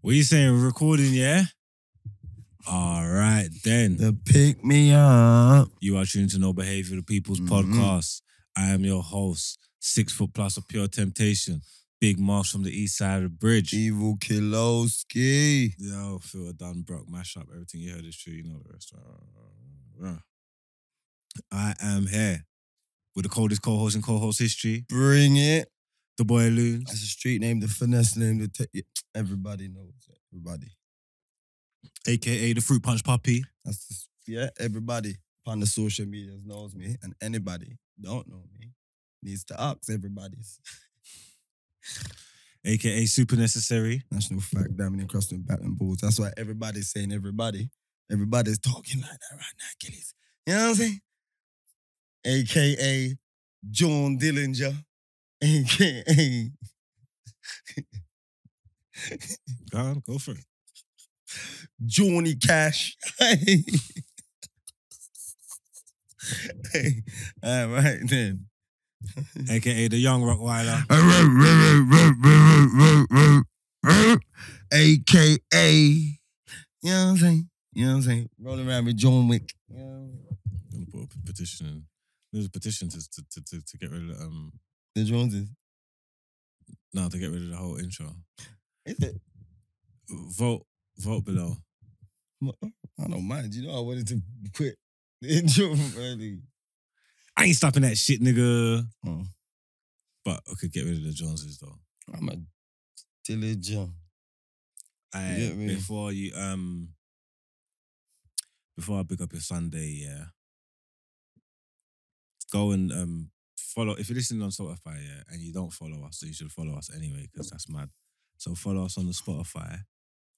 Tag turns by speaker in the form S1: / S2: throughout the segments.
S1: What you saying? We're recording, yeah? All right, then.
S2: The pick me up.
S1: You are tuned to No Behavior, the People's
S2: Mhm.
S1: Podcast. I am your host, six foot plus of pure temptation, Big Marsh from the east side of the bridge.
S2: Evil Kiloski.
S1: Yo, Phil Dunn, Brock, mashup, everything you heard is true. You know the rest. Uh, I am here with the coldest co-host in co-host history,
S2: Bring it.
S1: the boy Loon.
S2: That's a street name, the finesse name, the te- yeah, everybody knows it. Everybody.
S1: aka the Fruit Punch Puppy.
S2: That's just, yeah, everybody on the social medias knows me. And anybody don't know me needs to ask everybody's.
S1: aka Super Necessary.
S2: National fact, diamond and crossing bat and balls. That's why everybody's saying everybody. Everybody's talking like that right now, Achilles. You know what I'm saying? AKA John Dillinger. AKA
S1: Go on, go for it.
S2: Johnny Cash. hey, all right then.
S1: aka the Young Rockweiler.
S2: AKA, you know what I'm saying? You know what I'm saying? Rolling around with John Wick. You know?
S1: I'm gonna put up a petition in. There's a petition to to, to, to, to get rid of um
S2: The Joneses.
S1: no to get rid of the whole intro.
S2: Is it?
S1: Vote vote below.
S2: I don't mind. You know, I wanted to quit the intro from early.
S1: I ain't stopping that shit, nigga.
S2: Oh,
S1: But I could get rid of the Joneses though.
S2: I'm a diligent.
S1: I
S2: get me?
S1: before you um before I pick up your Sunday, yeah. Go and um follow if you're listening on Spotify, yeah, and you don't follow us, so you should follow us anyway, because that's mad. So follow us on the Spotify,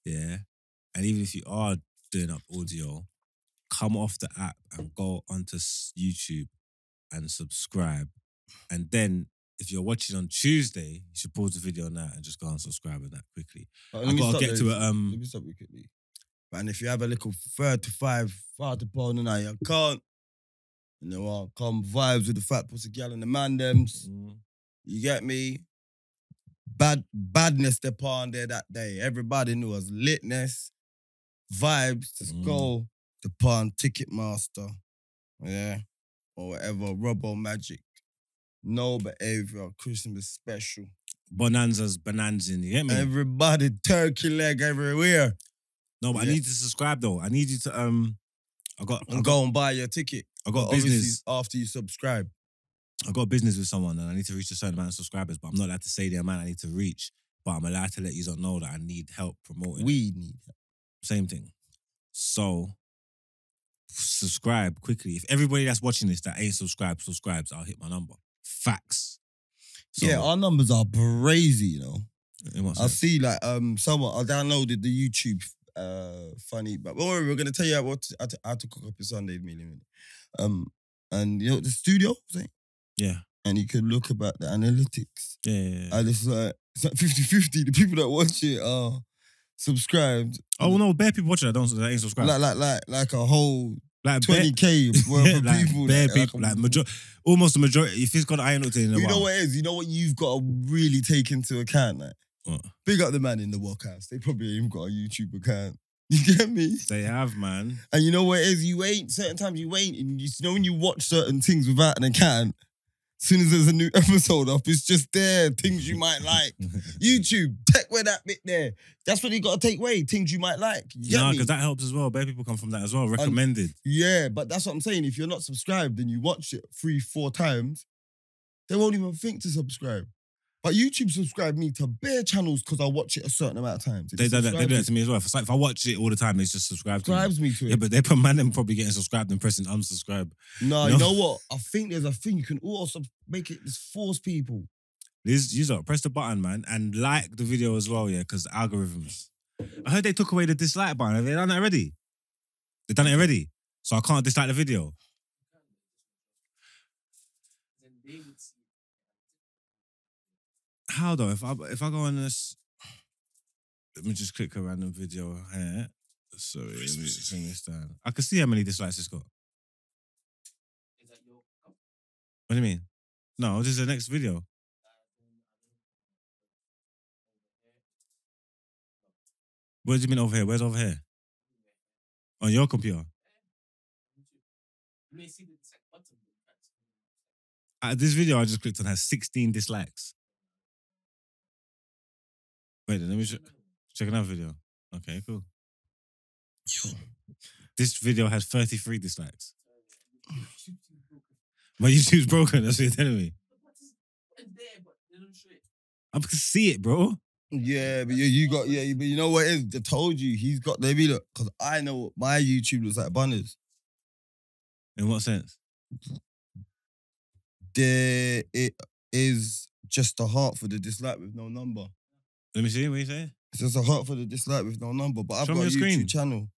S1: yeah. And even if you are doing up audio, come off the app and go onto s- YouTube and subscribe. And then if you're watching on Tuesday, you should pause the video now and just go and subscribe and that quickly.
S2: But
S1: I gotta get to
S2: though.
S1: it. Um,
S2: Let me stop you quickly. And if you have a little third to five, five to pound and I can't, you know, I'll come vibes with the fat pussy gal and the man
S1: Mm.
S2: dems. You get me? Bad badness they put on there that day. Everybody knew us. Litness, vibes, just
S1: Mm.
S2: go. The pawn Ticketmaster. Yeah. Or whatever. Robo Magic. No behavior. Christmas special.
S1: bonanzas, bonanzin. You get me?
S2: Everybody turkey leg everywhere.
S1: no, but I
S2: yeah.
S1: need to subscribe though. I need you to um. I got I
S2: and
S1: got,
S2: go and buy your ticket.
S1: I got
S2: Obviously,
S1: business.
S2: after you subscribe.
S1: I got business with someone, and I need to reach a certain amount of subscribers. But I'm not allowed to say the amount I need to reach. But I'm allowed to let you know that I need help promoting.
S2: We need that.
S1: Same thing. So subscribe quickly. If everybody that's watching this that ain't subscribed subscribes, I'll hit my number. Facts. So,
S2: yeah, our numbers are crazy. You know,
S1: in what
S2: I
S1: sense?
S2: see like um someone I downloaded the YouTube uh funny, but don't worry, we're gonna tell you what how to, how to cook up your Sunday meal in a minute. Um, and you know the studio thing,
S1: yeah,
S2: and you can look about the analytics.
S1: yeah, yeah, yeah.
S2: And it's like it's like 50-50. The people that watch it are subscribed,
S1: oh no, bare people watching that don't that ain't subscribed.
S2: like like like like a whole
S1: Like, bare-
S2: twenty k worth of
S1: like,
S2: people.
S1: bare
S2: that-
S1: people,
S2: a-
S1: like, major, almost the majority. If it's got iron octane in the
S2: You know
S1: wild,
S2: what it is? You know what you've got to really take into account? Like,
S1: What?
S2: Big up the man in the workhouse. They probably ain't even got a YouTube account. You get me?
S1: they have, man.
S2: And you know what it is? You ain't, certain times you ain't, and you you know when you watch certain things without an account, as soon as there's a new episode up, it's just there, things you might like. YouTube, take away that bit there. That's what you got to take away, things you might like. You get
S1: Nah,
S2: me?
S1: because that helps as well. Bare people come from that as well. Recommended.
S2: Yeah, but that's what I'm saying. If you're not subscribed and you watch it three, four times, they won't even think to subscribe. But YouTube subscribed me to bare channels because I watch it a certain amount of times. It
S1: they do that. They
S2: subscribes
S1: do
S2: me-
S1: that to me as well. If, it's like, if I watch it all the time, they just subscribe to me.
S2: subscribes me to it.
S1: Yeah, but they put man them probably getting subscribed and pressing unsubscribe. No.
S2: no, you know what? I think there's a thing you can also make it just force people.
S1: These use up. Press the button, man, and like the video as well. Yeah, because algorithms. I heard they took away the dislike button. Have they done it already? They done it already. So I can't dislike the video. How though? If I if I go on this, let me just click a random video here. Sorry, let me bring this down. I can see how many dislikes it's got. What do you mean? No, this is the next video. What do you mean over here? Where's over here? On your computer.
S3: You may see the second button.
S1: Uh, this video I just clicked on has 16 dislikes. Wait, let me ch- check another video. Okay, cool. This video has 33 dislikes. My YouTube's broken. That's what you're telling me. I can see it, bro.
S2: Yeah, but you, you got yeah, but you know what it is? I told you he's got the look because I know what my YouTube looks like banners.
S1: In what sense?
S2: There it is just a heart for the dislike with no number.
S1: Let me see what you say.
S2: It's just a heart for the dislike with no number. But I've
S1: Show me
S2: got a
S1: your screen.
S2: YouTube channel.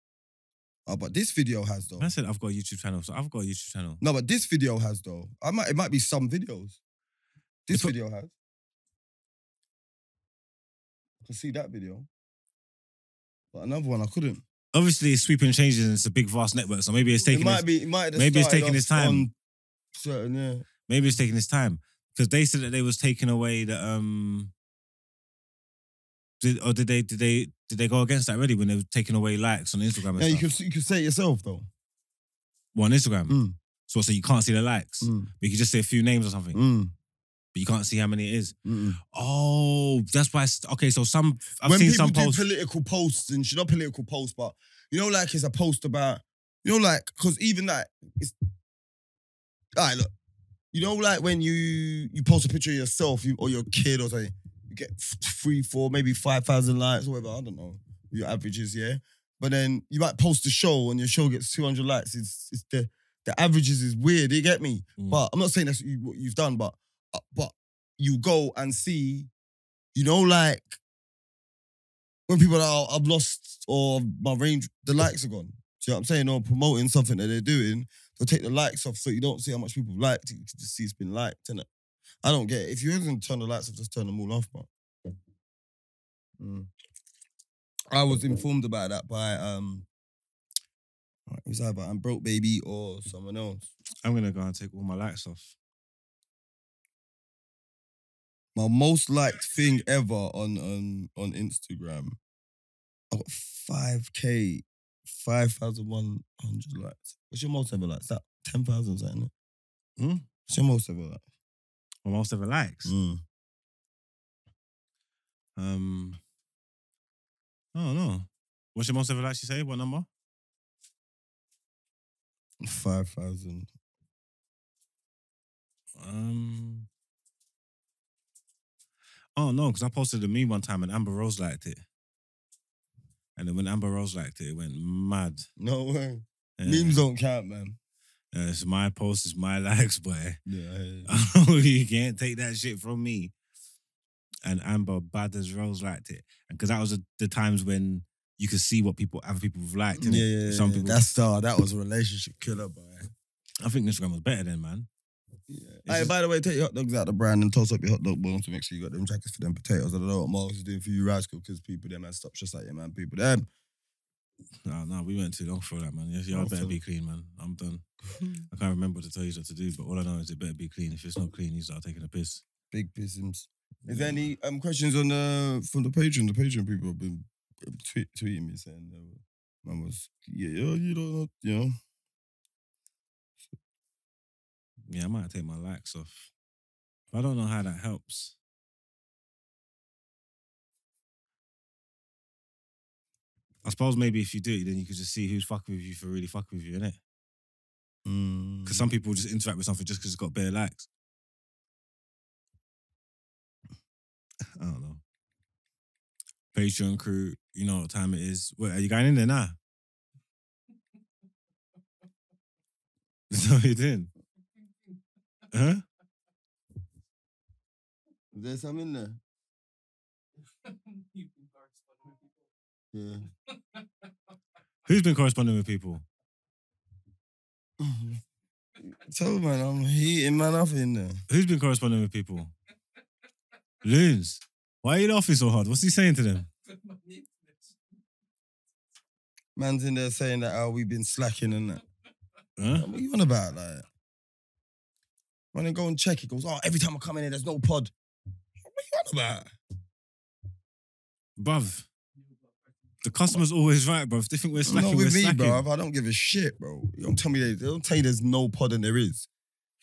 S2: Oh, but this video has though.
S1: I said I've got a YouTube channel, so I've got a YouTube channel.
S2: No, but this video has though. I might it might be some videos. This
S1: It's what-
S2: video has. I can see that video. But another one I couldn't.
S1: Obviously, it's sweeping changes and it's a big, vast network, so maybe it's taking
S2: it might
S1: its,
S2: be it might have
S1: maybe it's
S2: started
S1: taking
S2: off
S1: its time.
S2: on Certain, yeah.
S1: maybe it's taking its time because they said that they was taking away the um. Did, or did they did they did they go against that already when they were taking away likes on Instagram? And
S2: Yeah, you
S1: stuff?
S2: can you can say it yourself though.
S1: well, on Instagram,
S2: Mm.
S1: so so you can't see the likes,
S2: Mm.
S1: but you can just see a few names or something,
S2: Mm.
S1: but you can't see how many it is.
S2: Mm-mm.
S1: Oh, that's why. I s- Okay, so some I've
S2: when
S1: seen
S2: people
S1: some
S2: do
S1: posts.
S2: political posts and shit, not political posts, but you know, like it's a post about, you know, like because even like it's, all right, look, you know, like when you you post a picture of yourself you, or your kid or something, you get f- three, four, maybe five thousand likes or whatever. I don't know your averages, yeah. But then you might post a show and your show gets two hundred likes. It's it's the the averages is weird. You get me?
S1: Mm.
S2: But I'm not saying that's what you, what you've done, but uh, but you go and see, you know, like when people are "Oh, I've lost or my range, the likes are gone. Do you know what I'm saying? Or promoting something that they're doing, they'll take the likes off so you don't see how much people liked it. You can just see it's been liked, innit? I don't get it. If you're gonna turn the lights off, just turn them all off, bro. Mm. I was informed about that by um it was either I'm broke baby or someone else.
S1: I'm gonna go and take all my likes off.
S2: My most liked thing ever on on on Instagram. I got five k, five thousand one hundred likes. What's your most ever likes? That ten thousand something. innit?
S1: Hmm?
S2: What's your most ever likes?
S1: Well, most ever likes.
S2: Mm.
S1: Um, I don't know. What's your most ever likes? You say what number?
S2: Five thousand.
S1: Um. Oh no, because I posted a meme one time and Amber Rose liked it. And then when Amber Rose liked it, it went mad.
S2: No way.
S1: Yeah.
S2: Memes don't count, man.
S1: Yeah, uh, it's my post, it's my likes, boy.
S2: Yeah. I hear you.
S1: you can't take that shit from me. And Amber bad as Rose liked it, and because that was the- the times when you could see what people other people have liked. innit?
S2: Yeah, yeah, yeah,
S1: Some
S2: yeah.
S1: people.
S2: That's uh, that was a relationship killer, boy.
S1: I think Instagram was better then, man.
S2: Yeah.
S1: It's
S2: Hey,
S1: just-
S2: by the way, take your hot dogs out the brand and toss up your hot dog bones to make sure you got them jackets for them potatoes. I don't know what Mark's is doing for you rice cookers, people. Them man, stop just like you, man. People, them.
S1: No, no, we went too long for that, man. Yes, y'all
S2: Oh,
S1: better
S2: sorry.
S1: be clean, man. I'm done. I can't remember what to tell you what to do, but all I know is it better be clean. If it's not clean, you start taking a piss.
S2: Big pisms. Is
S1: Yeah,
S2: there any um questions on the from the Patreon? The Patreon people have been um, tweet, tweeting me saying, they were- "Man was yeah, yo, you don't know, you know."
S1: Yeah, I might take my likes off. But I don't know how that helps. I suppose maybe if you do it, then you could just see who's fucking with you for really fucking with you, innit?
S2: Mm.
S1: Because some people just interact with something just because it's got bare likes. I don't know. Patreon crew, you know what time it is. Wait, are you going in there now? Is that what you're doing? Huh?
S2: Is there some in there? Yeah.
S1: Who's been corresponding with people?
S2: Tell man, I'm heating man up in there.
S1: Who's been corresponding with people? Loons. Why are you laughing so hard? What's he saying to them?
S2: Man's in there saying that oh we've been slacking and that.
S1: Huh?
S2: What you on about? Like, when they go and check, it goes, oh, every time I come in here, there's no pod. What you on about?
S1: Bruv. The customer's always right, bro. If they think we're slacking,
S2: Not
S1: we're
S2: with me,
S1: slacking.
S2: bro. I don't give a shit, bro. You don't tell me they, they don't tell you there's no pod and there is.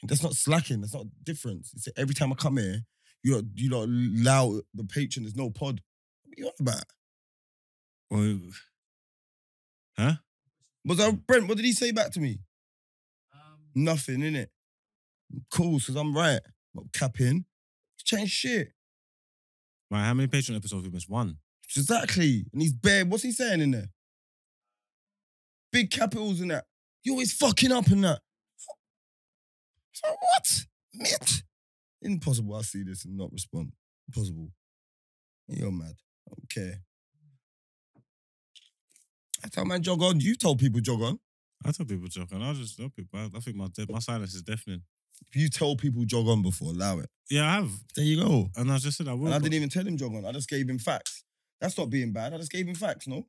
S2: That's not slacking. That's not a difference. It's every time I come here, you don't you don't allow the patron. There's no pod. What you on about?
S1: Well, huh?
S2: Was that uh, Brent? What did he say back to me?
S1: Mm.
S3: Um,
S2: Nothing, innit? Cool, cause I'm right. I'm not capping. Change shit.
S1: Right, how many Patreon episodes we missed? One.
S2: Exactly. And he's bare. What's he saying in there? Big capitals and that. You always fucking up in that. So what? Mitt? Impossible. I see this and not respond. Impossible. You're mad. I don't care. I tell man jog on. You told people jog on.
S1: I tell people joking. I just tell people. I, I think my de- my silence is deafening.
S2: You tell people jog on before. Allow it.
S1: Yeah, I have,
S2: There you go.
S1: and I just said I will.
S2: And I
S1: but-
S2: didn't even tell him jog on. I just gave him facts. That's not being bad. I just gave him facts. No.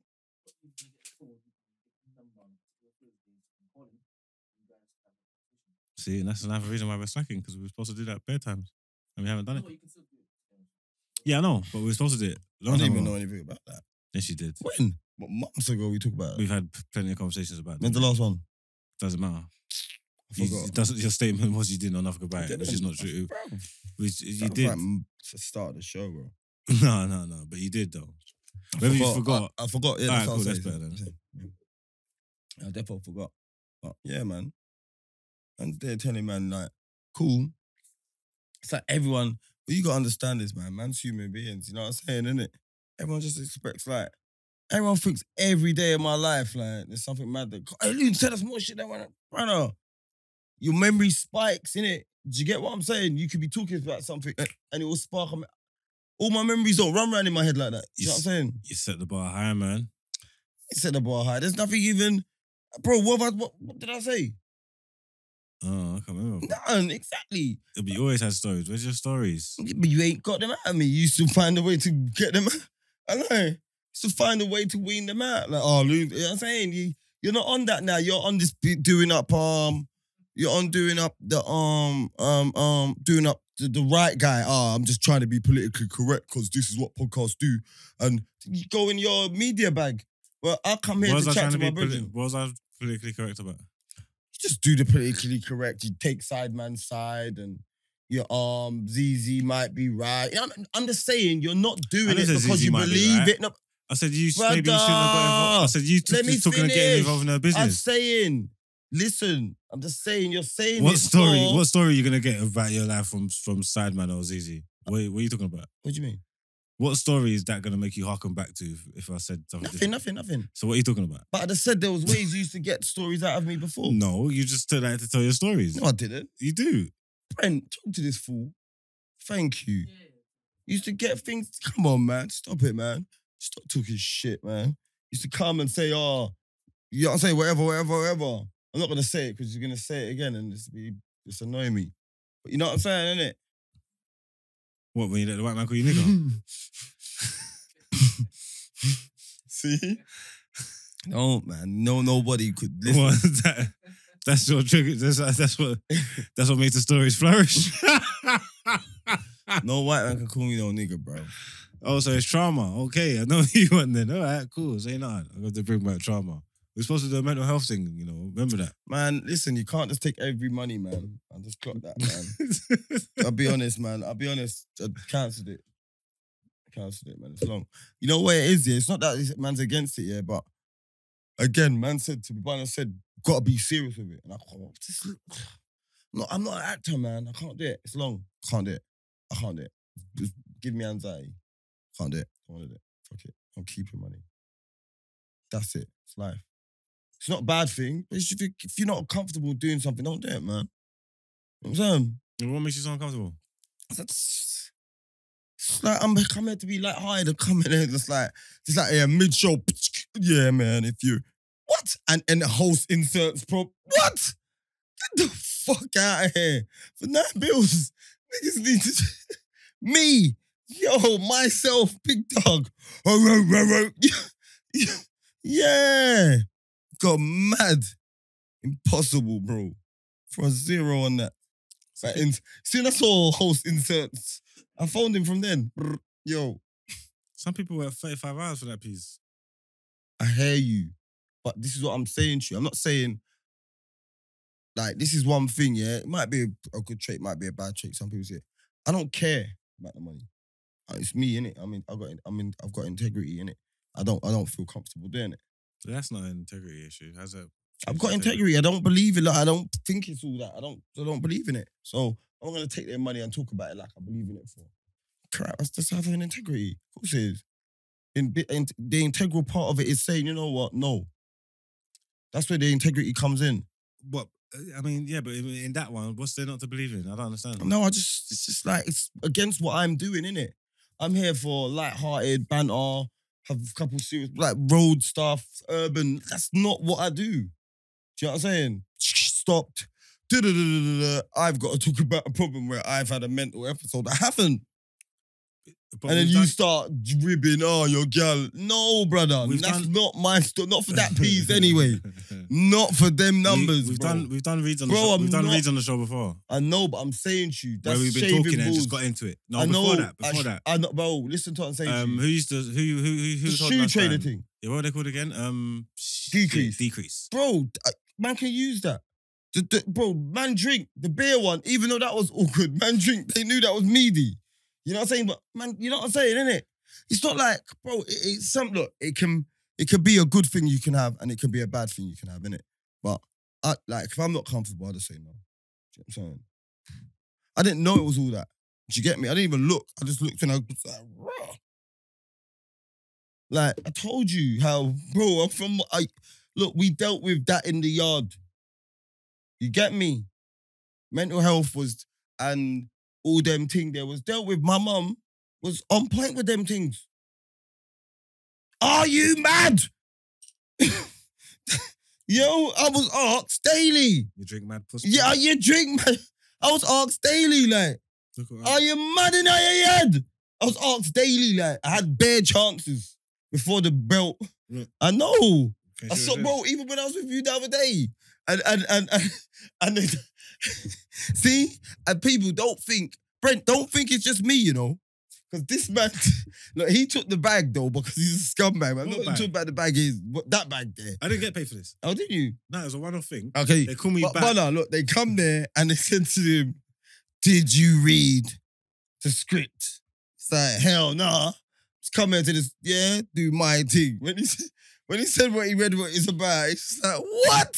S1: See, and that's another reason why we're slacking because we were supposed to do that bare times, and we haven't done it.
S2: Oh,
S1: Yeah, I know, but we were supposed to do it.
S2: I
S1: Long
S2: didn't
S1: time
S2: even
S1: ago.
S2: know anything about that.
S1: Yes, you did.
S2: When? What, months ago we talked about it.
S1: We've had p- plenty of conversations about
S2: When's
S1: it.
S2: the last one?
S1: Doesn't matter.
S2: I
S1: You-
S2: forgot.
S1: it doesn't, your statement was you did not know nothing about it, which is not true.
S2: Bro,
S1: Which you
S2: that was
S1: did.
S2: Like, mm, to start of the show, bro.
S1: No, no, no. But you did though.
S2: I
S1: Maybe you forgot.
S2: I, I forgot. Yeah,
S1: Alright,
S2: that's
S1: cool,
S2: what I was
S1: that's
S2: saying.
S1: better
S2: Yeah. I definitely forgot. But yeah, man. And they're telling man like, cool. It's like everyone. But you gotta understand this, man. Man's human beings. You know what I'm saying, innit? Everyone just expects like. Everyone thinks every day of my life like there's something mad that. Hey, you tell us more shit than when brother. Your memory spikes, innit? Do you get what I'm saying? You could be talking about something and it will spark. a me- All my memories don't run around in my head like that. You know what I'm
S1: Yes.
S2: saying?
S1: You set the bar high, man.
S2: I set the bar high. There's nothing even, bro. What, have I, what, what did I say?
S1: Oh, I can't remember.
S2: Nothing exactly.
S1: But you always had stories. Where's your stories?
S2: But you ain't got them out of me. You used to find a way to get them. out. I know. You used to find a way to wean them out. Like oh, Lou, you know what I'm saying you, you're not on that now. You're on this be- doing up um, you're on doing up the um um um doing up the, the right guy. Oh, I'm just trying to be politically correct because this is what podcasts do. And you go in your media bag. Well, I come
S1: What
S2: here
S1: was
S2: to
S1: I
S2: chat
S1: trying
S2: to,
S1: to
S2: my
S1: be?
S2: brother.
S1: Polit- what was I politically correct about?
S2: you just do the politically correct. You take side man's side and your arm, ZZ might be right. I'm, I'm just saying, you're not doing it
S1: didn't say
S2: because
S1: ZZ
S2: you
S1: might be
S2: believe
S1: right.
S2: it. No,
S1: I said you maybe you shouldn't have got involved. I said you t-
S2: Let me
S1: just talking and getting
S2: finish.
S1: involved in her
S2: I'm
S1: business.
S2: saying, listen, I'm just saying, you're saying
S1: What
S2: it
S1: story?
S2: for-
S1: What story are you gonna get about your life from from Sideman or Zizi? What, what are you talking about?
S2: What do you mean?
S1: What story is that gonna make you harken back to if, if I said something?
S2: Nothing,
S1: different?
S2: nothing, nothing.
S1: So what are you talking about?
S2: But I just said there was ways you used to get stories out of me before.
S1: No, you just took that to tell your stories.
S2: No, I didn't.
S1: You do.
S2: Brent, talk to this fool. Thank you. used to get things. Come on, man. Stop it, man. Stop talking shit, man. Used to come and say, oh, you know what I'm saying? Whatever, whatever, whatever. I'm not going to say it because you're going to say it again and just be just annoy me. But you know what I'm saying, innit?
S1: What when you let the white man call you nigger?
S2: See? No, man. No, nobody could listen.
S1: what, that, that's your trigger. That's, that's what that's what makes the stories flourish.
S2: No white man can call me no nigga, bro.
S1: oh, so it's trauma. Okay, I know you want then. All right, cool. Say nothing. I'm going to bring back trauma. We're supposed to do a mental health thing, you know. Remember that.
S2: Man, listen, you can't just take every money, man. I just clocked that, man. I'll be honest, man. I'll be honest. I cancelled it. Cancelled it, man. It's long. You know what it is, yeah? It's not that this man's against it, yeah, but again, man said to me, man said, gotta be serious with it. And I can't, just, no, I'm not an actor, man. I can't do it. It's long. Can't do it. I can't do it. Just give me anxiety. Can't do it. I want to do it. Fuck it. I'm keeping money. That's it. It's life. It's not a bad thing, but if you- if you're not comfortable doing something, don't do it, man. You know what I'm saying?
S1: what makes you so uncomfortable?
S2: That's it's like I'm coming to be like hard and coming in just like just like yeah mid show yeah man if you what and and the host inserts prop what get the fuck out of here for nine bills niggas need to me yo myself big dog Oh, row, row, row. yeah got mad impossible bro for a zero on that like, in, soon I saw host inserts. I found him from then. Brr, Yo,
S1: Some people were 35 hours for that piece.
S2: I hear you, but this is what I'm saying to you. I'm not saying like this is one thing. Yeah, it might be a, a good trait, might be a bad trait. Some people say, I don't care about the money. Uh, It's me in it. I mean, I got, I mean, I've got integrity in it. I don't, I don't feel comfortable doing it.
S1: So that's not an integrity issue. How's that?
S2: I've got integrity. I don't believe it. Like, I don't think it's all that. I don't, I don't believe in it. So I'm gonna take their money and talk about it like I believe in it for. Correct. That's just having integrity. Of course it is. In, in, the integral part of it is saying, you know what? No. That's where the integrity comes in.
S1: But uh, I mean, yeah, but in, in that one, what's there not to believe in? I don't understand.
S2: No, I just it's just like it's against what I'm doing, innit? I'm here for light-hearted banter, have a couple serious like road stuff, urban. That's not what I do. Do you know what I'm saying? Stopped. Du-du-du-du-du-du. I've got to talk about a problem where I've had a mental episode. I haven't.
S1: But
S2: and then
S1: we've
S2: you
S1: done-
S2: start ribbing, oh, your girl. No, brother.
S1: We've
S2: That's
S1: done-
S2: not my story. Not for that piece anyway. Not for them numbers.
S1: We, have
S2: bro.
S1: done we've done reads on the
S2: Bro,
S1: show.
S2: I'm
S1: We've done
S2: not-
S1: reads on the show before.
S2: I know, but I'm saying to you, that's
S1: where we've been
S2: shaving
S1: talking and
S2: balls.
S1: just got into it. No,
S2: I know,
S1: before that,
S2: I
S1: before
S2: sh-
S1: that.
S2: I know, bro, listen to what I'm saying.
S1: Um,
S2: to
S1: who
S2: you.
S1: used to who who who who
S2: the
S1: was on
S2: shoe
S1: last
S2: trader
S1: time?
S2: thing,
S1: Yeah, what were they called again? Um,
S2: Decrease.
S1: yeah, decrease.
S2: bro. I- man can use that. The, the- bro, man, drink the beer one. Even though that was awkward, man, drink. They knew that was meaty. You know what I'm saying? But man, you know what I'm saying, innit? It's not like, bro. It, it's some look. It can it can be a good thing you can have, and it can be a bad thing you can have, innit? But I, like, if I'm not comfortable, I just say no. Do you know what I'm saying? I didn't know it was all that. Do you get me? I didn't even look. I just looked and I was like, raw. Like, I told you how, bro, I'm from, I, look, we dealt with that in the yard. You get me? Mental health was, and all them thing there was dealt with. My mum was on point with them things. Are you mad? Yo, I was asked daily.
S1: You drink mad pussy.
S2: Yeah, are you drink, man? I was asked daily, like,
S1: Look at-
S2: are you mad in your head? I was asked daily, like, I had bare chances before the belt.
S1: Yeah.
S2: I know.
S1: Can
S2: I
S1: you see
S2: saw,
S1: what it is?
S2: bro, even when I was with you the other day, and and and and, and then, see, and people don't think Brent don't think it's just me, you know, because this man, look, he took the bag though because he's a scumbag. man. I'm
S1: What
S2: not
S1: bag?
S2: talking about the bag is but that bag there.
S1: I didn't get paid for this.
S2: Oh, did you?
S1: No, it was a one-off thing.
S2: Okay,
S1: They call me
S2: but
S1: back.
S2: Bana, look, they come there and they said to him, Did you read the script? It's like, hell nah. Just come here to this, yeah, do my thing. When he said, when he said what he read, what it's about, it's just like, what?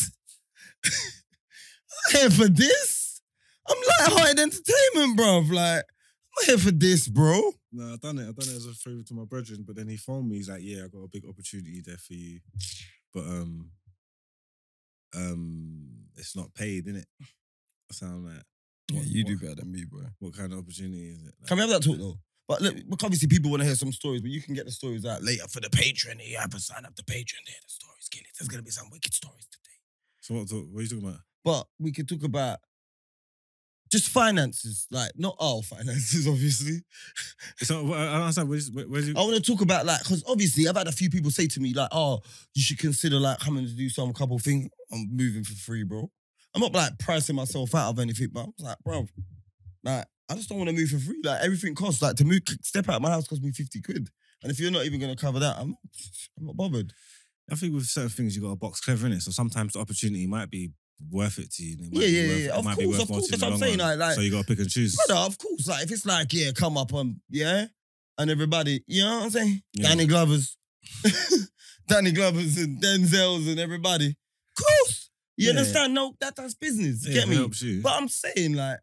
S2: I'm not here for this. I'm light-hearted entertainment, bruv. Like, I'm not here for this, bro.
S1: No, I done it. I done it as a favor to my brethren. But then he phoned me. He's like, "Yeah, I got a big opportunity there for you, but um, um, it's not paid, innit?" I sound like, what- what-
S2: better than me, bro.
S1: What kind of opportunity is it? Like,
S2: Can we have that talk though? But look, look, obviously people want to hear some stories, but you can get the stories out later for the Patreon. Yeah, I sign up the Patreon. There, the stories, kill it. There's gonna be some wicked stories today.
S1: So what? Talk, what are you talking about?
S2: But we could talk about just finances, like not our finances, obviously.
S1: So what- I don't understand. Where's, where, where's you?
S2: I want to talk about like because obviously I've had a few people say to me like, "Oh, you should consider like coming to do some couple thing." I'm moving for free, bro. I'm not like pricing myself out of anything, but I was like, bro, like I just don't want to move for free. Like everything costs. Like to move, step out of my house costs me fifty quid, and if you're not even gonna cover that, I'm I'm not bothered.
S1: I think with certain things you got a box clever in it. So sometimes the opportunity might be worth it to you. and it might
S2: Yeah,
S1: be
S2: yeah,
S1: worth-
S2: yeah,
S1: It
S2: of
S1: might be
S2: course,
S1: worth
S2: of course,
S1: watching in
S2: that's
S1: the
S2: what I'm
S1: long
S2: saying,
S1: run.
S2: like- like-
S1: so you got to pick and choose.
S2: Brother, uh, of course. Like if it's like yeah, come up um yeah, and everybody, you know what I'm saying?
S1: Yeah.
S2: Danny Glovers, Danny Glovers and Denzels and everybody. Of course, you
S1: Yeah.
S2: understand? No, that that's business.
S1: Yeah,
S2: Get
S1: it
S2: me?
S1: helps you.
S2: But I'm saying like,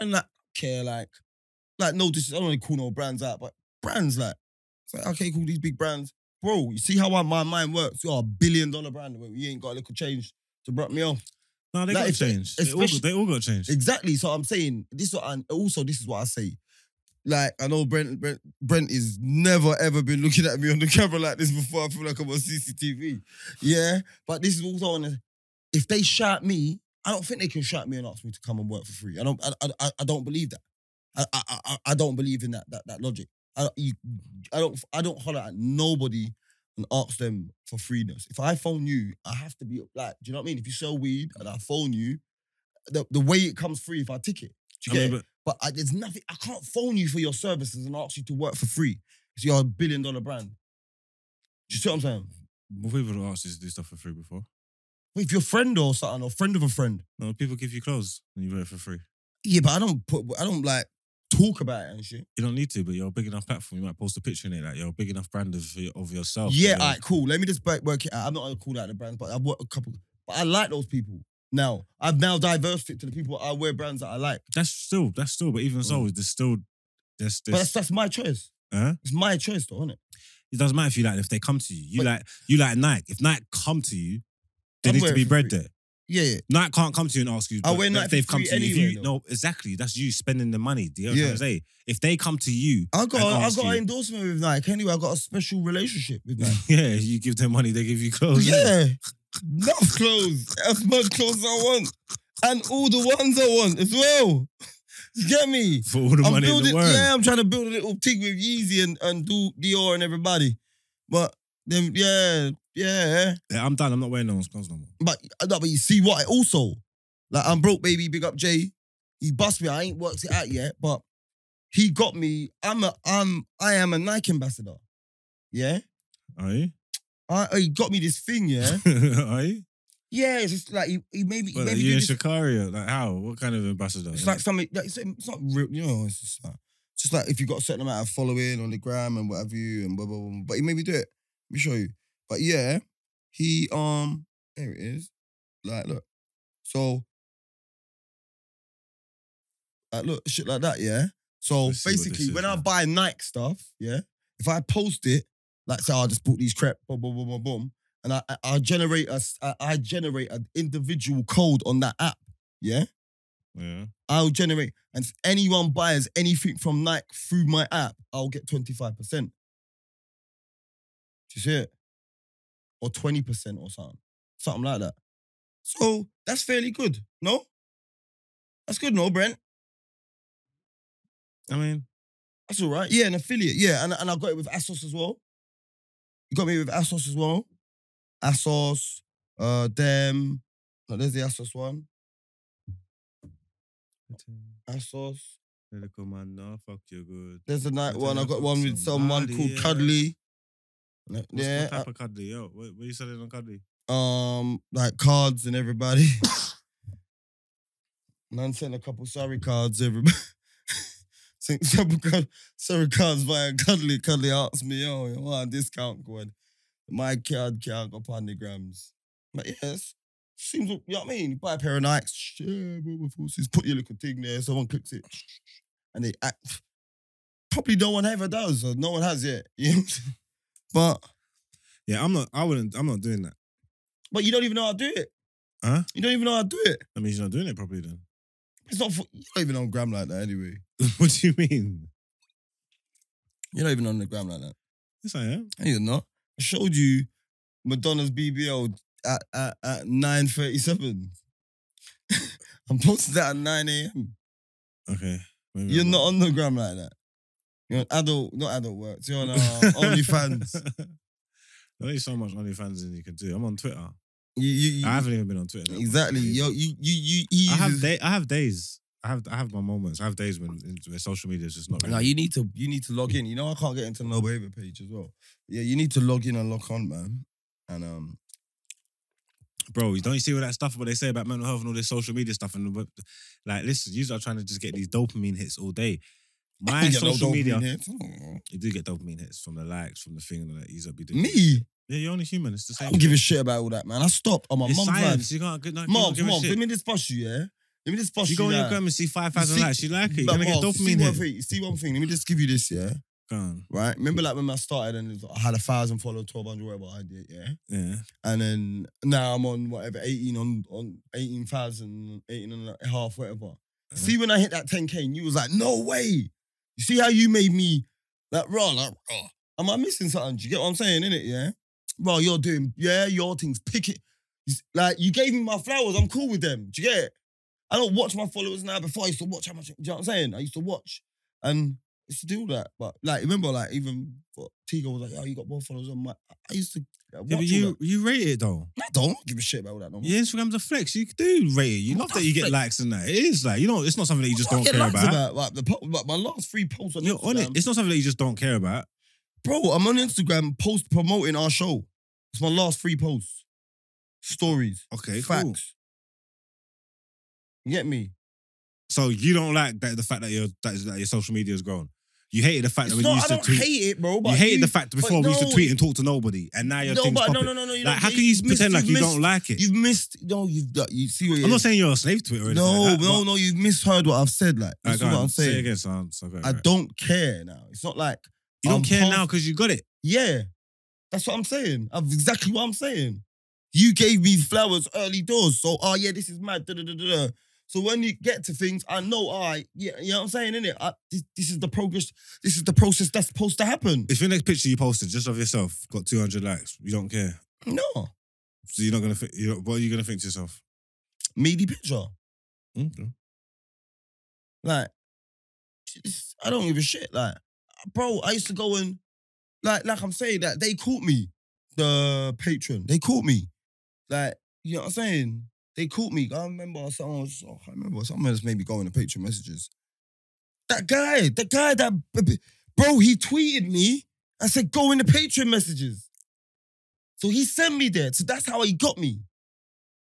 S2: even like care like, like no, this I don't want to call no brands out, but brands like, it's like okay, cool, these big brands, bro. You see how I, my mind works? You're a billion dollar brand, but you ain't got a little change to break me off.
S1: no, they
S2: like,
S1: got
S2: if-
S1: changed. They all
S2: especially-
S1: got- they all got changed.
S2: Exactly. So I'm saying this. Is what I, also, this is what I say. Like I know Brent, Brent, Brent is never ever been looking at me on the camera like this before. I feel like I'm on CCTV. Yeah, but this is also on. A, if they shout me, I don't think they can shout me and ask me to come and work for free. I don't. I, I, I don't believe that. I, I, I, I don't believe in that that, that logic. I, you, I don't. I don't holler at nobody and ask them for freeness. If I phone you, I have to be like, do you know what I mean? If you sell weed and I phone you, the, the way it comes free if I tick it. Do
S1: I
S2: you get
S1: mean,
S2: it?
S1: but
S2: But I, there's nothing. I can't phone you for your services and ask you to work for free. 'cause you're a billion dollar brand. you see what I'm saying?
S1: People have asked us to do stuff for free before.
S2: With your friend or something, or friend of a friend.
S1: No, people give you clothes and you wear it for free.
S2: Yeah, but I don't put. I don't like talk about it and shit.
S1: You don't need to, but you're a big enough platform. You might post a picture in it. Like you're a big enough brand of, of yourself.
S2: yeah,
S1: You're-
S2: all right, cool. Let me just back- work it out. I'm not gonna call out the brands, but I've worked a couple. But I like those people. Now I've now diversified it to the people I wear brands that I like.
S1: That's still that's still. But even so, there's still there's
S2: Mm. But that's
S1: this.
S2: that's my choice.
S1: Huh?
S2: It's my choice, though, isn't it?
S1: It doesn't matter if you like. If they come to you, you
S2: But-
S1: like you like Nike. If Nike come to you, there
S2: I'm
S1: needs to
S2: wearing
S1: be
S2: for
S1: bread
S2: free.
S1: there.
S2: Yeah, yeah.
S1: Nike can't come to you and ask you.
S2: I
S1: but
S2: wear
S1: if
S2: Nike for
S1: They've come
S2: free
S1: to you.
S2: anyway,
S1: if you
S2: though.
S1: no, exactly. That's you spending the money. Do you know what
S2: Yeah.
S1: I'm saying? If they come to you,
S2: I got
S1: and
S2: I
S1: ask
S2: got an
S1: you-
S2: endorsement with Nike. Anyway, I got a special relationship with Nike.
S1: yeah, you give them money, they give you clothes. innit?
S2: Oh, yeah, enough clothes, as much clothes I want, and all the ones I want as well. You get me?
S1: for all the
S2: I'm
S1: money in
S2: building,
S1: the world.
S2: Yeah, I'm trying to build a little thing with Yeezy and, and do Dior and everybody. But then, yeah, yeah.
S1: Yeah, I'm done. I'm not wearing no one's clothes no more.
S2: But uh, no, but you see what? Also, like I'm broke, baby. Big up Jay. He bust me. I ain't worked it out yet, but he got me. I'm a I'm I am a Nike ambassador. Yeah,
S1: Are you?
S2: I, he got me this thing. Yeah,
S1: Are you?
S2: yeah. It's just like he, he maybe he
S1: What, are
S2: maybe
S1: you in
S2: did this-
S1: Shakaria? Like how? What kind of ambassador?
S2: It's like something. like, It's, it's not real. You know, it's just like, it's just like if you got a certain amount of following on the gram and whatever you and blah blah blah. But he made me do it. Let me show you. But yeah, he um, there it is. Like look, so like look, shit like that. Yeah. So
S1: Let's see what this
S2: basically,
S1: is
S2: when I
S1: now.
S2: buy Nike stuff, yeah, if I post it, like say "Oh, I just bought these crap, boom, boom, boom, boom, boom, and I I- I generate a s- I I generate an individual code on that app, yeah.
S1: yeah.
S2: I'll generate. And if anyone buys anything from Nike through my app, I'll get 25%. Do you see it? Or 20% or something. Something like that. So that's fairly good. No? That's good, no, Brent?
S1: I mean,
S2: That's all right. Yeah, an affiliate. Yeah, and, and I got it with Asos as well. You got me with Asos as well. Asos, uh, them. No, there's the Asos one. Asos.
S1: Lyrical man, no, fuck you good.
S2: There's a night
S1: Better
S2: one. I
S1: look
S2: got
S1: up
S2: one with someone
S1: somebody
S2: called
S1: else.
S2: Cuddly.
S1: What's, yeah,
S2: yeah,
S1: what type of cuddly? Yo, what, what you selling on cuddly?
S2: um, like cards and everybody. and I'm sending a couple sorry cards everybody. Sent Several card, sorry cards via Cuddly. Cuddly asked me, yo, you want a discount code? My card can't go upon the grams. But yes, seems, you know what I mean? You buy a pair of Nikes, yeah, bro, with horses, put your little thing there, someone clicks it, and they act. Probably no one ever does, or no one has yet. You know? but
S1: Yeah, I'm not. I wouldn't. I'm not doing that.
S2: But you don't even know how to do it.
S1: Huh?
S2: You don't even know how to do it.
S1: That means you're not doing it properly. Then.
S2: It's not for, you're not even on gram like that anyway.
S1: what do you mean?
S2: You're not even on the gram like that.
S1: Yes, I am.
S2: No, you're not. I showed you Madonna's BBL at, at, at 9.37. I'm posting that at 9 a.m.
S1: Okay. Maybe
S2: You're
S1: I'm
S2: not on the gram like that. You're on adult, not adult works. You're on uh, OnlyFans.
S1: There's only so much OnlyFans than you can do. I'm on Twitter.
S2: You, you, you,
S1: I haven't even been on Twitter. that much,
S2: exactly.
S1: really.
S2: Yo, you, you, you, you
S1: I have day. I have days. I have. I have my moments. I have days when, when social media is just not.
S2: No,
S1: Really.
S2: you need to you need to log in. You know I can't get into no behavior page as well. Yeah, you need to log in and log on, man. And um,
S1: bro, don't you see all that stuff what they say about mental health and all this social media stuff? And what- like, listen, you are trying to just get these dopamine hits all day. My
S2: you get no
S1: social
S2: dopamine
S1: media,
S2: hits. Mm.
S1: you do get dopamine hits from the likes, from the thing and all that. You's be doing
S2: Me,
S1: Yeah, you're only human. It's the
S2: I
S1: same.
S2: don't give a shit about all that, man. I stopped on my
S1: it's
S2: mum's
S1: science.
S2: life.
S1: You can't. No,
S2: Mom,
S1: give a
S2: mom,
S1: shit.
S2: let me just bust you, yeah. Let me just bust
S1: you go on your
S2: yeah.
S1: gram and see five thousand
S2: See-
S1: likes. You like it. You're
S2: But
S1: gonna get
S2: Mom, see
S1: dopamine
S2: one
S1: hit.
S2: thing. See one thing. Let me just give you this, yeah.
S1: Go on.
S2: Right. Remember, like when I started and it was- I had a thousand followers, twelve hundred, whatever I did, yeah.
S1: Yeah.
S2: And then now I'm on whatever eighteen on on eighteen thousand, eighteen and a half, whatever.
S1: Uh-huh.
S2: See, when I hit that 10K and you was like, no way. You see how you made me like raw, like raw. Am I missing something? Do you get what I'm saying, innit? Yeah. Bro, you're doing, yeah, your things, pick it. You s- Like, you gave me my flowers, I'm cool with them. Do you get it? I don't watch my followers now. Before I used to watch how much, do you know what I'm saying? I used to watch and I used to do that. But like, remember, like, even what, Tigo was like, oh, you got more followers on my. I used to like, watch
S1: Yeah, but
S2: all
S1: you
S2: that.
S1: you rate it though.
S2: I don't give a shit about all that no more.
S1: Your Instagram's a flex. You do rate it. You love that you get
S2: Flex.
S1: likes and that. It is like you know. It's not something that you just
S2: I
S1: don't
S2: get
S1: care
S2: likes
S1: about.
S2: Like, the, po- like, my last three posts on
S1: You're on it.
S2: Instagram-
S1: It's not something that you just don't care about.
S2: Bro, I'm on Instagram post promoting our show. It's my last three posts. Stories.
S1: Okay,
S2: facts.
S1: cool.
S2: You get me?
S1: So you don't like that the fact that your that, that your social media has grown. You hated the fact
S2: It's
S1: that when you
S2: not, I
S1: used to
S2: don't
S1: tweet.
S2: hate it, bro. But
S1: you hated
S2: you,
S1: the fact that before we
S2: but
S1: used to
S2: no.
S1: tweet and talk to nobody, and now your
S2: No,
S1: things
S2: but
S1: pop
S2: no,
S1: it.
S2: no, no, no. You
S1: like,
S2: don't-
S1: how can you
S2: you've
S1: pretend like
S2: missed-
S1: you
S2: you've
S1: don't like it?
S2: missed- You've missed. No, you've got. You see what it
S1: I'm not
S2: is?
S1: saying you're a slave to it or anything.
S2: No,
S1: like that,
S2: no, no. You've misheard what I've said. Like
S1: but- Alright,
S2: that's
S1: go
S2: what
S1: on,
S2: I'm
S1: Say it
S2: saying.
S1: again, so I'm so
S2: I don't care now. It's not like
S1: You don't
S2: I'm
S1: care
S2: past-
S1: now because you got it.
S2: Yeah, that's what I'm saying. That's exactly what I'm saying. You gave me flowers early doors, so oh yeah, this is mad. Da, da, da, da, da. So when you get to things, I know I yeah, you know what I'm saying, innit? I, this, this is the progress. This is the process that's supposed to happen.
S1: If your next picture you posted just of yourself got 200 likes, you don't care.
S2: No,
S1: So you're not gonna. Think, you're, what are you gonna think to yourself? Hmm?
S2: meaty picture.
S1: Okay.
S2: Like, it's- I don't give a shit. Like, bro, I used to go and like, like I'm saying that they caught me, the patron. They caught me. Like, you know what I'm saying? They caught me. I remember someone was, oh, I remember someone else made me go in the patron messages. That guy, the guy that, b- b- bro, he tweeted me and said, go in the patron messages. So he sent me there. So that's how he got me.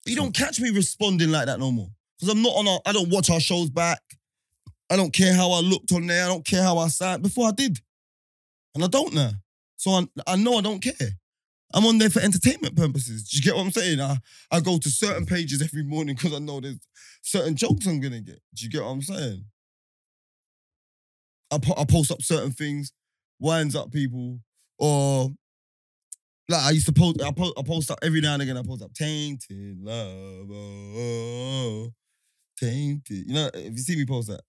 S2: You don't catch me responding like that no more. Because I'm not on our, I don't watch our shows back. I don't care how I looked on there. I don't care how I sat. Before I did. And I don't now. So I, I know I don't care. I'm on there for entertainment purposes. Do you get what I'm saying? I, I go to certain pages every morning because I know there's certain jokes I'm going to get. Do you get what I'm saying? I, po- I post up certain things, winds up people, or like I used to post, I post, I post up every now and again. I post up tainted love, oh, oh, oh, tainted. You know, if you see me post that,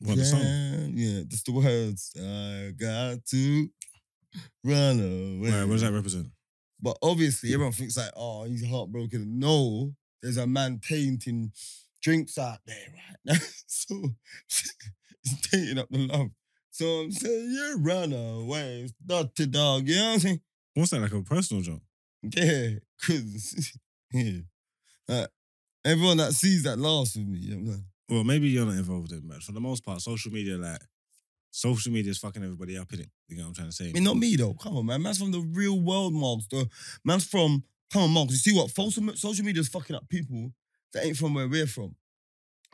S1: What the song?
S2: yeah, yeah, just the words. I got to run away.
S1: Right, what does that represent?
S2: But obviously, everyone thinks like, oh, he's heartbroken. No, there's a man tainting drinks out there right now. so he's tainting up the love. So I'm saying, you run away, it's dirty dog. You know what I'm saying?
S1: What's that like a personal joke?
S2: Yeah, cause yeah. Like, everyone that sees that laughs with me. You know what I'm saying?
S1: Well, maybe you're not involved in it, but for the most part, social media, like, social media is fucking everybody up in it. You know what I'm trying to say?
S2: I mean, not me though. Come on, man. Man's from the real world, Marks. The man's from come on, Marks. You see what false, social media is fucking up people that ain't from where we're from.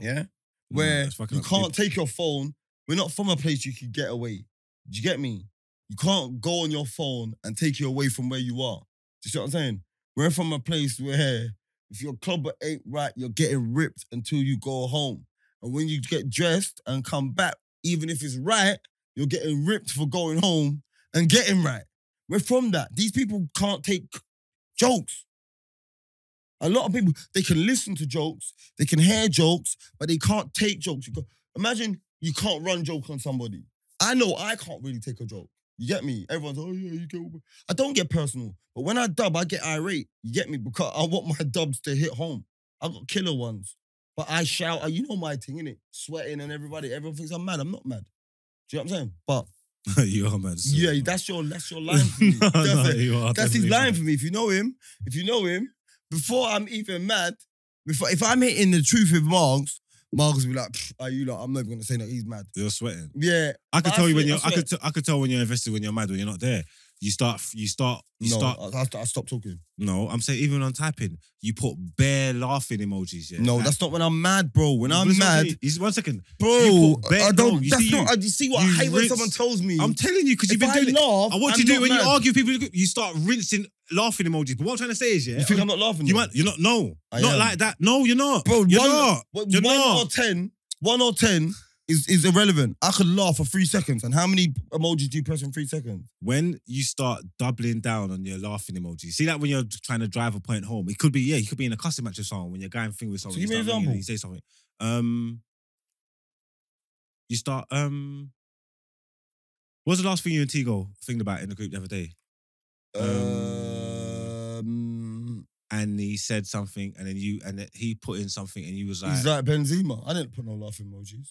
S2: Yeah,
S1: No,
S2: where
S1: it's fucking
S2: you
S1: up
S2: can't take your phone. We're not from a place you can get away. Do you get me? You can't go on your phone and take you away from where you are. Do you see what I'm saying? We're from a place where if your clubber ain't right, you're getting ripped until you go home. And when you get dressed and come back, even if it's right, you're getting ripped for going home and getting right. We're from that. These people can't take jokes. A lot of people, they can listen to jokes, they can hear jokes, but they can't take jokes. You go, imagine you can't run joke on somebody. I know I can't really take a joke. You get me? Everyone's, oh yeah, you get. I don't get personal, but when I dub, I get irate. You get me? Because I want my dubs to hit home. I got killer ones, but I shout. uh, You know my thing, innit? Sweating and everybody, everyone thinks I'm mad. I'm not mad. Do you know what I'm saying? But
S1: you are mad. still.
S2: yeah, that's your that's your line. For me.
S1: no,
S2: That's
S1: no,
S2: it.
S1: you are
S2: That's his
S1: definitely
S2: line
S1: mad.
S2: for me. If you know him, if you know him, before I'm even mad, before if I'm hitting the truth with Marks, Marks will be like, "Pfft, are you lot? I'm not even gonna say that he's mad.
S1: You're sweating.
S2: Yeah,
S1: I could
S2: But I
S1: tell you when
S2: swear- I
S1: you're. I
S2: swear.
S1: could. T- I could tell when you're invested when you're mad when you're not there. You start. You start. You
S2: no,
S1: start.
S2: I, I, I stopped talking.
S1: no, I'm saying even on typing, you put bare laughing emojis. Yeah.
S2: no,
S1: Like-
S2: that's not when I'm mad, bro. When I'm
S1: Listen,
S2: mad,
S1: okay, He's, one second. You
S2: bro,
S1: put bare-
S2: I
S1: no,
S2: don't.
S1: you
S2: that's
S1: see
S2: not. I, you see what?
S1: you
S2: I hate when
S1: rinse-
S2: someone tells me.
S1: I'm telling you because
S2: if
S1: you've been
S2: I
S1: doing. it.
S2: laugh,
S1: I want
S2: I'm
S1: you to do
S2: not
S1: it when
S2: mad.
S1: you argue with people. in the group, You start rinsing laughing emojis. But what I'm trying to say is, yeah,
S2: You think I'm not laughing?
S1: you
S2: though?
S1: might. You're not. No,
S2: I
S1: not
S2: am.
S1: like that. No, you're not.
S2: Bro,
S1: you're
S2: one,
S1: not.
S2: but
S1: You're
S2: one
S1: not.
S2: or ten, one or ten is, is irrelevant. I could laugh for three seconds. And how many emojis do you press in three seconds?
S1: when you start doubling down on your laughing emoji, see that when you're trying to drive a point home, it could be yeah, you could be in a cussing match with someone when you're going thing with someone.
S2: give
S1: you
S2: me an
S1: start ringing and
S2: example.
S1: You say something. Um, you start. Um, what was the last thing you and Tigo thinged about in the group the other day?
S2: Um,
S1: And he said something, and then you and then he put in something, and you was like,
S2: he's like Benzema. I didn't put no laugh emojis.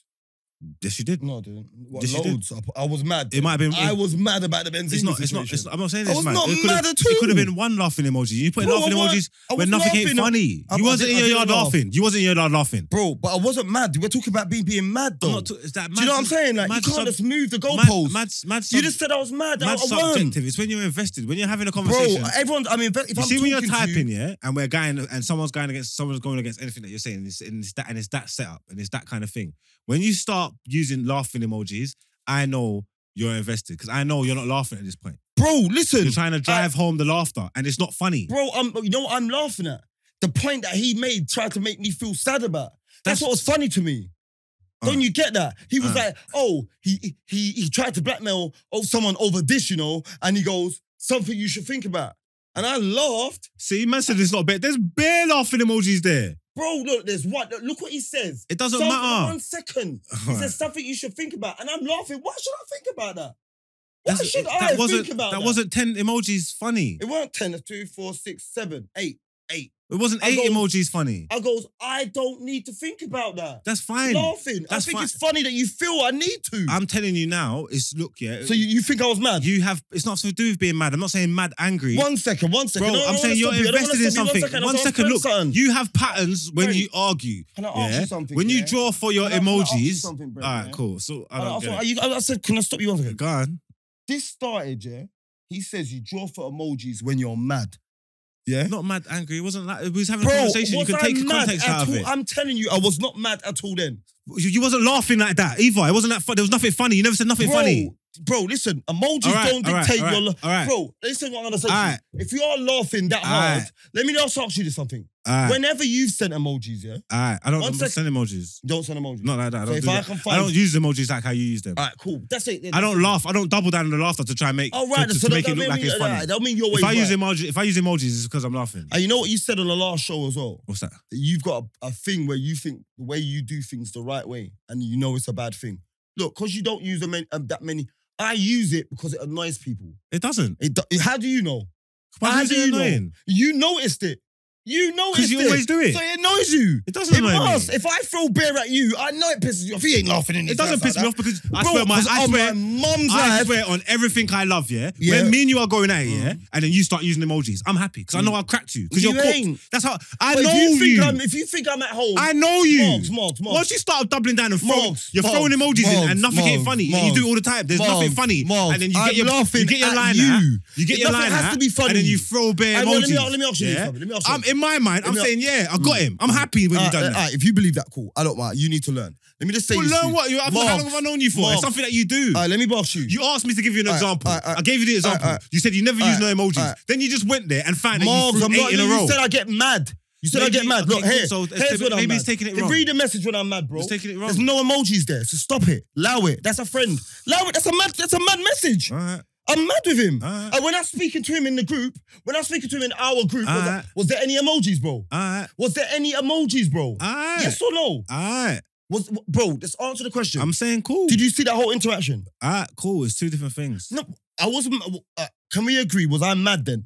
S1: Yes, you did.
S2: No, I didn't. What,
S1: Yes, you did.
S2: loads? I, put- I was mad.
S1: It might have been.
S2: I was mad about the Benzini
S1: it's not. It's not.
S2: situation.
S1: It's not. I'm not saying
S2: I
S1: this,
S2: was
S1: man.
S2: not
S1: it could
S2: mad
S1: have-
S2: at
S1: It could have
S2: all.
S1: been one laughing emoji. You put
S2: Bro,
S1: laughing
S2: I wa-
S1: emojis
S2: I
S1: when
S2: was
S1: nothing ain't
S2: laughing.
S1: funny.
S2: I-
S1: you
S2: I
S1: wasn't
S2: did-
S1: in
S2: I
S1: your
S2: didn't
S1: yard
S2: laugh.
S1: laughing. You wasn't in your yard laughing.
S2: Bro, but I wasn't mad. We're talking about me being mad, though.
S1: I'm not t- it's that
S2: Do you
S1: mad-
S2: know what I'm saying? Like, you
S1: mad
S2: can't
S1: sub-
S2: just move the
S1: mad-
S2: goalposts.
S1: Mad, mad,
S2: you
S1: sub-
S2: just said I was mad. I, I
S1: mad
S2: won.
S1: subjective. It's when you're invested. When you're having a
S2: Bro,
S1: conversation.
S2: everyone's, I mean,
S1: you
S2: if I'm
S1: see when you're
S2: talking to
S1: typing, yeah, and we're going and someone's going against someone's going against anything that you're saying, and it's, and it's that and it's that setup and it's that kind of thing. When you start using laughing emojis, I know you're invested because I know you're not laughing at this point.
S2: Bro, listen.
S1: You're trying to drive home the laughter, and it's not funny.
S2: Bro, I'm, you know what I'm laughing at? The point that he made tried to make me feel sad about.
S1: That's-
S2: That's, what was funny to me.
S1: Uh.
S2: Don't you get that? He was
S1: Uh.
S2: like, oh, he he he tried to blackmail oh, someone over this, you know, and he goes, something you should think about. And I laughed.
S1: See, man said it's not bad. There's bare laughing emojis there.
S2: Bro, look, there's one. Look what he says.
S1: It doesn't
S2: Something-
S1: matter.
S2: One second. He says something you should think about. And I'm laughing. Why should I think about that? Why
S1: That's-
S2: should
S1: that
S2: I
S1: wasn't
S2: think about that?
S1: wasn't ten emojis funny.
S2: it weren't 10, it's 2, 4, 6, 7, 8, 8.
S1: It wasn't
S2: I
S1: eight
S2: go-
S1: emojis funny.
S2: I goes, I don't need to think about that.
S1: That's fine.
S2: laughing.
S1: That's
S2: I think
S1: fine.
S2: it's funny that you feel I need to.
S1: I'm telling you now. It's look, yeah.
S2: so you, you think I was mad?
S1: You have it's not to do with being mad. I'm not saying mad angry.
S2: one second, one second.
S1: Bro,
S2: No, I
S1: I'm
S2: don't
S1: saying
S2: wanna
S1: you're
S2: stop you. I don't
S1: invested
S2: wanna
S1: in
S2: stop you.
S1: something. One second,
S2: One
S1: look,
S2: second, look.
S1: you have patterns when
S2: Brent,
S1: you argue.
S2: Can I ask
S1: Yeah?
S2: you something?
S1: When you
S2: yeah?
S1: draw for your
S2: Can I- can I ask you
S1: emojis.
S2: something, Brent,
S1: Alright,
S2: yeah?
S1: cool. So I
S2: I,
S1: don't
S2: I, thought-
S1: get
S2: you- I- I said, can I stop you one
S1: it.
S2: second?
S1: Go on.
S2: This started, yeah. He says you draw for emojis when you're mad. Yeah.
S1: Not mad angry. It wasn't like we was having
S2: Bro,
S1: a conversation. You
S2: was
S1: can
S2: I
S1: take
S2: mad
S1: context
S2: at
S1: out of
S2: all?
S1: it.
S2: I'm telling you, I was not mad at all then.
S1: You, you wasn't laughing like that either. It wasn't that fun. There was nothing funny. You never said nothing
S2: bro,
S1: funny.
S2: Bro, listen, emojis
S1: All right,
S2: don't
S1: all right,
S2: dictate
S1: all right,
S2: your life.
S1: all right.
S2: Bro, listen what I'm gonna say.
S1: All
S2: to you.
S1: right.
S2: If you are laughing that
S1: All
S2: hard,
S1: right.
S2: let me just ask you this something.
S1: Alright,
S2: Whenever you've sent emojis, yeah,
S1: alright. I don't
S2: One
S1: I'm not sending emojis.
S2: don't send emojis.
S1: Not like that. I
S2: So
S1: don't,
S2: if
S1: do
S2: I
S1: that.
S2: can
S1: I
S2: find-
S1: don't use emojis like how you use them.
S2: All right, cool. That's it. Then.
S1: I don't laugh. I don't double down on the laughter to try and make
S2: All Oh, right,
S1: to, to
S2: so
S1: make
S2: that,
S1: it look
S2: that
S1: like
S2: mean,
S1: it's funny.
S2: That mean your way.
S1: If I use
S2: right.
S1: emoji, if I use emojis, it's because I'm laughing.
S2: and you know what you said on the last show as well.
S1: What's that?
S2: That you've got a, a thing where you think the way you do things the right way, and you know it's a bad thing. Look, because you don't use them an- um, that many. I use it because it annoys people.
S1: It doesn't.
S2: It, do- how do you know?
S1: Why
S2: How
S1: is
S2: do
S1: it
S2: you know?
S1: annoying?
S2: You noticed it. You noticed it.
S1: you always do it.
S2: So it annoys you.
S1: It doesn't
S2: It
S1: annoy
S2: must.
S1: me.
S2: If I throw beer at you, I know it pisses you off. He ain't laughing in
S1: It,
S2: his
S1: doesn't
S2: mouth
S1: piss
S2: like
S1: me
S2: that.
S1: off because I
S2: Bro,
S1: swear, my,
S2: 'cause
S1: I
S2: on
S1: swear,
S2: my mum's
S1: I
S2: life,
S1: swear on everything I love, yeah?
S2: Yeah.
S1: When me and you are going at it,
S2: Mm.
S1: yeah? And then you start using emojis, I'm happy because I know I cracked you. Because
S2: You
S1: are cooked.
S2: ain't.
S1: That's how, I
S2: But
S1: know
S2: if you, think
S1: you.
S2: I'm, if you think I'm at home,
S1: I know you.
S2: Marks, Marks, Marks.
S1: Once you start doubling down and throwing,
S2: Marks,
S1: you're throwing
S2: Marks,
S1: emojis in
S2: Marks,
S1: and nothing ain't
S2: Marks,
S1: funny. And you do
S2: Marks,
S1: it all the time. There's nothing
S2: Marks,
S1: funny.
S2: Marks,
S1: and then you
S2: I'm
S1: get your,
S2: laughing
S1: you get your
S2: at
S1: line
S2: you.
S1: out. You get your
S2: Nothing
S1: line
S2: has
S1: out,
S2: to be funny.
S1: And then you throw bare
S2: Hey, well,
S1: emojis.
S2: let me- let me ask you
S1: yeah?
S2: something. Let me ask you Mm.
S1: I'm, in my mind, I'm
S2: Let me-
S1: saying, yeah, I got him. I'm happy when you
S2: Alright,
S1: done that.
S2: alright, if you believe that, cool. I don't mind. You need to learn. Let me just say
S1: Well,
S2: this
S1: learn
S2: to uh, you. Uh,
S1: what? You, how long
S2: Marks,
S1: have I known you for?
S2: Marks.
S1: It's something that you do.
S2: Alright, let me box you.
S1: You asked me to give you an
S2: All right,
S1: example.
S2: all right, all right.
S1: I gave you the example.
S2: All right, all right.
S1: you said you never use
S2: All right,
S1: no emojis.
S2: all right.
S1: Then you just went there and found that
S2: Marks,
S1: you
S2: uh, I'm
S1: threw
S2: not,
S1: eight in a
S2: you
S1: row.
S2: said I get mad. You said I
S1: Maybe-
S2: get mad.
S1: okay,
S2: Look,
S1: cool.
S2: here.
S1: So it's-
S2: here's what I'm
S1: maybe he's
S2: mad.
S1: taking it
S2: They
S1: wrong.
S2: Read the message when I'm mad, bro.
S1: He's taking it wrong.
S2: There's no emojis there, so stop it. Allow it. That's a friend. Allow it. That's a mad. That's a mad message.
S1: All right.
S2: I'm mad with him.
S1: Alright.
S2: And when I'm speaking to him in the group, when I'm speaking to him in our group, was,
S1: Alright.
S2: there, was there any emojis, bro?
S1: All right.
S2: Was there any emojis, bro?
S1: All right.
S2: Yes or no?
S1: All right.
S2: Was bro? Let's answer the question.
S1: I'm saying cool.
S2: Did you see that whole interaction?
S1: All right, Ah, cool. It's two different things.
S2: No, I wasn't. Uh, can we agree? Was I mad then?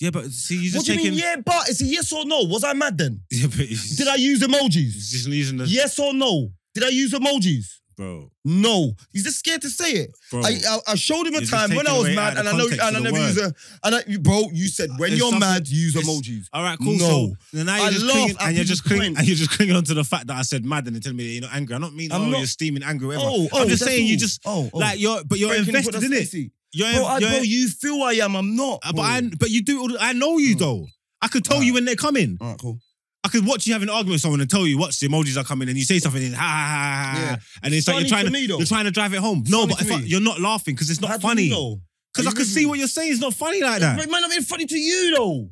S1: Yeah, but see, you
S2: What
S1: just
S2: do you
S1: taking.
S2: mean? Yeah, but it's a yes or no. Was I mad then?
S1: Yeah, but it's-
S2: Did I use
S1: it's
S2: emojis?
S1: just using the
S2: Yes or no? Did I use emojis?
S1: bro,
S2: No. He's just scared to say it.
S1: bro.
S2: I, uh, I, I showed him a
S1: You're just
S2: time when
S1: taking
S2: I was
S1: away out
S2: mad,
S1: of
S2: and
S1: the
S2: I know, and
S1: context
S2: I
S1: of the Uh,
S2: never use a, and I, you- bro, you said when
S1: There's
S2: you're
S1: something-
S2: mad, use
S1: it's-
S2: emojis.
S1: all right, cool.
S2: No.
S1: So now
S2: I
S1: you're just
S2: laugh
S1: clinging,
S2: at
S1: and you're just
S2: people's
S1: clinging,
S2: friends.
S1: and you're just clinging onto the fact that I said mad, and they're telling me that you're not angry. I'm not mean.
S2: I'm
S1: oh,
S2: not-
S1: you're steaming angry. Whatever.
S2: Oh, oh,
S1: I'm just
S2: that's
S1: saying you
S2: all.
S1: just
S2: oh, oh.
S1: like you're, but you're
S2: Breaking the
S1: invested in it.
S2: consistency.
S1: You're,
S2: Bro, I,
S1: you're,
S2: bro, Oh. you feel I am. I'm not.
S1: Uh, But
S2: bro.
S1: I, but you do. all the- I know you
S2: Mm.
S1: though. I could tell you when they're coming.
S2: All right, cool.
S1: I could watch you have an argument with someone and tell you, watch the emojis are coming, and you say something and ha ha ha, ha,
S2: Yeah.
S1: ha and it's like
S2: Funny
S1: you're trying
S2: to
S1: to,
S2: me, though.
S1: you're trying to drive it home. No,
S2: Funny
S1: but
S2: to
S1: if I,
S2: me.
S1: you're not laughing because it's not
S2: How do
S1: funny.
S2: You know?
S1: Because
S2: Are
S1: I
S2: you
S1: can
S2: with
S1: see
S2: me?
S1: what you're saying. It's not funny like
S2: It
S1: that.
S2: might not be funny to you though.
S1: All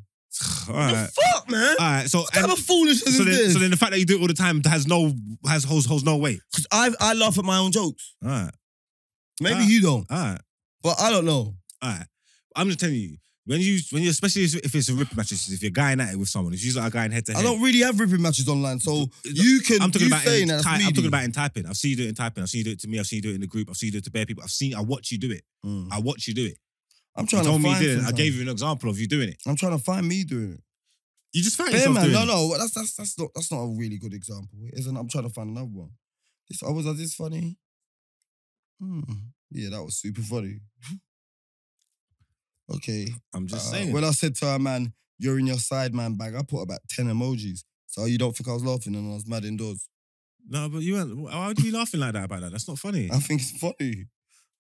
S2: What
S1: right,
S2: the fuck, man?
S1: all right. So,
S2: What kind
S1: Uh, and-
S2: of foolishness
S1: so
S2: is
S1: then,
S2: this?
S1: so then the fact that you do it all the time has no has holds, holds no weight.
S2: Because I I laugh at my own jokes.
S1: All right,
S2: Maybe
S1: Ah.
S2: you don't,
S1: all right,
S2: but I don't know.
S1: all right. I'm just telling you. When you, when you, especially if it's a rip match, if you're going at it with someone, if you're like a guy in head to
S2: I
S1: head,
S2: don't really have ribbon matches online, so you can.
S1: I'm talking
S2: you
S1: about in
S2: saying that that's
S1: ty- I'm talking
S2: media.
S1: about in typing. I've seen you do it in typing. I've seen you do it to me. I've seen you do it in the group. I've seen you do it to bare people. I've seen. I watch you do it.
S2: Mm.
S1: I watch you do it.
S2: I'm
S1: You
S2: trying
S1: told
S2: to
S1: me you
S2: find.
S1: did it. I
S2: sometimes.
S1: gave you an example of you doing it.
S2: I'm trying to find me doing it.
S1: You just found
S2: Bear
S1: yourself
S2: man,
S1: doing
S2: no,
S1: it.
S2: no, that's that's that's not that's not a really good example. Isn't I'm trying to find another one. This I was at this funny. Hmm. Yeah, that was super funny. okay.
S1: I'm just
S2: Uh,
S1: saying.
S2: When I said to her, man, you're in your side man bag, I put about 10 emojis. So you don't think I was laughing and I was mad indoors.
S1: no, but you weren't. Why would you be laughing like that about that? That's not funny.
S2: I think it's funny.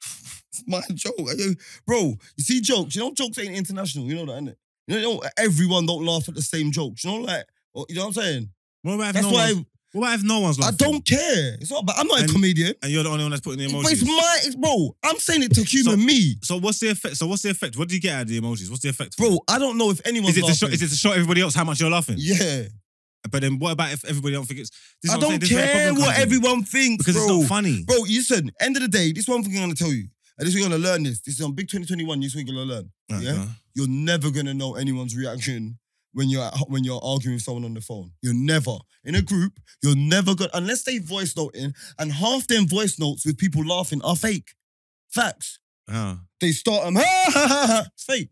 S2: it's my joke. I- Bro, you see jokes, you know jokes ain't international, you know that, innit? You know, you know, everyone don't laugh at the same jokes. You know, like, oh, you know what I'm saying?
S1: What about if
S2: That's
S1: no
S2: why
S1: one's- What about if no one's
S2: I,
S1: laughing?
S2: don't care. It's not about, I'm not
S1: And-
S2: a comedian.
S1: And you're the only one that's putting the
S2: But it's
S1: emojis.
S2: my, it's, bro, I'm saying it to human me.
S1: So what's the effect? So what's the effect? What do you get out of the emojis? What's the effect?
S2: Bro, I don't know if anyone's
S1: is it to show,
S2: laughing.
S1: is it to show everybody else how much you're laughing?
S2: yeah.
S1: But then what about if everybody else forgets? This is
S2: I
S1: what I'm saying,
S2: don't
S1: this is where the
S2: care
S1: problem
S2: what
S1: comes in.
S2: everyone thinks,
S1: because
S2: bro.
S1: it's not funny.
S2: Bro, listen, end of the day, this one thing I'm gonna tell you. And this is you're gonna learn this. This is on Big 2021, this is what you're gonna learn. yeah?
S1: uh,
S2: You're never gonna know anyone's reaction when you're at, when you're arguing with someone on the phone. You're never. In a group, you're never gonna unless they voice note in, and half them voice notes with people laughing are fake. Facts.
S1: Uh-huh.
S2: They start them, ha ha ha ha. It's fake.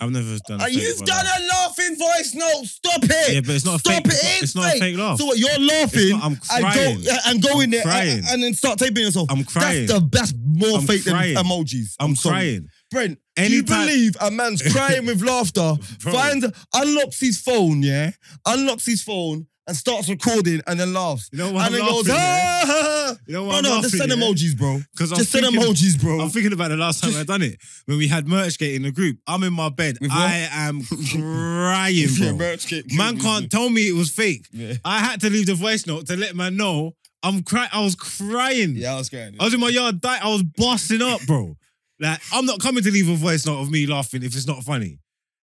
S1: I've never done.
S2: Uh,
S1: A fake
S2: You've
S1: one
S2: done
S1: like
S2: a laughing voice note. Stop
S1: that.
S2: it.
S1: Yeah, but it's not a
S2: Stop
S1: fake.
S2: it.
S1: It's,
S2: It's
S1: not a
S2: fake.
S1: fake laugh.
S2: So what you're
S1: It's
S2: laughing
S1: not- I'm
S2: and
S1: crying.
S2: go uh, and go in
S1: I'm
S2: there
S1: crying.
S2: and, and then start taping yourself.
S1: I'm crying.
S2: That's the that's more
S1: I'm
S2: fake
S1: crying.
S2: than emojis.
S1: I'm
S2: sorry.
S1: crying.
S2: Brent, do you
S1: Anytime-
S2: believe a man's crying with laughter?
S1: Bro.
S2: Finds unlocks his phone, yeah, unlocks his phone and starts recording and then laughs.
S1: You know what?
S2: and
S1: I'm
S2: then goes,
S1: laughing, yeah?
S2: ah, ha, ha.
S1: You know what?
S2: no,
S1: I'm
S2: no,
S1: laughing,
S2: just send
S1: yeah?
S2: emojis, bro.
S1: 'Cause I'm
S2: Just send
S1: thinking-
S2: emojis, bro.
S1: I'm thinking about the last time I done it when we had Merchgate in the group. I'm in my bed.
S2: With what?
S1: I am crying,
S2: Yeah,
S1: bro.
S2: bro, skip-
S1: Man can't tell me it was fake.
S2: Yeah.
S1: I had to leave the voice note to let man know I'm cry. I was crying.
S2: Yeah, I was crying.
S1: I was in my yard. Di- I was busting up, bro. Like I'm not coming to leave a voice note of me laughing if it's not funny.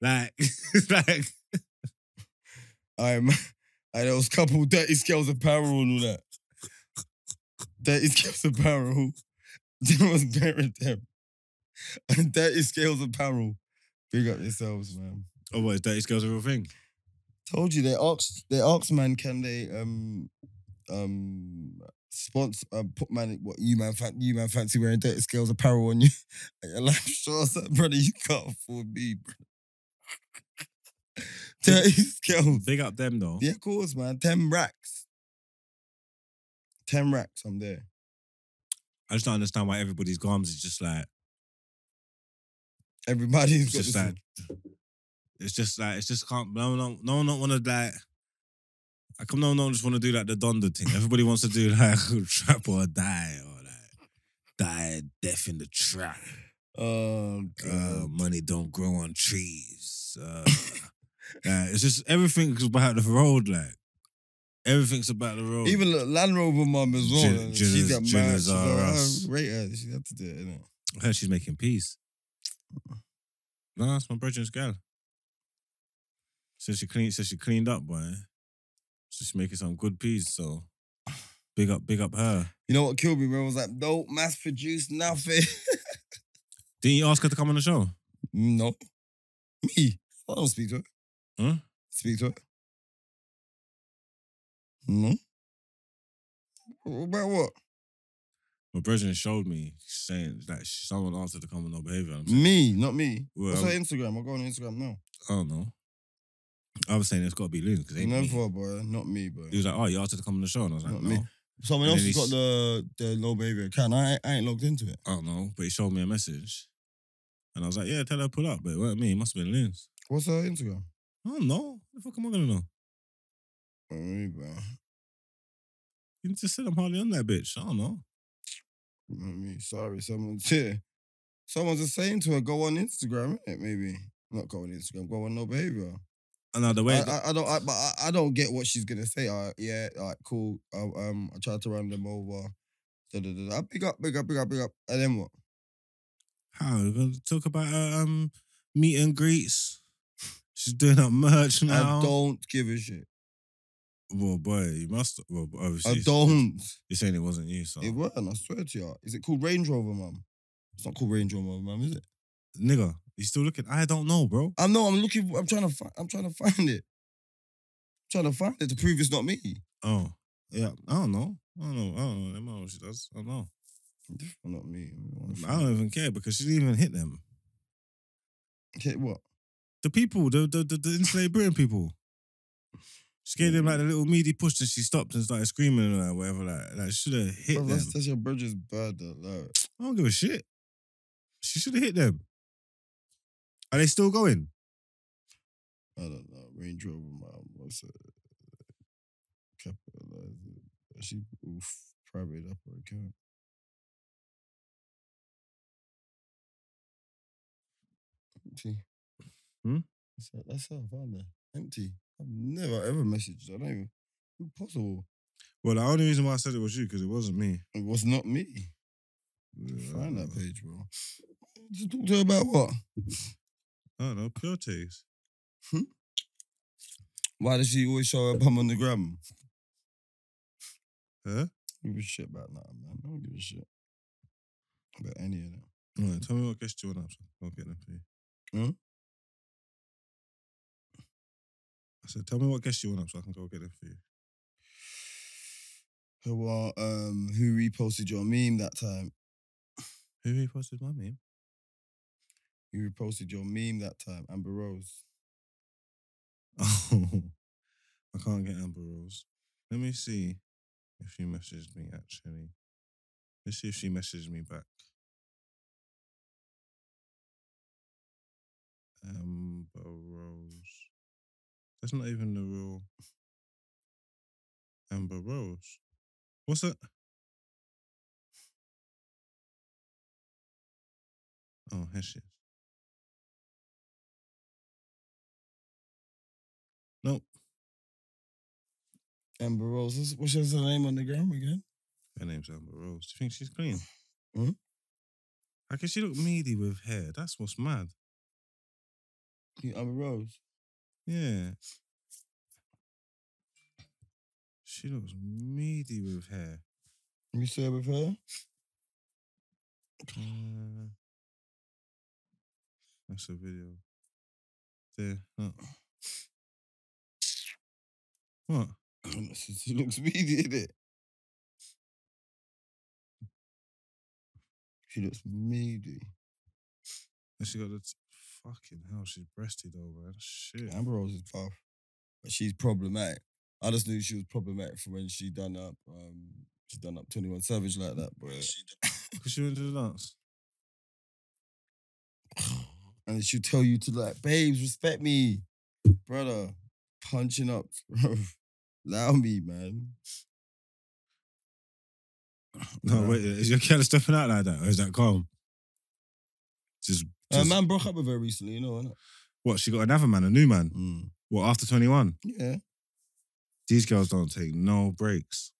S1: Like, like
S2: I'm um, and there was a couple dirty scales apparel and all that. Dirty scales apparel. There was bearing them. And dirty scales apparel. Big up yourselves, man.
S1: oh, what is dirty scales a real thing?
S2: Told you they asked they asked man, can they um um sponsor um, put man what you man fan, you man fancy wearing dirty scales apparel on you and you're like sure I said, brother you can't afford me bro. dirty scales
S1: Big up them though.
S2: yeah, of course, man. Ten racks. Ten racks, I'm there.
S1: I just don't understand why everybody's gums is just like
S2: Everybody's
S1: it's just
S2: got this.
S1: like it's just like it's just can't no no no one don't want to like. I come no no just want to do like the Donda thing. Everybody wants to do like trap or die or like die death in the trap.
S2: oh
S1: uh,
S2: god.
S1: money don't grow on trees. Uh, like, it's just everything's about the road, like everything's about the road.
S2: Even the Land Rover mum as well.
S1: Jin-
S2: she
S1: Jinners-
S2: got
S1: Jinners
S2: mad. She's like,
S1: are
S2: "Ah,
S1: us."
S2: rate her. She had to do it, innit?
S1: I heard she's making peace. No, that's my brethren's gal. So she cleaned. So she cleaned up, boy. So she's making some good peas. So big up, big up her.
S2: You know what killed me, bro? I was like, don't mass produce nothing.
S1: Didn't you ask her to come on the show?
S2: no. Me. I don't speak to her.
S1: Huh?
S2: Speak to her. No. About what?
S1: My brethren showed me saying that someone asked her to come on no behavior. I'm saying,
S2: Me, not me.
S1: Well,
S2: What's her
S1: I'm-
S2: Instagram? I'll go on Instagram now.
S1: I don't know. I was saying it's got to be Loon because they.
S2: Never, bro. Not me, bro.
S1: He was like, "Oh, you asked her to come on the show," and I was like,
S2: Not
S1: "No."
S2: me. Someone
S1: And
S2: else
S1: then
S2: has got
S1: he's-
S2: the the low behavior account. I ain't, I ain't logged into it.
S1: "Oh, I don't know, but he showed me a message. And I was like, yeah, tell her to pull up. But it weren't me. It must have been Lynn's.
S2: What's her Instagram?
S1: I don't know. The fuck am I going to know?
S2: Oh, me, bro.
S1: You just said I'm hardly on that bitch. I don't know.
S2: Not me. Sorry, someone's here. Someone's just saying to her, go on Instagram, innit? Maybe not go on Instagram. Go on no behavior.
S1: And now the way,
S2: I, I, I don't. I, but I, I don't get what she's gonna say. I, yeah, all right, cool. I, um, I tried to run them over. Da, da, da, da. Big up, big up, big up, big up. And then what?
S1: how? We're going to talk about her um, meet and greets. She's doing her merch now.
S2: I don't give a shit.
S1: Well, boy, you must. Well, obviously.
S2: I don't.
S1: You're saying it wasn't you, so.
S2: It weren't. I swear to you. Is it called Range Rover, mum? It's not called Range Rover, mum, is it?
S1: Nigga, you still looking? I don't know, bro.
S2: I know. I'm looking. I'm trying to. Find, I'm trying to find it. trying to find it to prove it's not me.
S1: Oh. Yeah, I don't know. I don't know. I don't know. I don't know what she does. I don't know.
S2: Not me.
S1: I don't even care because she didn't even hit them.
S2: Okay, what?
S1: The people, the the the, the enslaved Britain people. She gave them like a little meaty push and she stopped and started screaming and like, whatever. Like, like should have hit
S2: Bro,
S1: them.
S2: that's, that's your Bridges bird, that lyric.
S1: I don't give a shit. She should have hit them. Are they still going?
S2: I don't know. Range Rover, man. What's it? Capitalizing. She oof, private up her account. Empty.
S1: Hmm?
S2: That's her, that's her found there. Empty. I've never ever messaged. her. I don't even. Impossible.
S1: Well, the only reason why I said it was you because it wasn't me.
S2: It was not me. Find that page, bro. Just talk to her about what?
S1: I don't know. Pure taste.
S2: Why does she always show her bum on the gram?
S1: Huh?
S2: I don't give a shit about that, man. I don't give a shit about any of that.
S1: All right, tell me what guest you want up. so I'll get them for you.
S2: Hmm?
S1: I said, tell me what guest you want up so I can go get them for you.
S2: Who are um who reposted your meme that time?
S1: Who reposted my meme?
S2: Who reposted your meme that time? Amber Rose.
S1: Oh, I can't get Amber Rose. Let me see if she messaged me actually. Let's see if she messaged me back. Amber Rose. That's not even the real Amber Rose. What's that? Oh, here she is. Nope.
S2: Amber Rose. What's, what's her name on the gram again?
S1: Her name's Amber Rose. Do you think she's clean?
S2: Hmm?
S1: How can she look meaty with hair? That's what's mad.
S2: Yeah, Amber Rose.
S1: Yeah. She looks meaty with hair.
S2: You see her with her?
S1: Uh, that's a video. There. No. What?
S2: she looks meaty, innit? She looks meaty.
S1: And she got the t- fucking hell. She's breasted over. man. Shit.
S2: Amber Rose is tough, but she's problematic. I just knew she was problematic from when she done up. Um, she done up Twenty One Savage like that, bro.
S1: Cause she went to the dance.
S2: and she'll tell you to like, babes, respect me, brother. Punching up, bro. Allow me, man.
S1: No,
S2: Nah.
S1: wait. Is your cat stepping out like that, or is that calm? Just,
S2: Uh,
S1: just-
S2: man broke up with her recently, you know. innit?
S1: what? She got another man, a new man.
S2: Mm.
S1: What after twenty one?
S2: Yeah,
S1: These girls don't take no breaks,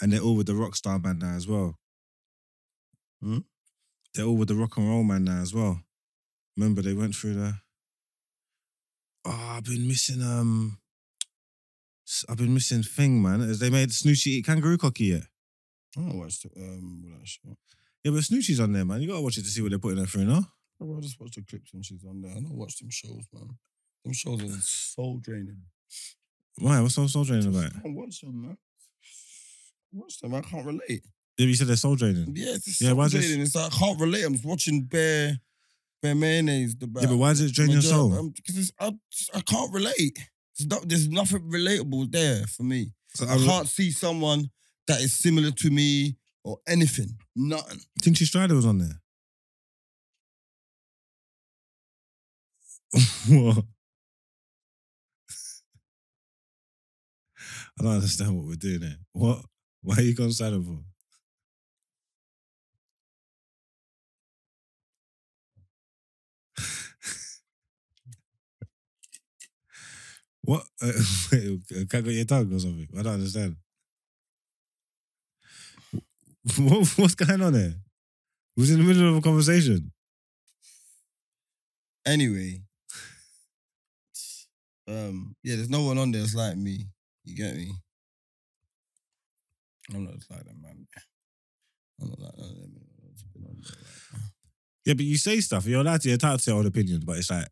S1: and they're all with the rock star man now as well.
S2: Hmm?
S1: They're all with the rock and roll man now as well. Remember they went through the. Oh, I've been missing um. s- I've been missing thing, man. Has they made Snoochie eat kangaroo cocky yet?
S2: I don't watch the, um all that shit.
S1: Yeah, but Snoochie's on there, man. You gotta watch it to see what they're putting her through, no?
S2: Bro, I just watch the clips when she's on there. I don't watch them shows, man. Them shows are soul draining.
S1: Why? What's so soul draining about?
S2: I
S1: it?
S2: can't watch them, man. Watch them. I can't relate.
S1: Yeah, but you said they're soul draining.
S2: Yeah, it's just
S1: Yeah,
S2: so
S1: why is this-
S2: draining. It's like I can't relate. I'm just watching bare, bare mayonnaise. The
S1: Yeah, but why does it drain your soul?
S2: Because I, I can't relate. There's, no, there's nothing relatable there for me.
S1: So um,
S2: I can't see someone that is similar to me or anything. Nothing.
S1: Tinchy Strider was on there. what? I don't understand what we're doing here. What? Why are you gone silent for? what? Uh, can't get your tongue or something? I don't understand. What, what's going on there? We was in the middle of a conversation.
S2: Anyway, um, yeah, there's no one on there that's like me. You get me? I'm not like that, man. I'm not like that. man. I've just been on there, like-
S1: Yeah, but you say stuff. You're allowed to. You're entitled to your own opinion, but it's like,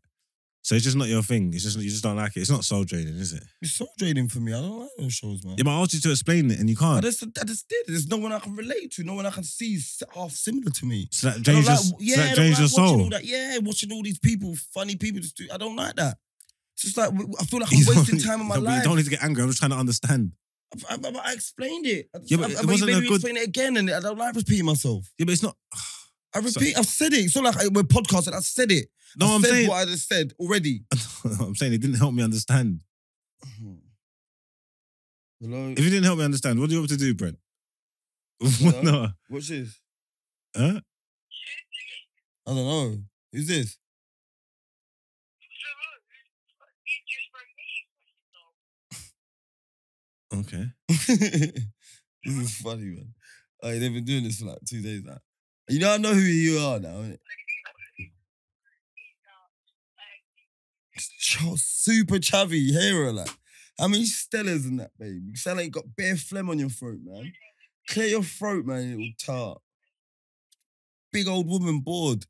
S1: so it's just not your thing. It's just you just don't like it. It's not soul draining, is it?
S2: It's so draining for me. I don't like those shows, man.
S1: Yeah, but I asked you to explain it and you
S2: Mm. I
S1: can't.
S2: just, I just did. There's no one I can relate to. No one I can see s- half similar to me.
S1: So that
S2: I don't
S1: drains your,
S2: like-
S1: so
S2: yeah, I
S1: that
S2: don't
S1: drains
S2: like
S1: your
S2: watching
S1: soul.
S2: all that. Yeah, watching all these people, funny people just do. I don't like that. It's just like I feel like
S1: You
S2: I'm
S1: don't
S2: wasting
S1: need-
S2: time in my
S1: no, but
S2: life.
S1: You don't need to get angry. I'm just trying to understand.
S2: I, I, I explained it. I,
S1: Yeah, but
S2: I,
S1: it
S2: I,
S1: wasn't
S2: maybe
S1: a good-
S2: explain it again, and I don't like repeating myself.
S1: Yeah, but it's not.
S2: I repeat. I've said it. It's not like I, we're podcasting. I said it.
S1: No,
S2: I
S1: I'm
S2: said
S1: saying.
S2: what I just said already.
S1: I'm saying it didn't help me understand.
S2: Hello.
S1: If it didn't help me understand, what do you want me to do, Brent?
S2: Hello?
S1: no.
S2: What's this?
S1: Huh?
S2: I don't know. Who's this?
S1: Okay.
S2: this is funny, man. Like, they've been doing this for like two days now. You know, I know who you are now. innit? Ch- super chavvy hero, like. How many Stellas in that, babe? You sound like you got bare phlegm on your throat, man. Clear your throat, man, you little tart. Big old woman bored.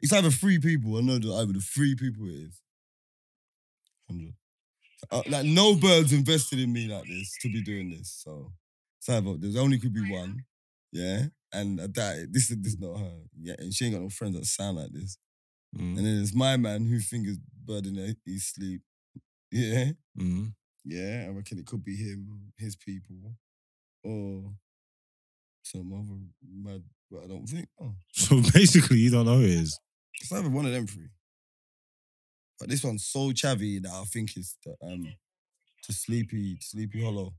S2: It's either three people. I know that either the three people it is. 100. Uh, like, no bird's invested in me like this to be doing this. So, sorry about this. Only could be one. Yeah. And I doubt it. This is this not her. Yeah. And she ain't got no friends that sound like this.
S1: Mm.
S2: And then it's my man who fingers bird in her- his sleep. Yeah.
S1: Mm.
S2: Yeah. I reckon it could be him, his people, or some other mad, but I don't think. Oh,
S1: So basically, you don't know who it is.
S2: it's either one of them three. But this one's so chavvy that I think it's the, um, to Sleepy, Sleepy Hollow.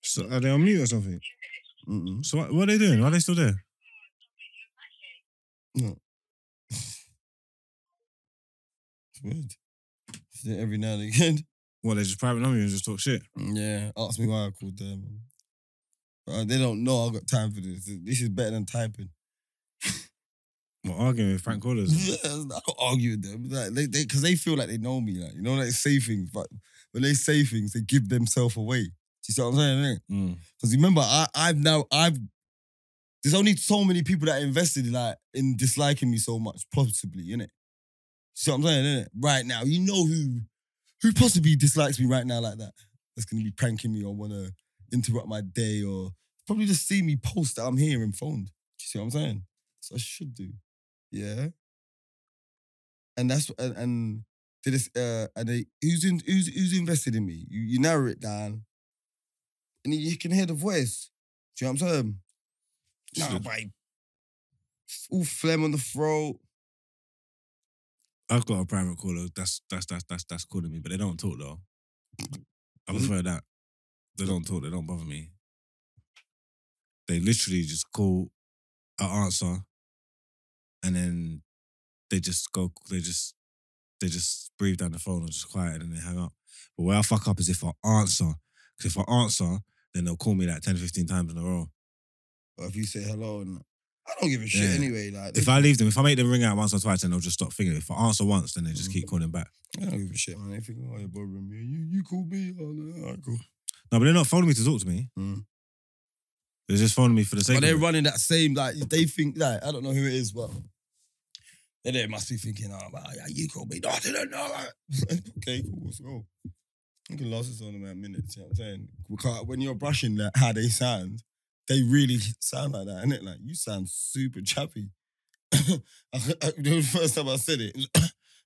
S1: So are they on mute or something?
S2: Mm-mm.
S1: So what, what are they doing? Why are they still there?
S2: It's weird. It's there every now and again.
S1: Well, they just private number you and just talk shit.
S2: Yeah, ask me why I called them. Uh, they don't know I got time for this. This is better than typing.
S1: Well, arguing with Frank Callers.
S2: Yeah, I don't argue with them. Like, they, they, cause they feel like they know me. Like, you know, like say things, but when they say things, they give themselves away. Do you see what I'm saying? innit?
S1: mm.
S2: Because remember, I, I've now I've there's only so many people that invested like in disliking me so much, possibly, innit? See what I'm saying, innit? Right now, you know who who possibly dislikes me right now like that. That's gonna be pranking me or wanna interrupt my day or probably just see me post that I'm here and phoned. Do you see what I'm saying? So I should do. Yeah. And that's and, and did this uh and they who's in, who's who's invested in me? You you narrow it down and you can hear the voice. Do you know what I'm saying? Nah,
S1: Should-
S2: but he- all phlegm on the throat.
S1: I've got a private caller. That's that's that's that's that's calling me, but they don't talk though. I prefer that. They don't talk. They don't bother me. They literally just call, I answer, and then they just go. They just they just breathe down the phone and just quiet, and then they hang up. But where I fuck up is if I answer. Because if I answer, then they'll call me like 10, 15 times in a row.
S2: Or if you say hello, and I don't give a shit
S1: Yeah.
S2: anyway. Like
S1: If I leave them, if I make them ring out once or twice, then they'll just stop thinking. If I answer once, then they just keep calling back.
S2: I don't give a shit, man. They think, oh, you're bothering me. You you call me. Oh, no, all right, cool.
S1: No, but they're not phoning me to talk to me.
S2: Mm.
S1: They're just phoning me for the sake
S2: But
S1: of
S2: they're
S1: it.
S2: running that same like they think like I don't know who it is, but then they must be thinking, oh, man, yeah, you call me. No, I didn't know. that." okay, cool. Let's go. You can last this on about minutes. You know what I'm saying? Because when you're brushing that, how they sound, they really sound like that, innit? Like you sound super chappy. the first time I said it,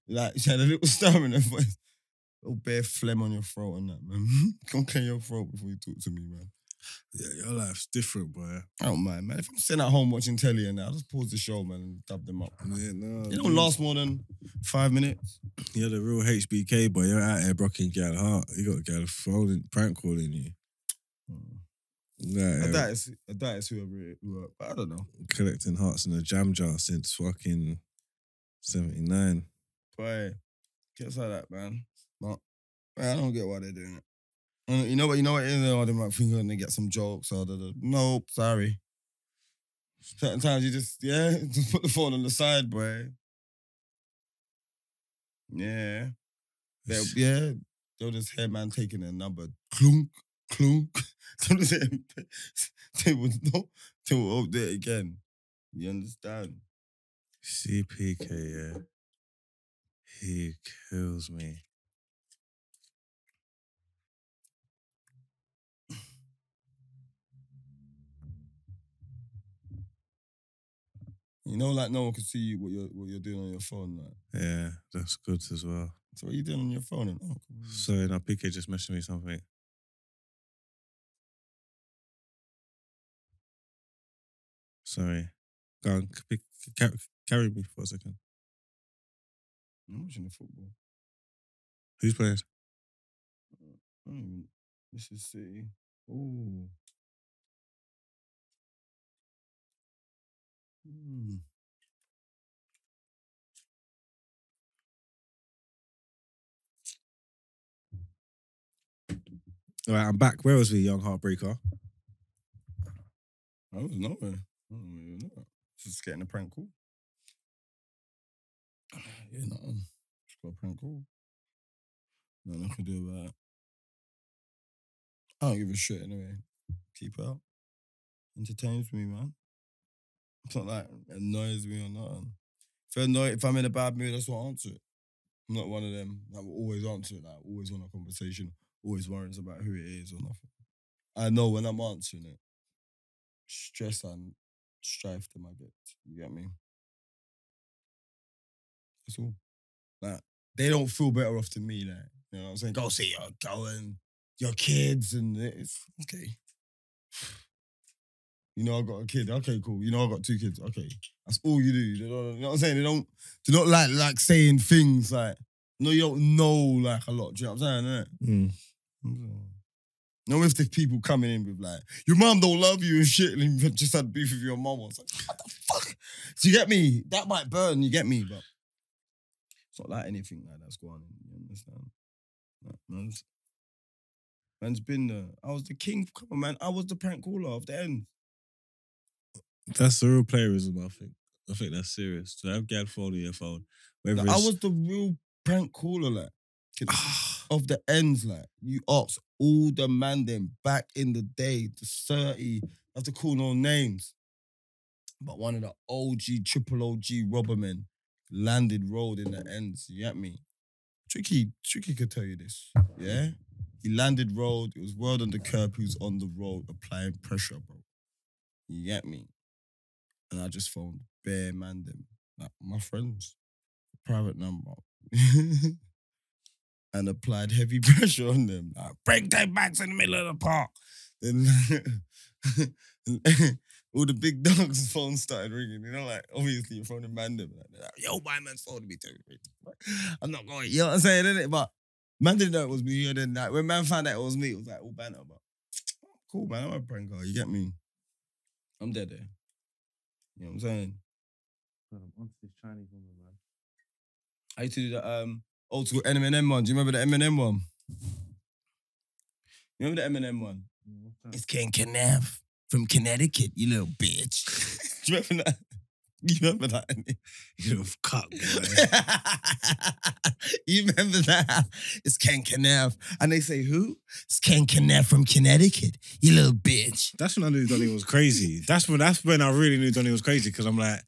S2: like she had a little star in her voice. Little bare phlegm on your throat and that, man. Come clear your throat before you talk to me, man.
S1: Yeah, your life's different, boy.
S2: I don't mind, man. If I'm sitting at home watching telly and that, I'll just pause the show, man, and dub them up.
S1: Yeah, no,
S2: It don't last more than five minutes.
S1: You're the real HBK boy. You're out here brocking gal heart. You got gal phoning, prank calling you. Mm.
S2: I
S1: Nah,
S2: doubt it's, I doubt it's whoever it were. but I don't know.
S1: collecting hearts in a jam jar since fucking seventy nine.
S2: But hey, gets like that, man. But man, I don't get why they're doing it. And you know what? You know what? It is, oh, they might think I'm gonna get some jokes. Or da, da. Nope, sorry. Certain times you just yeah, just put the phone on the side, boy. Yeah. They'll, yeah, they'll just hear man taking a number, clunk, clunk. They'll just hear him- they will know, they will up there again. You understand?
S1: CPK, yeah. He kills me.
S2: You know, like no one can see you what you're what you're doing on your phone. Like.
S1: Yeah, that's good as well.
S2: So what are you doing on your phone? And, oh, cool.
S1: Sorry, now PK just messaged me something. Sorry. Go on, c- pick, ca- carry me for a second.
S2: I'm watching the football.
S1: Who's playing?
S2: I don't even. This is City. Ooh. Hmm.
S1: All right, I'm back. Where was we, young heartbreaker?
S2: I was nowhere. I don't even know. that. Just getting a prank call. Yeah, nothing. Just got a prank call. Nothing I can do about it. I don't give a shit anyway. Keep out. Entertains me, man. It's not like annoys me or nothing. If, I annoy, if I'm in a bad mood, I just won't answer it. I'm not one of them that will always answer it, like always want a conversation, always worries about who it is or nothing. I know when I'm answering it, stress and strife them I get. You get me? That's all. Like they don't feel better off than me, like, you know what I'm saying? Go see your going, your kids and it's okay. You know I got a kid. Okay, cool. You know I got two kids. Okay. That's all you do. They don't, you know what I'm saying? They don't do not like like saying things like no, you don't know like a lot. Do you know what I'm saying? innit? No, if there's people coming in with like, your mom don't love you and shit, and you've just had beef with your mom. I was like, what the fuck? So you get me? That might burn, you get me, but it's not like anything like that's going on, you understand? Like, man's, man's been there. I was the king. Come on, man. I was the prank caller of the end.
S1: That's the real playerism, I think. I think that's serious. To have Gad phone on your phone, whether
S2: Like, I was the real prank caller, like, can-
S1: Ah.
S2: of the ends, like, you asked all the man them back in the day, the 30, not to call no names. But one of the OG, triple OG robber men landed road in the ends, you get me? Tricky, Tricky could tell you this, yeah? He landed road, it was world on the curb, he was on the road applying pressure, bro. You get me? And I just phoned bare man them, like my friends, private number. and applied heavy pressure on them. Like, break their backs in the middle of the park. Then all the big dogs' phones started ringing. You know, like obviously you're phoning Mandem. Like, they're like, Yo, my man's phoning me too. I'm not going. You know what I'm saying? Innit? But man didn't know it was me. And then like when man found out it was me, it was like all banter. But cool, man. I'm a prank call. You get me? I'm dead there. You know what I'm saying?
S1: I'm onto this Chinese woman, man.
S2: I used to do the um, old school Eminem one. Do you remember the Eminem one? You remember the Eminem one? It's Ken Kenneth from Connecticut, you little bitch. Do you remember that? You remember that? innit?
S1: You're a cuck, boy.
S2: you remember that? It's Ken Kenneth. And they say, who? It's Ken Kenneth from Connecticut, you little bitch.
S1: That's when I knew Donnie was crazy. That's when that's when I really knew Donnie was crazy because I'm like,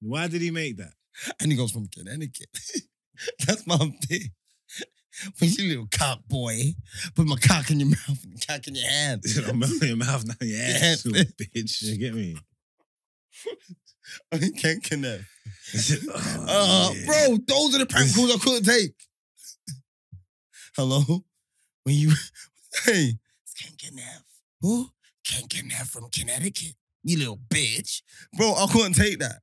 S1: why did he make that?
S2: And he goes from Connecticut. That's my bit. When you little cock boy, put my cock in your mouth and cock in your hand.
S1: He said, I'm melting your mouth now, your ass,
S2: Yeah.
S1: little bitch. You get me?
S2: Ken Kenneth.
S1: He said,
S2: Uh,
S1: "Oh, yeah."
S2: bro, those are the prank calls I couldn't take. Hello, when you hey, it's Ken Kenneth. Who? Ken Kenneth from Connecticut. You little bitch, bro. I couldn't take that.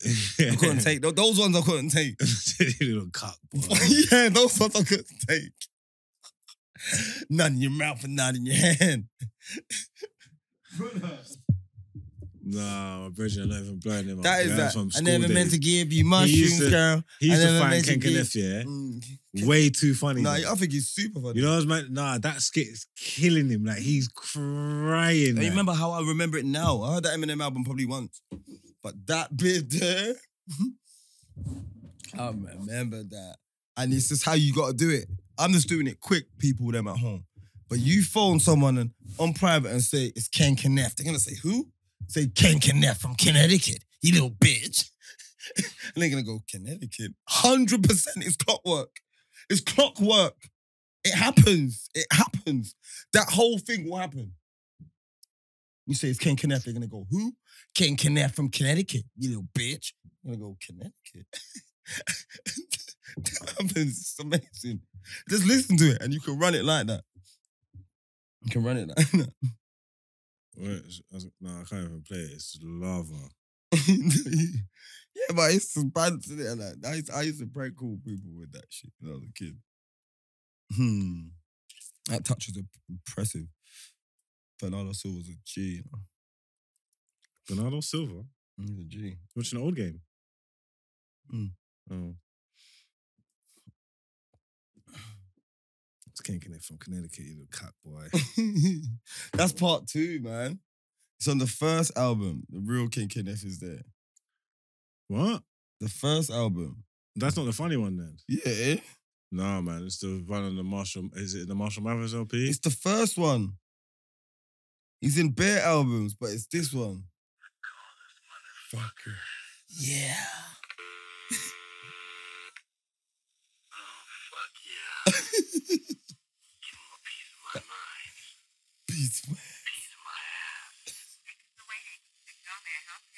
S2: I couldn't take tho- those ones. I couldn't take.
S1: You little cock, boy.
S2: yeah, those ones I couldn't take. None in your mouth and none in your hand.
S1: nah, my brethren are not even blowing him up.
S2: That is
S1: That's
S2: that.
S1: from
S2: I
S1: school
S2: never meant to
S1: days.
S2: give you
S1: He used
S2: mushrooms,
S1: to-
S2: girl.
S1: He used
S2: I
S1: to
S2: never
S1: find
S2: meant to
S1: Ken
S2: give-
S1: Kenneth, yeah?
S2: Mm.
S1: Way too funny.
S2: Nah,
S1: though.
S2: I think he's super funny.
S1: you know what I mean? Nah, that skit is killing him. Like, he's crying.
S2: I
S1: like.
S2: remember how I remember it now. I heard that Eminem album probably once, but that bit there, I remember that. And it's just how you got to do it. I'm just doing it quick, people them at home. But you phone someone and on private and say it's Ken Kenneth. They're gonna say who? Say Ken Kenneth from Connecticut. You little bitch. and they're gonna go Connecticut. Hundred percent. It's clockwork. It's clockwork. It happens. It happens. That whole thing will happen. You say it's Ken Kenneth, they're gonna go, who? Ken Kenneth from Connecticut, you little bitch. I'm gonna go, Connecticut. happens. It's amazing. Just listen to it and you can run it like that. You can run it like that.
S1: Wait, I was- no, I can't even play it. It's lava.
S2: yeah, but it's some bands in it. And that. I, used, I used to prank cool people with that shit when I was a kid. Hmm. That touch was imp- impressive. Bernardo Silva's a G, you know.
S1: Bernardo Silva.
S2: He's a G.
S1: Watching an old game.
S2: Mm.
S1: Oh. It's King Connect from Connecticut, you little cat boy.
S2: That's part two, man. It's on the first album. The real King Kenneth is there.
S1: what?
S2: The first album.
S1: That's not the funny one then.
S2: Yeah. eh?
S1: Nah, man, it's the one on the Marshall. Is it the Marshall Mathers LP?
S2: It's the first one. He's in bare albums, but it's this one. Fucker. Yeah. Peace, man.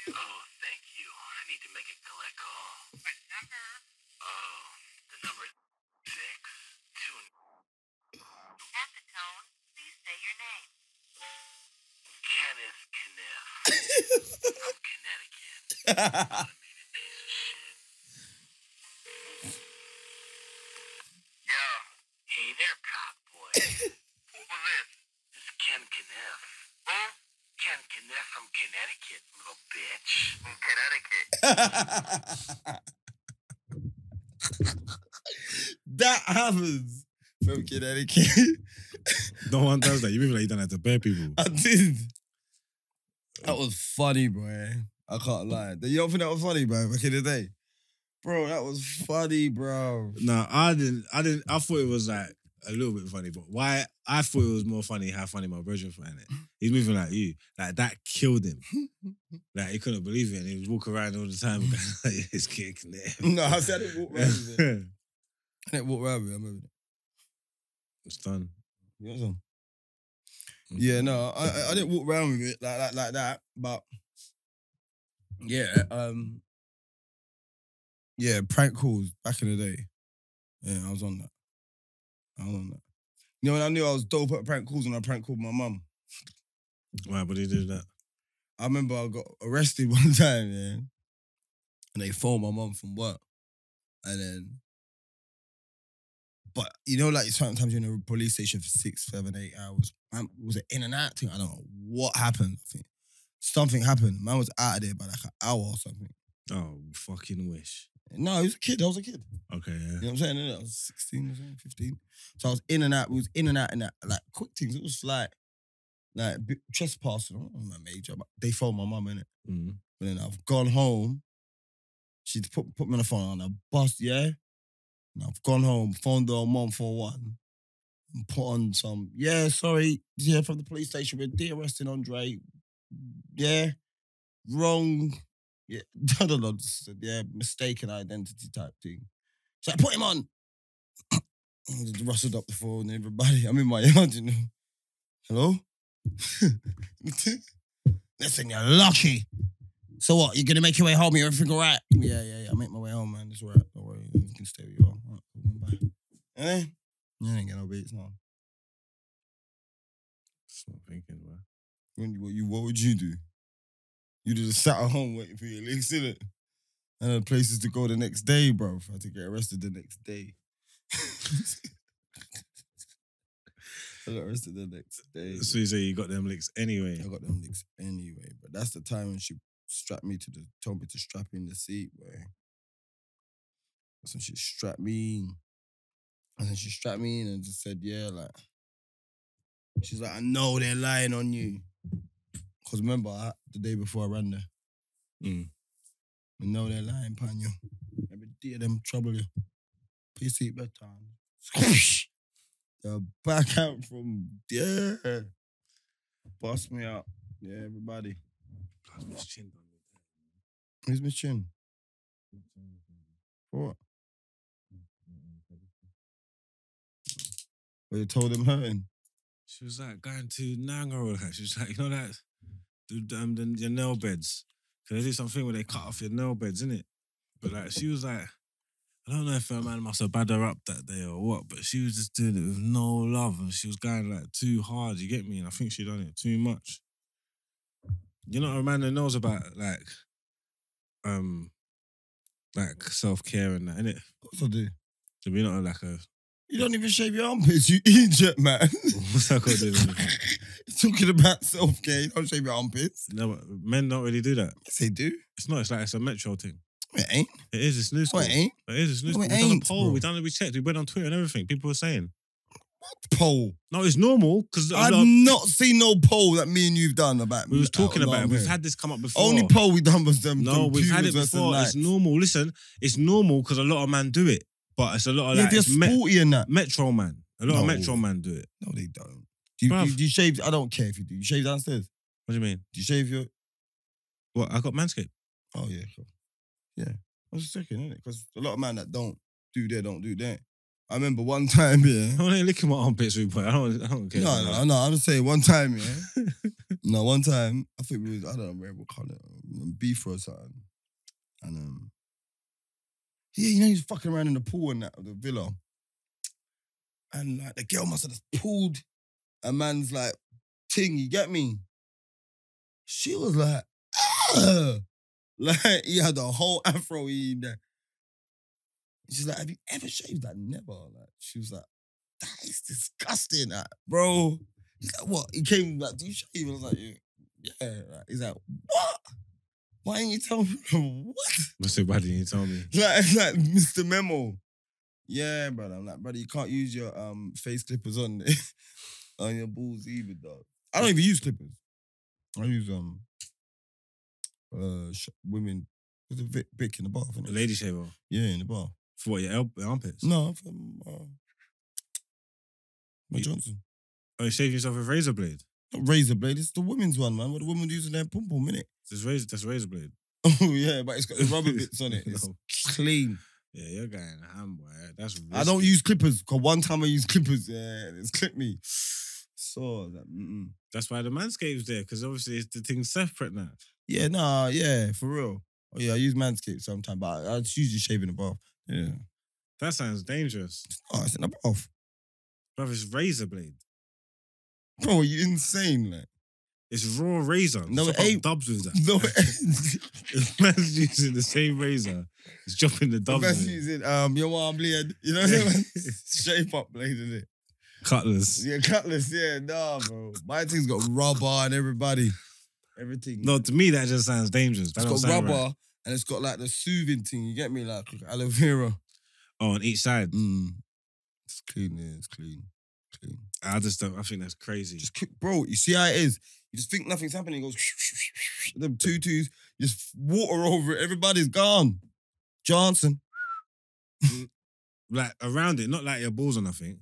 S3: Oh, thank you. I need to make a collect call. What number? Oh, the number is six two. At the tone, please say your name. Kenneth Kniff. from Connecticut. Piece of shit. Yo, hey there, cop boy. Who's this? It's Ken Kniff. Who? Ken Kniff from Connecticut, little bitch. From Connecticut.
S2: that happens from Connecticut.
S1: No one does that. You mean like you done that to bare people?
S2: I did. That was funny, boy. I can't lie. Do you don't think that was funny, bro? Back in the day, bro, that was funny, bro.
S1: No, I didn't. I didn't. I thought it was like a little bit funny, but why? I thought it was more funny how funny my brother found it. He's moving like you. Like that killed him. Like he couldn't believe it, and he was walking around all the time. going, like, it's kicking there.
S2: No, I said I didn't walk around with it. I didn't walk around with it. I remember
S1: it's done. Mm.
S2: that. You know what I'm saying?
S1: Mm-hmm.
S2: Yeah, no, I, I- I didn't walk around with it like like like that, but yeah, um, yeah, prank calls back in the day. Yeah, I was on that. I was on that. You know, when I knew I was dope at prank calls, and I prank called my mum.
S1: Why would he do that?
S2: I remember I got arrested one time, yeah, and they phoned my mum from work, and then, but you know, like sometimes you're in a police station for six, seven, eight hours. Man, it was an in and out thing. I don't know what happened. I think something happened. Man was out of there by like an hour or something.
S1: Oh, fucking wish.
S2: No, I was a kid. I was a kid.
S1: Okay,
S2: You
S1: yeah.
S2: know what I'm saying? innit? I was 16 or something, 15. So I was in and out. We was in and out in that like quick things. It was like like bit- trespassing. I don't know, major. But they phoned my mum in it.
S1: Mm.
S2: But then I've gone home. She's put put me on the phone on a bus, yeah. And I've gone home, phoned her mom for one, and put on some. Yeah, sorry, yeah, from the police station. We're de-arresting Andre. Yeah, wrong. Yeah, I don't know. just said, Yeah, mistaken identity type thing. So I put him on. I just rustled up the phone. Everybody, I'm in my yard, you know. Hello. Listen, you're lucky. So what? You're gonna make your way home? You're everything all right? Yeah, yeah, yeah. I make my way home, man. It's all right. Don't worry. You can stay where you are. All right, cool, man. Bye. And then you ain't getting no beats, no.
S1: That's what I'm thinking, man.
S2: When you, what, you, what would you do? You just sat at home waiting for your links, innit? And had places to go the next day, bro. I had to get arrested the next day. I got arrested the next day.
S1: So you say you got them licks anyway.
S2: I got them licks anyway, but that's the time when she strapped me to the told me to strap in the seat, boy. That's when she strapped me in. And then she strapped me in and just said, yeah, like she's like, I know they're lying on you. Cause remember I, the day before I ran there.
S1: Mm.
S2: I know they're lying, pan you. Every day them trouble you. Put your seatbelt on. Squish. The back out from yeah. Bust me out. Yeah, everybody. Who's my chin? For what? Well, you told him hurting.
S1: She was like going to Nangaroo. Like, she was like, you know that, the, um, the, your nail beds. Cause they do something where they cut off your nail beds, innit? But like she was like, I don't know if her man must have bad her up that day or what, but she was just doing it with no love and she was going like too hard, you get me? And I think she done it too much. You know, Amanda knows about like um like self care and that, innit?
S2: What's I do?
S1: So we're not like a
S2: You don't even shave your armpits, you idiot, man.
S1: what's that called? innit?
S2: Talking about self care, you don't shave your armpits.
S1: no, but men don't really do that.
S2: Yes, they do.
S1: It's not, it's like it's a metro thing.
S2: It ain't.
S1: It is, it's new
S2: No,
S1: school.
S2: it ain't.
S1: It is, it's new school.
S2: No,
S1: we
S2: it
S1: done a
S2: ain't,
S1: poll,
S2: bro.
S1: we done it, we checked, we went on Twitter and everything. People were saying,
S2: Poll.
S1: no, it's normal because
S2: I've not seen no poll that me and you've done about.
S1: we was talking
S2: about
S1: about it. We've had this come up before.
S2: only poll we done was them.
S1: No,
S2: them
S1: we've had it
S2: pubes versus
S1: before. It's
S2: lights.
S1: normal. Listen, it's normal because a lot of men do it, but it's a lot of
S2: Yeah,
S1: like
S2: they're
S1: it's me-
S2: sporty and that.
S1: metro man. A lot of
S2: No.
S1: metro man do it.
S2: No, they don't. Do you,
S1: Bruv.
S2: do you shave? I don't care if you do. You shave downstairs.
S1: What do you mean?
S2: Do you shave your?
S1: What I got manscaped.
S2: Oh yeah, cool. Yeah, I was checking, innit? Because a lot of men that don't do that don't do that. I remember one time, yeah.
S1: I ain't licking my armpits, rude boy. I don't. I don't care.
S2: No,
S1: about
S2: no,
S1: that.
S2: no. I'm just saying one time, yeah. no, one time, I think we was, I don't know where we call it, um, beef or something. And um, yeah, you know, he's fucking around in the pool and that, the villa. And like the girl must have just pulled a man's like thing, you get me? She was like, ah! Like he had a whole afro in there. She's like, have you ever shaved that? Never. Like, she was like, that is disgusting, like, bro. He's like, what? He came like, do you shave? I was like, yeah. yeah. Like, he's like, what? Why didn't you tell me? what?
S1: I said, why didn't you tell me?
S2: Like, it's like Mr. Memo. Yeah, brother. I'm like, brother, you can't use your um face clippers on on your balls either, dog. I don't even use clippers. I use um uh sh- women with a Vic, Vic in the bath.
S1: A
S2: Innit?
S1: lady shaver
S2: Yeah, in the bath.
S1: for what? Your el- your armpits?
S2: No, I'm from uh, my
S1: You-
S2: Johnson.
S1: Oh, you shave yourself with razor blade.
S2: Not razor blade. It's the women's one, man. What the women using their pom pom, innit?
S1: That's razor. That's razor blade.
S2: Oh yeah, but it's got the rubber bits on it. It's
S1: No.
S2: clean.
S1: Yeah, you're going ham, boy. That's. Risky.
S2: I don't use clippers because one time I used clippers, yeah, and it's clipped me. So, I was like, mm-mm.
S1: That's why the manscaped's there because obviously it's the thing's separate now.
S2: yeah, nah, yeah, for real. Oh, yeah, I use Manscaped sometimes, but I, I just usually shave in the bath. Yeah.
S1: That sounds dangerous.
S2: Oh, it's in the bath.
S1: Bruv, it's razor blade.
S2: Bro, are you insane? Like,
S1: It's raw razor.
S2: No,
S1: Chop
S2: it
S1: up
S2: ain't.
S1: Dubs with that.
S2: no,
S1: If man's using the same razor, it's chopping the dove.
S2: best using um, your arm blade, you know what I mean? Shape up blade, innit?
S1: Cutlass.
S2: Yeah, cutlass, yeah, nah, bro. My thing's got rubber and everybody. Everything.
S1: No, to me that just sounds dangerous. That
S2: it's
S1: don't
S2: got
S1: sound
S2: rubber
S1: right.
S2: and it's got like the soothing thing, you get me? Like aloe vera.
S1: Oh, on each side.
S2: Mm. It's clean, yeah, it's clean. Clean.
S1: I just don't. I think that's crazy.
S2: Just keep, bro, you see how it is. You just think nothing's happening. It goes them tutus, just water over it. Everybody's gone. Johnson.
S1: Like around it, not like your balls or nothing.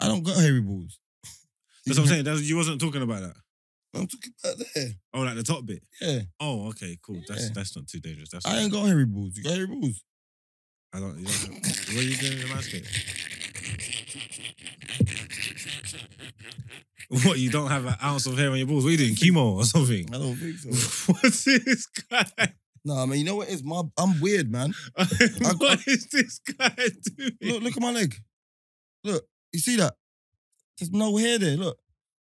S2: I don't got hairy balls.
S1: That's what I'm saying. That's, you wasn't talking about that.
S2: I'm talking about there.
S1: Oh, like the top bit.
S2: Yeah.
S1: Oh, okay, cool. That's
S2: Yeah.
S1: that's not too dangerous. That's
S2: I ain't got hairy balls. You got hairy balls?
S1: I don't. You don't what are you doing in the manscape? What you don't have an ounce of hair on your balls? What are you doing? Chemo or something?
S2: I don't think so.
S1: What's this guy?
S2: nah, man, you know what it is? My, I'm weird, man.
S1: what is this guy doing?
S2: Look, look at my leg. Look, you see that? There's no hair there. Look.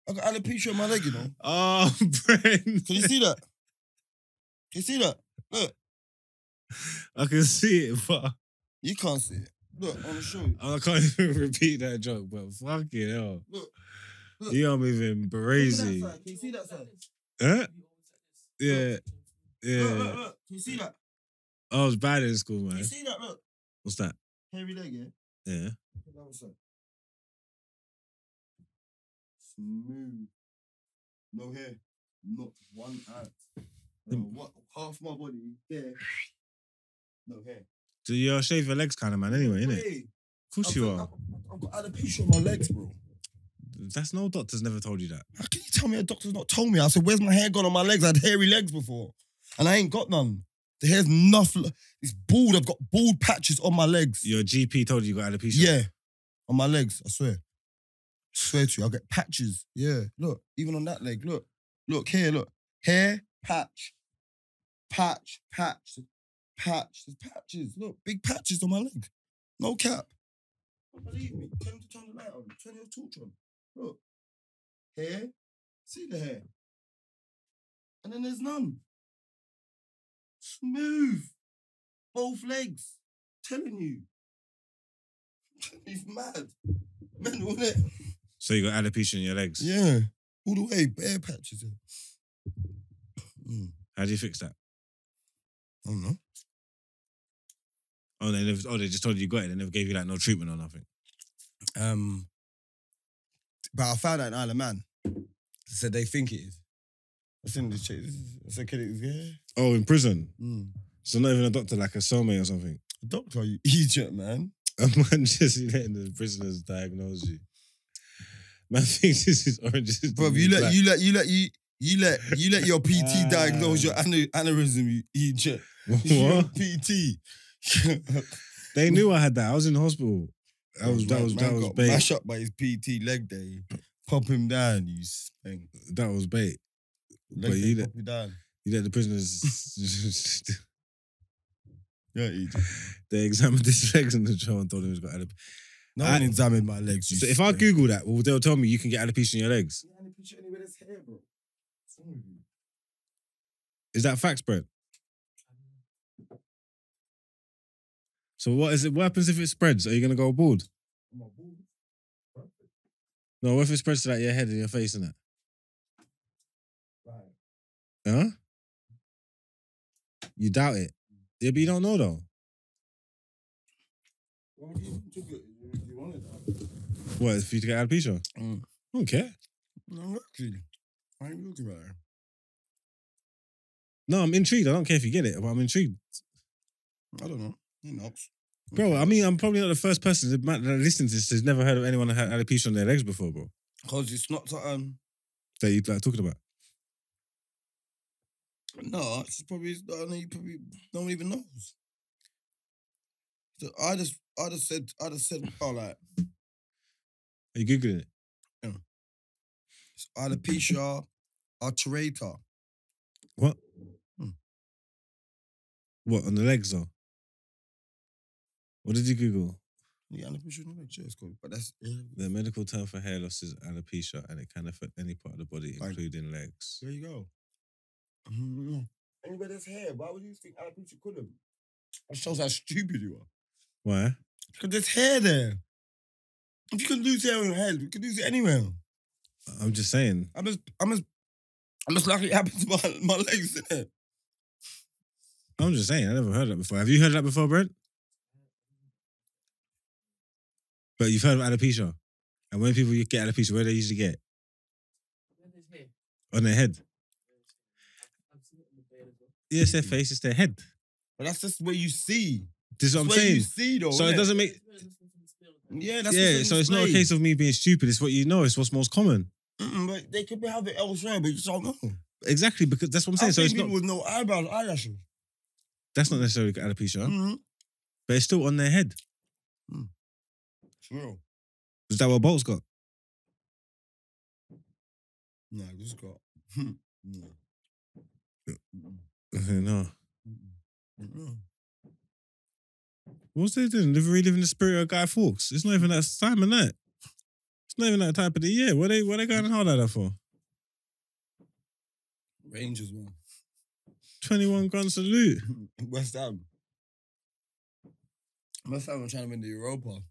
S2: I got alopecia on my leg, you know.
S1: Oh, Brent.
S2: Can you see that? Can you see that?
S1: I can see it, but
S2: You can't see it. Look, I'm showing
S1: I can't even repeat that joke, but fucking hell.
S2: Look, look.
S1: You are moving crazy.
S2: Can you see that side?
S1: Huh? Eh? Yeah,
S2: Look, look,
S1: yeah.
S2: look. Can you see that?
S1: I was bad in school,
S2: Can you
S1: man.
S2: see that? Look.
S1: What's that?
S2: Hairy leg, yeah?
S1: Yeah.
S2: Look at the other side. Smooth. No hair. Not one ounce. No, what? Half my body is there. No hair.
S1: So you're a shave your legs kind of man anyway, innit? Of
S2: Hey,
S1: course
S2: I've
S1: you
S2: got-
S1: are.
S2: I've, I've got alopecia on my legs, bro.
S1: That's no doctor's never told you that.
S2: How can you tell me a doctor's not told me? I said, where's my hair gone on my legs? I had hairy legs before. And I ain't got none. The hair's enough. It's bald. I've got bald patches on my legs.
S1: Your GP told you you got alopecia.
S2: Yeah. On my legs, I swear. Swear to you, I'll get patches. Yeah. Look, even on that leg, look. Look here, look. Hair, patch, patch, patch. patch. There's patches. Look, big patches on my leg. No cap. Believe me. Tell him to turn the light on. Turn your torch on. Look. Hair. See the hair. And then there's none. Smooth. Both legs. telling you. He's mad. Mental, is it?
S1: So you got alopecia in your legs.
S2: Yeah. All the way, bare patches. Mm,
S1: How do you fix that?
S2: I don't know.
S1: Oh, they never, oh, they just told you you got it. They never gave you like no treatment or nothing.
S2: Um, but I found out in Isle of Man. They said they think it is. I seen the chick. I said, "Can it is yeah?"
S1: Oh, in prison.
S2: Mm.
S1: So not even a doctor, like a cellmate or something.
S2: Doctor, you idiot, man.
S1: A man just letting the prisoners diagnose you. Man thinks this is oranges.
S2: Bro, you let you let you let you you let you let your PT
S1: Ah.
S2: diagnose your ana- aneurysm. You idiot. You're a
S1: What?
S2: PT.
S1: They knew I had that. I was in the hospital. That was that
S2: Man-
S1: was
S2: man
S1: that was
S2: got
S1: bait.
S2: Mash up by his PT leg day. Pop him down. You thing.
S1: That was bait.
S2: Leg
S1: But
S2: day,
S1: you let-
S2: pop you down.
S1: You let the prisoners.
S2: Yeah, idiot.
S1: they examined his legs in the jail and told him he's got alopecia.
S2: No
S1: I-
S2: one examined my legs. you
S1: So if I
S2: thing.
S1: Google that, well, they'll tell me you can get alopecia in your legs.
S2: Yeah, and if you picture anywhere that's hair, bro. What's wrong with you?
S1: Is that fact spread? So what is it? What happens if it spreads? Are you gonna go bald?
S2: I'm a bull.
S1: No, what if it spreads to like your head and your face and that?
S2: Right.
S1: Huh? You doubt it. Yeah, but you don't know though.
S2: Well, you took it. You, you wanted that.
S1: What if you to get alopecia?
S2: Mm.
S1: I don't care.
S2: No, look, dude. I ain't looking at her.
S1: No, I'm intrigued. I don't care if you get it, but I'm intrigued,
S2: I don't know. He knocks.
S1: bro. I mean, I'm probably not the first person that might- that listening to this has never heard of anyone that had alopecia on their legs before, bro.
S2: Because it's not that, um,
S1: That you like talking about.
S2: no, it's probably, I don't know, you probably, no one even knows. So I just, I just said, I just said, oh, like,
S1: Are you googling it?
S2: it's alopecia arterata.
S1: What?
S2: Hmm.
S1: What on the legs though? What did you Google?
S2: Yeah, alopecia in the leg, yeah, it's called. But that's, yeah.
S1: The medical term for hair loss is alopecia, and it can affect any part of the body,
S2: Like-
S1: including legs.
S2: There you go. mm Anybody that's hair, why would you think alopecia couldn't? It shows how stupid you are.
S1: Why?
S2: Because there's hair there. If you can lose hair on your head, you can lose it anywhere.
S1: I'm just saying.
S2: I'm just, I'm just, I'm just lucky it happened to my, my legs in it.
S1: I'm just saying. I never heard that before. Have you heard that before, Brent? But you've heard of alopecia, and when people get alopecia, where do they usually get on their head. Yes,
S2: Hmm.
S1: their face is their head.
S2: But that's just where you see.
S1: This is what I'm
S2: That's where you
S1: saying.
S2: see though.
S1: So it
S2: innit?
S1: doesn't make
S2: Yeah, that's
S1: yeah. So it's not a case of me being stupid. It's what you know. It's what's most common.
S2: mm but they could be have it elsewhere, but you just don't know.
S1: Exactly because that's what I'm saying.
S2: I've
S1: So
S2: seen
S1: it's
S2: people
S1: not
S2: with no eyebrows, eyelashes.
S1: that's not necessarily alopecia,
S2: Mm-hmm.
S1: but it's still on their head.
S2: It's real.
S1: Is that what Bolt's got?
S2: No, I just got. hmm, no. Mm-mm.
S1: no.
S2: Mm-mm.
S1: What's they doing? They're reliving the spirit of Guy Fawkes. It's not even that time of night. It's not even that type of the year. What they what they going hard at that for?
S2: Rangers one.
S1: Twenty one gun salute.
S2: West Ham. West Ham are trying to win the Europa.
S1: Do you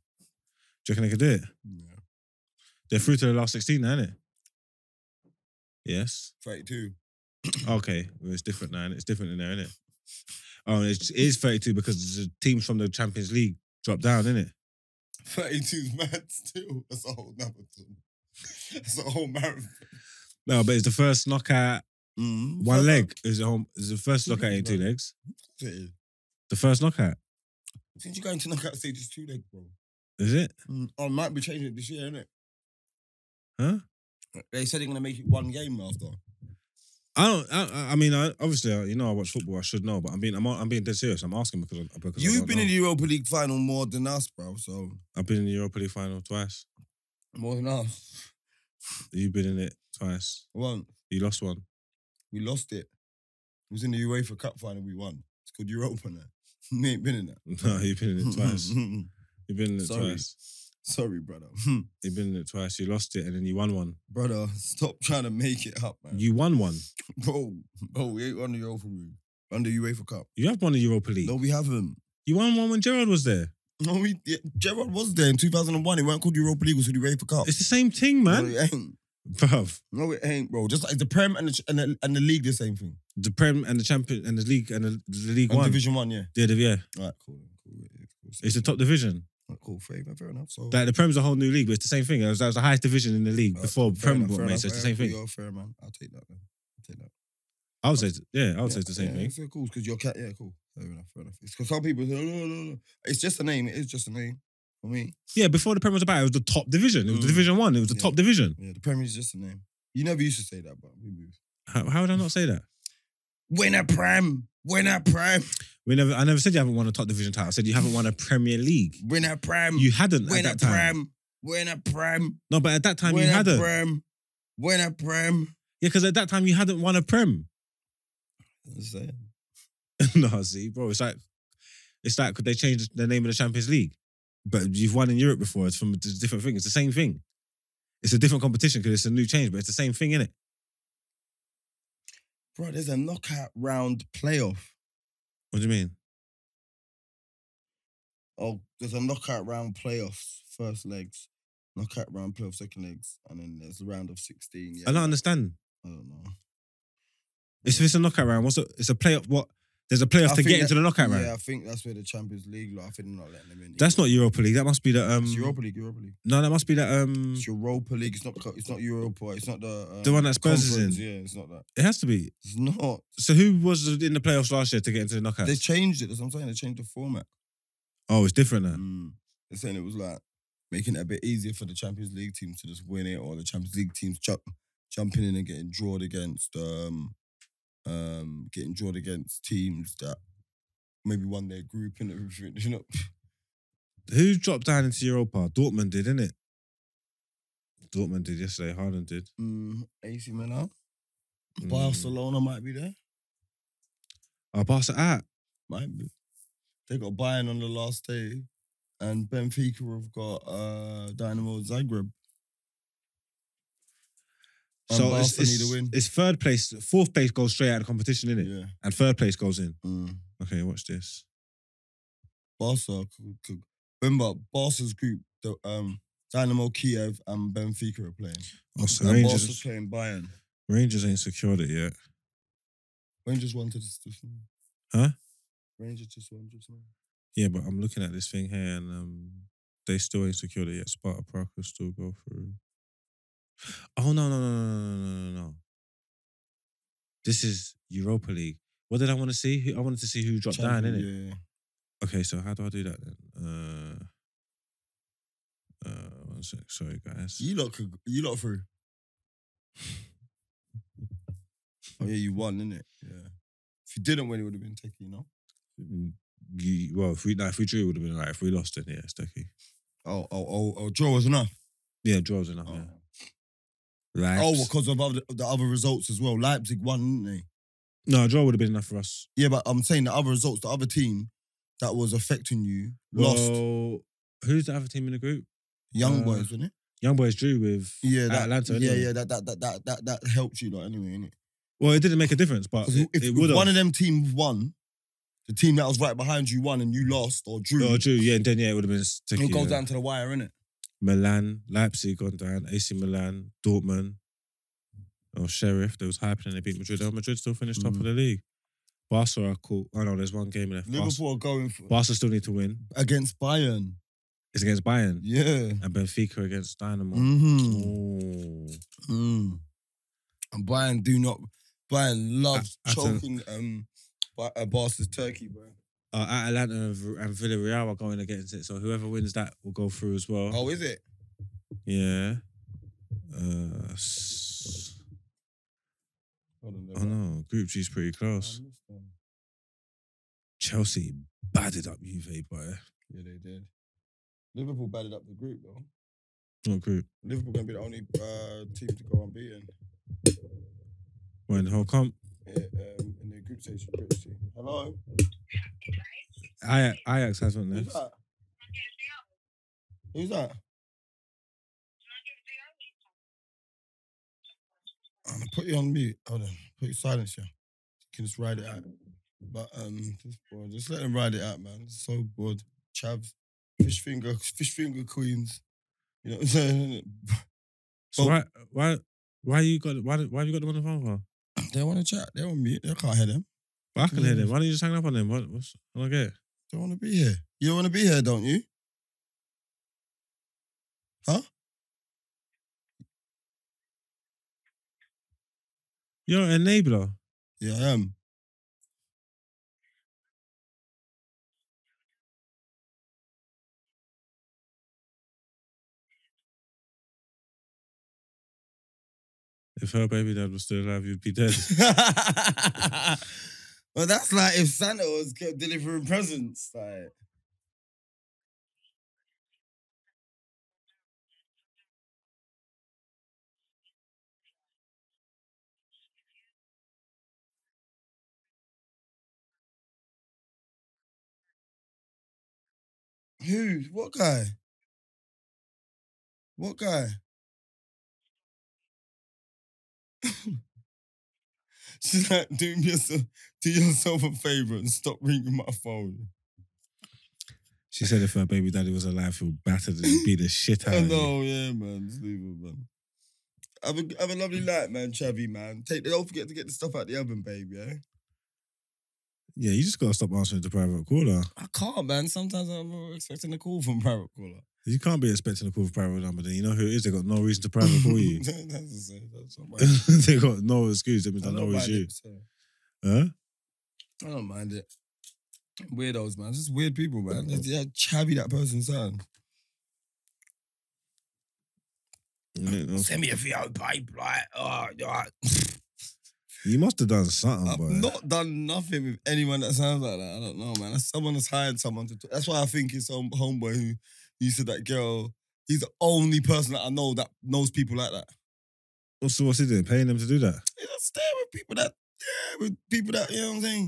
S1: reckon they could do it?
S2: Yeah.
S1: They're through to the last sixteen, now, ain't it? Yes.
S2: 32.
S1: Okay, well, it's different now. innit? It's different in there, isn't it? Oh, and it's, it is 32 because the teams from the Champions League dropped down, isn't it?
S2: 32's mad still. That's a whole number. That's a whole marathon.
S1: No, but it's the first knockout,
S2: Mm-hmm.
S1: one leg. Is the home? Is the first knockout in two legs? The first knockout
S2: Since you're going to knockout stages, two leg, bro.
S1: is it?
S2: Oh, might be changing it this year, innit?
S1: Huh?
S2: They said they're going to make it one game after.
S1: I don't. I- I, I mean, I, obviously, uh, you know, I watch football. I should know, but I'm being, I'm, I'm being dead serious. I'm asking because, I- because I
S2: You've
S1: don't
S2: been
S1: know.
S2: in the Europa League final more than us, bro. So,
S1: I've been in the Europa League final twice.
S2: more than us.
S1: You've been in it twice.
S2: One,
S1: You lost one.
S2: we lost it. It was in the UEFA Cup final, we won. It's called Europa now. You ain't been in that.
S1: No, you've been in it twice. You've been in it
S2: Sorry.
S1: twice.
S2: Sorry, brother. Hmm.
S1: You've been in it twice. You lost it and then you won one.
S2: brother, stop trying to make it up, man.
S1: You won one.
S2: bro, bro, we ain't on the Europa League. Under UEFA Cup.
S1: You have won the Europa League.
S2: No, we haven't.
S1: You won one when Gerard was there.
S2: No, we yeah, Gerard was there in 2001. It weren't called Europa League, it was the UEFA Cup.
S1: It's the same thing, man.
S2: No, it ain't.
S1: Bruv.
S2: No, it ain't, bro. Just like the Prem and the, and the, and the league, the same thing.
S1: The Prem and the Champion and the League and the, the League
S2: And
S1: One.
S2: Division One, yeah.
S1: Yeah, the- yeah.
S2: All right, cool, cool. yeah, cool.
S1: It's the top division.
S2: Alright, cool, fair, enough, fair enough. So
S1: Like the Prem's a whole new league, but it's the same thing. That was, that was the highest division in the league
S2: Alright,
S1: before
S2: Oh, fair
S1: Prem
S2: enough,
S1: got
S2: fair
S1: made. So it's
S2: enough,
S1: the
S2: fair
S1: same
S2: enough.
S1: thing.
S2: You're fair, man. I'll take that, man. I'll take that.
S1: I would say, yeah, I would say it's the same
S2: yeah,
S1: thing.
S2: It's uh, cool because your cat. Yeah, cool. Fair enough. Fair enough. It's because some people say, no, no, no. It's just a name. It is just a name for me.
S1: Yeah, before the Prem was about, it was the top division. It was the
S2: Mm.
S1: Division One. It was the
S2: Yeah.
S1: top division.
S2: Yeah, the Premier is just a name. You never used to say that, but we moved.
S1: How, how would I not say that?
S2: Win a Prem. Win a Prem.
S1: We never, I never said you haven't won a top division title. I said you haven't won a Premier League.
S2: Win a Prem.
S1: You hadn't
S2: Mm. win a
S1: at that time.
S2: Prem. Win a Prem.
S1: No, but at that time
S2: win
S1: you
S2: a
S1: hadn't.
S2: Prem. Win a Prem.
S1: Yeah, because at that time you hadn't won a Prem.
S2: I'm just saying.
S1: no, see, bro, it's like it's like could they change the name of the Champions League? But you've won in Europe before. It's from a d- different thing. It's the same thing. It's a different competition because it's a new change, but it's the same thing, innit?
S2: Bro, there's a knockout round playoff.
S1: What do you mean?
S2: Oh, there's a knockout round playoffs, first legs, knockout round playoff, second legs, and then there's a round of 16. Yeah,
S1: I don't understand.
S2: I don't know.
S1: It's, it's a knockout round. What's a, it's a playoff? What? There's a playoff
S2: I
S1: to
S2: think
S1: get
S2: that-
S1: into the knockout round.
S2: Yeah, I think that's where the Champions League, like, I think they're not letting them in.
S1: That's not Europa League. That must be the um.
S2: It's Europa League, Europa League.
S1: No, that must be the um.
S2: It's Europa League. It's not, co- it's not Europa. It's not the. Um,
S1: The one that Spurs is in.
S2: conference. Yeah, it's not that.
S1: It has to be.
S2: It's not.
S1: So who was in the playoffs last year to get into the knockout?
S2: They changed it. That's what I'm saying. They changed the format.
S1: oh, it's different now.
S2: Mm. They're saying it was like making it a bit easier for the Champions League team to just win it, or the Champions League teams jump, jumping in and getting drawn against, um, um, getting drawn against teams that maybe won their group and everything. You know, Mm.
S1: Who dropped down into Europa? Dortmund did, innit? Dortmund did yesterday. Harden did.
S2: mm, AC Milan,
S1: Mm.
S2: Barcelona might be there.
S1: Oh, Barca out.
S2: Might be. They got Bayern on the last day, and Benfica have got uh, Dynamo Zagreb. And
S1: So it's,
S2: Barca
S1: it's,
S2: need a win.
S1: it's third place. Fourth place goes straight out of competition, innit?
S2: Yeah.
S1: And third place goes in.
S2: Mm.
S1: Okay, watch this.
S2: Barca could, could remember Barca's group, the um Dynamo Kiev and Benfica are playing.
S1: Oh, so
S2: and Barca's
S1: Rangers,
S2: playing Bayern.
S1: Rangers ain't secured it yet.
S2: Rangers wanted this this morning.
S1: Huh?
S2: Rangers just won just now.
S1: Yeah, but I'm looking at this thing here and um, they still ain't secured it yet. Sparta Prague will still go through. Oh, no, no, no, no, no, no, no, no. This is Europa League. What did I want to see? Who- I wanted to see who dropped down,
S2: Champions-
S1: innit?
S2: Yeah.
S1: Okay, so how do I do that then? Uh, uh, one sec. Sorry, guys.
S2: You lot could you lot through. oh yeah, you won, innit? Yeah. If you didn't win, it would have been taken, you know?
S1: You- Mm, well, if we, nah, if we drew, it would have been alright. If we lost, then yeah, it's techie.
S2: Oh, oh, oh, oh, draw was enough.
S1: Yeah, draws enough.
S2: Oh,
S1: Yeah. Right.
S2: oh because of other, the other results as well. Leipzig won, didn't they?
S1: no, a draw would have been enough for us.
S2: Yeah, but I'm saying the other results, the other team that was affecting you lost.
S1: Well, who's the other team in the group?
S2: Young
S1: uh,
S2: boys, wasn't it?
S1: Young Boys drew with
S2: Yeah, that,
S1: Atlanta.
S2: Yeah,
S1: anyway.
S2: yeah, that that that that that, that helped you lot anyway, innit?
S1: Well, it didn't make a difference, but
S2: 'Cause
S1: Uh, it,
S2: if,
S1: it
S2: if
S1: would have.
S2: one of them teams won, the team that was right behind you won, and you lost or drew,
S1: Oh, drew. Yeah, and then yeah, it would have been sticky.
S2: it goes
S1: yeah.
S2: down to the wire, innit?
S1: Milan, Leipzig gone down, AC Milan, Dortmund, or Sheriff. There was hyping and they beat Madrid. Oh, Madrid still finished top
S2: Mm.
S1: of the league. Barca are cool. Oh no, there's one game left. Barca,
S2: Liverpool are going for,
S1: Barca still need to win.
S2: against Bayern.
S1: It's against Bayern
S2: Yeah.
S1: and Benfica against Dynamo. Oh.
S2: Mm-hmm.
S1: Ooh.
S2: Mm. And Bayern do not. Bayern loves
S1: I- I tell-
S2: choking um, Ba- uh, Barca's turkey, bro.
S1: Uh, Atalanta and V- and Villarreal are going against it, so whoever wins that will go through as well.
S2: Oh, is it?
S1: Yeah. Uh, s-
S2: Hold on,
S1: oh no, Group G's pretty close. Chelsea batted up Juve, eh, boy.
S2: Yeah, they did. Liverpool batted up the group though.
S1: What group?
S2: Liverpool gonna be the only uh, team to go unbeaten eh,
S1: When whole comp?
S2: uh, um, in the group stage for British team. Hello.
S1: Ajax, Ajax has one
S2: Who's
S1: next.
S2: that? Who's that? I'm gonna put you on mute. Hold on. Put your silence here. You can just ride it out. But um, just, bored. just let them ride it out, man. It's so bored. Chavs, fish finger, fish finger queens. You know what I'm saying?
S1: So
S2: Oh.
S1: why, why, why you got, why, why have you got them on the phone for?
S2: They want to chat. They're on mute. They can't hear them.
S1: But I can hear them. Why don't you just hang up on them? What, what's, I don't get it.
S2: They want to be here. You want to be here, don't you?
S1: You're an enabler.
S2: Yeah, I am.
S1: If her baby dad was still alive, you'd be dead.
S2: well, that's like if Santa was go- delivering presents. Like, who? What guy? What guy? She's like, do me yourself, do yourself a favor and stop ringing my phone.
S1: She said if her baby daddy was alive, he would batter and beat the shit out
S2: I
S1: of you.
S2: know, yeah, man. Just leave it, man. Have a, have a lovely night, man, Chavy, man. Take don't forget to get the stuff out the oven, baby, eh?
S1: Yeah, you just gotta stop answering the private caller.
S2: I can't, man. Sometimes I'm expecting a call from private caller.
S1: You can't be expecting a call from private number. Then you know who it is. They got no reason to private call you.
S2: that's the same. That's not my
S1: they got no excuse. That means
S2: I
S1: they
S2: don't
S1: know it's
S2: mind
S1: you.
S2: it. so-
S1: Huh?
S2: I don't mind it. Weirdos, man. It's just weird people, man. That's how chavvy that person sounds. Send me a video pipe, like, oh,
S1: You must have done something,
S2: I've
S1: boy.
S2: not done nothing with anyone that sounds like that. I don't know, man. That's someone that's hired someone to. Talk. That's why I think it's some homeboy who used to that girl. He's the only person that I know that knows people like that.
S1: So what's he doing? Paying them to do that?
S2: You know, stay with people that, yeah, with people that you know what I'm saying.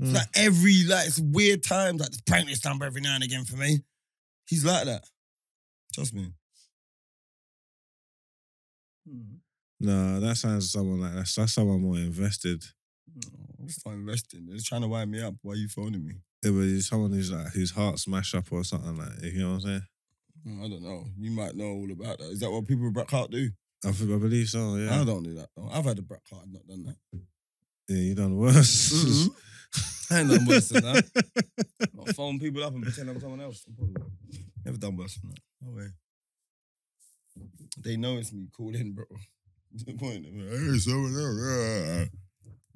S2: It's
S1: Mm.
S2: like every like it's weird times. Like just prank this number every now and again for me. He's like that. Trust me.
S1: Hmm. No, that sounds someone like that's that's someone more invested.
S2: Oh, I'm just not investing. They're trying to wind me up. Why are you phoning me?
S1: It was someone who's like whose heart smashed up or something like. You know what I'm saying?
S2: Mm, I don't know. You might know all about that. Is that what people with black heart do?
S1: I, think, I believe so. Yeah.
S2: I don't do that. Though. I've had a black heart. I've not done that.
S1: Yeah, you done worse.
S2: Mhm. I ain't done worse than that. I'll phone people up and pretend I'm someone else. I'm probably- Never done worse than that. No way. They know it's me. Call in, bro. What's the point? They're like, Hey, someone else.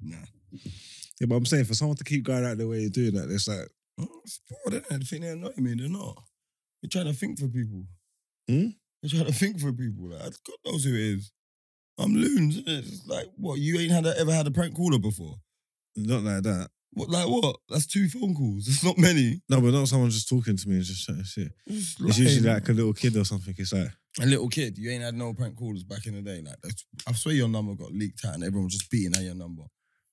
S2: Nah.
S1: Yeah, but I'm saying for someone to keep going out the way you're doing that, it's like
S2: Oh, It's bored, innit? They think they annoy me. They're not. They're trying to think for people.
S1: Hmm?
S2: They're trying to think for people. Like, God knows who it is. I'm loons, innit? It's like, what? You ain't had a, ever had a prank caller before?
S1: not like that.
S2: What? Like what? That's two phone calls. It's not many.
S1: No, but not someone just talking to me and just chatting shit.
S2: It's,
S1: It's usually
S2: lying.
S1: like a little kid or something. It's like,
S2: a little kid, you ain't had no prank callers back in the day. Like, that's, I swear your number got leaked out and everyone was just beating out your number.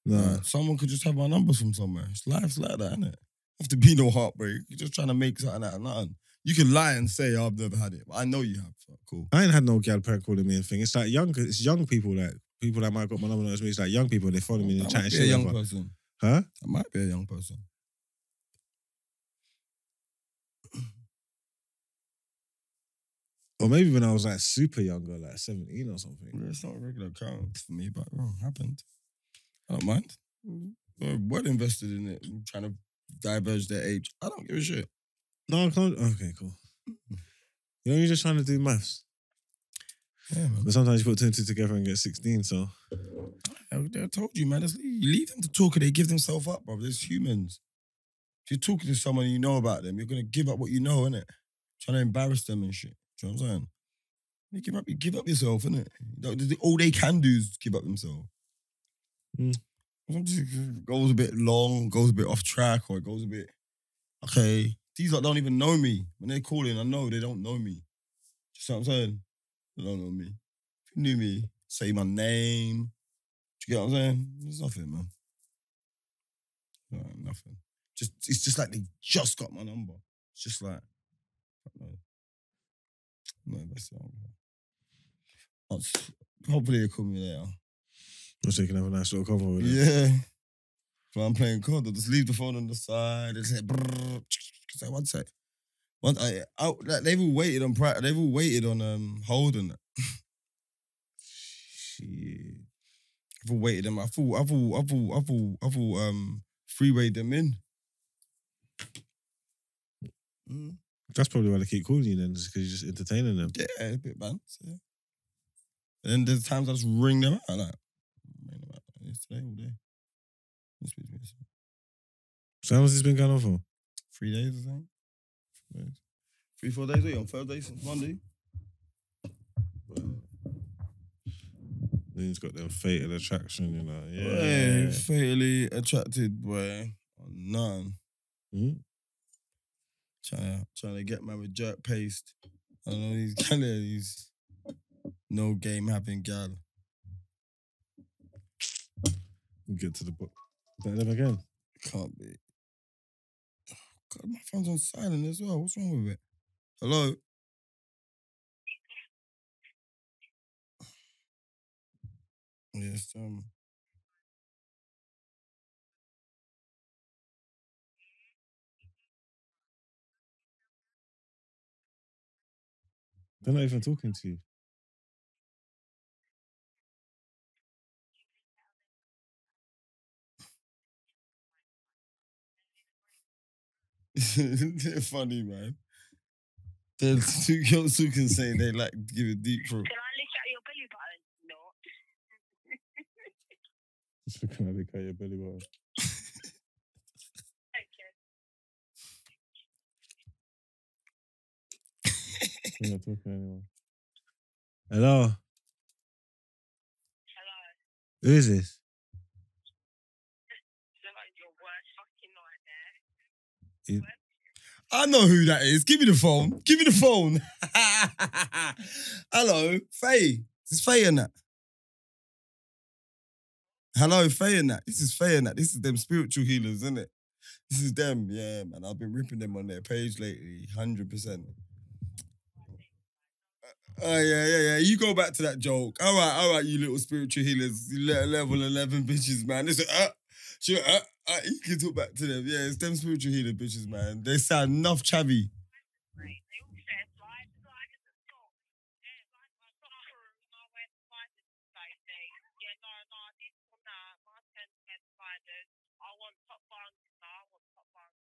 S1: no,
S2: Like, someone could just have my number from somewhere. It's life's like that, isn't it? Have to be no heartbreak. You're just trying to make something out of nothing. You can lie and say I've never had it, but I know you have. So cool.
S1: I ain't had no gal prank calling me and thing. It's like young, it's young people like people that might got my number. knows me. It's like young people. They follow me and
S2: That
S1: chatting
S2: might be
S1: shit.
S2: a young
S1: over.
S2: person.
S1: Huh?
S2: That might be a young person.
S1: Or maybe when I was like super younger, like seventeen or something.
S2: It's not a regular account for me, but well, it happened. I don't mind. We're well invested in it. I'm trying to diverge their age. I don't give a shit.
S1: No, I can't. Okay, cool. You know, you're just trying to do maths,
S2: Yeah, man.
S1: but sometimes you put two and two together and get sixteen. So
S2: I, I told you, man. Just leave, you leave them to talk or they give themselves up, bro. There's humans. If you're talking to someone and you know about them, you're gonna give up what you know, innit? Trying to embarrass them and shit. Do you know what I'm saying? You give up, you give up yourself, innit? Like, they- All they can do is give up themselves.
S1: Mm.
S2: Sometimes it goes a bit long, goes a bit off track, or it goes a bit, okay. These lot don't even know me. When they're calling, I know they don't know me. Do you know what I'm saying? They don't know me. If you knew me, say my name. Do you get what I'm saying? There's nothing, man. No, nothing. Just it's just like they just got my number. It's just like no, no, that's not. That's- Hopefully they call me later.
S1: We'll so you can have a nice little cover with it.
S2: Yeah. But I'm playing COD. I just leave the phone on the side. It's like, brrrr, it's like one sec. One, I, I, like, they've all waited on pri- they've all waited on um holding it. Shit. I've all waited them. I've all, I've all, I've all, I've all, I've all um freewayed them in. Mm.
S1: That's probably why they keep calling you then, because you're just entertaining them.
S2: Yeah, a bit bants, yeah. And then there's times I just ring them out like ring them out like yesterday all day. This bitch been-
S1: So how long has this been going on for?
S2: three days, I think. Three, days. Three, four days, wait, on Thursday since Monday.
S1: Then he's got them fatal attraction, you know. Yeah.
S2: Boy, fatally attracted, boy. Oh, none.
S1: Hmm?
S2: Trying to, trying to get married, jerk paste. I don't know, these gal, these no game having gal.
S1: We'll get to the book. Is that them again?
S2: Can't be. God, my phone's on silent as well. What's wrong with it? Hello? Yes, um.
S1: They're not even talking to you.
S2: They're funny, man. There's two girls who can say they like to give a deep throat.
S4: Can I lick out your belly button? No.
S1: Just looking at the guy, your belly button.
S4: Okay.
S1: They're not talking anymore. Hello.
S4: Hello.
S1: Who is this?
S4: Look like your worst fucking nightmare.
S2: I know who that is. Give me the phone. Give me the phone. Hello, Faye. This is Faye and that. Hello, Faye and that. This is Faye and that. This is them spiritual healers, isn't it? This is them. Yeah, man. I've been ripping them on their page lately, 100%. Oh, yeah, yeah, yeah. You go back to that joke. All right, all right, you little spiritual healers, you le- level 11 bitches, man. This is, uh, she, uh, uh, you can talk back to them. Yeah, it's them spiritual healer bitches, man. They sound enough chavvy.
S4: Right. They all said, why did I just stop? Yeah, like my daughter and I went spiders today. They- Yeah, no, no, I didn't want that. My friend said spiders. I want top buns. No, I want top buns.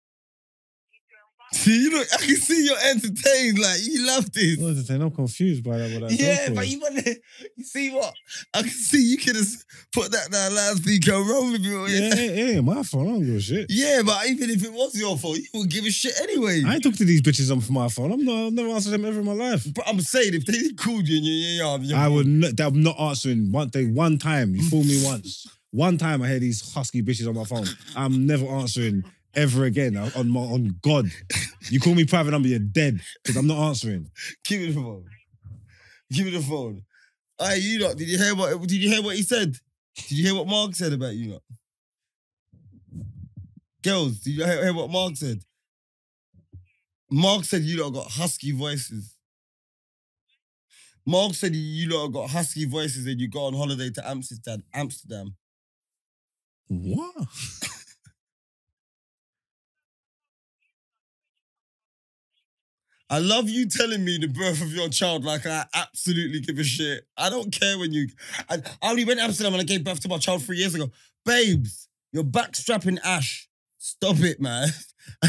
S4: You doing right?
S2: See, you look, I can see you're entertained. Like you love this.
S1: What is it saying? I'm confused by that. What that's all
S2: yeah,
S1: for.
S2: but you want to. You see what? I can see you could have put that down last week. Go wrong with you.
S1: Yeah, it it ain't my phone. I don't give a shit.
S2: Yeah, but even if it was your fault, you would give a shit anyway.
S1: I ain't talk to these bitches on my phone. I'm not, I've never answered them ever in my life.
S2: but I'm saying if they called you, yeah, yeah, yeah.
S1: I would not, I'm not answering one day, one time. You fool me once. One time I hear these husky bitches on my phone. I'm never answering ever again I- on my, on God. You call me private number, you're dead because I'm not answering.
S2: Give me the phone. Give me the phone. Hey, you lot, did you hear what? Did you hear what he said? Did you hear what Mark said about you lot? Girls, did you hear hear what Mark said? Mark said you lot got husky voices. Mark said you lot got husky voices and you go on holiday to Amsterdam. Amsterdam.
S1: What?
S2: I love you telling me the birth of your child like I absolutely give a shit. I don't care when you. I, I only went to Amsterdam when I gave birth to my child three years ago. Babes, you're backstrapping Ash. Stop it, man.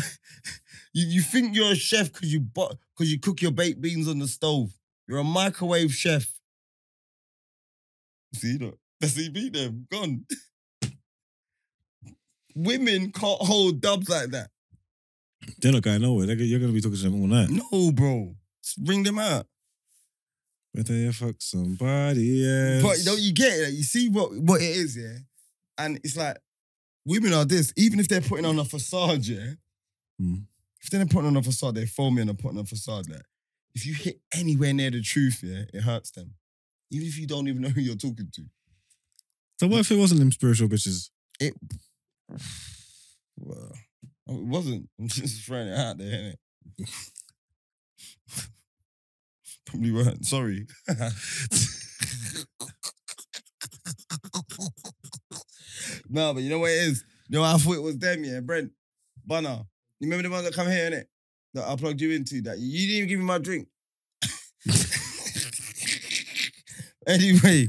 S2: you, you think you're a chef because you because you cook your baked beans on the stove. You're a microwave chef. See that? That's he beat them. Gone. Women can't hold dubs like that.
S1: They're not going nowhere. They're, go- you're going to be talking to them all night.
S2: No, bro. Just ring them out.
S1: Better you fuck somebody else.
S2: But don't you get it? Like, you see what what it is, yeah. And it's like women are this. Even if they're putting on a facade, yeah.
S1: Mm.
S2: If they're putting on a facade, they're foaming and putting on a facade. Like if you hit anywhere near the truth, yeah, it hurts them. Even if you don't even know who you're talking to.
S1: so what if it wasn't them spiritual bitches?
S2: Well, Oh, It wasn't. I'm just throwing it out there, innit? Probably weren't. Sorry. no, but you know what it is? You know, what I thought it was them, yeah, Brent, Bunner. You remember the ones that come here, innit? That I plugged you into that. You didn't even give me my drink. anyway.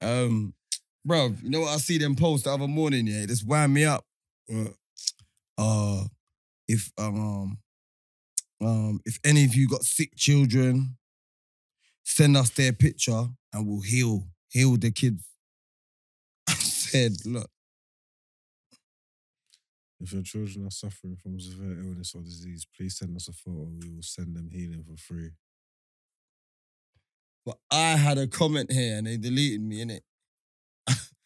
S2: Um, bro, you know what I see them post the other morning, yeah? It just wound me up. Uh, uh if um um if any of you got sick children, send us their picture and we'll heal heal the kids. I said, look,
S1: If your children are suffering from severe illness or disease, please send us a photo. We will send them healing for free.
S2: but I had a comment here and they deleted me in it.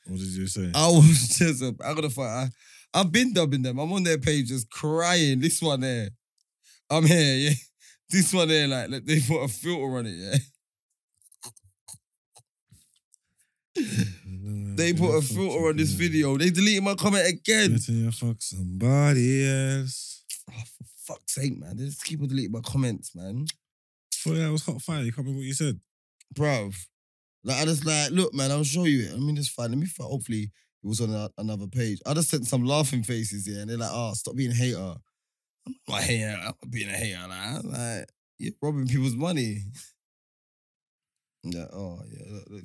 S1: What did you say?
S2: I was just a, I gotta fight. I, I've been dubbing them. I'm on their page just crying. This one there. I'm here, yeah. This one there, like, like, they put a filter on it, yeah. They put a filter on this video. They deleted my comment again.
S1: Better you fuck somebody else.
S2: Oh, for fuck's sake, man. They just keep on deleting my comments, man.
S1: Thought that was hot fire. You can't remember what you said.
S2: Bruv. Like, I just like, look, man, I'll show you it. I mean, it's fine. Let me find. Hopefully, it was on a- another page. I just sent some laughing faces, yeah, and they're like, oh, stop being a hater. I'm not a hater. I'm not being a hater. Like, I'm like, you're robbing people's money. Yeah, oh, yeah. look, look.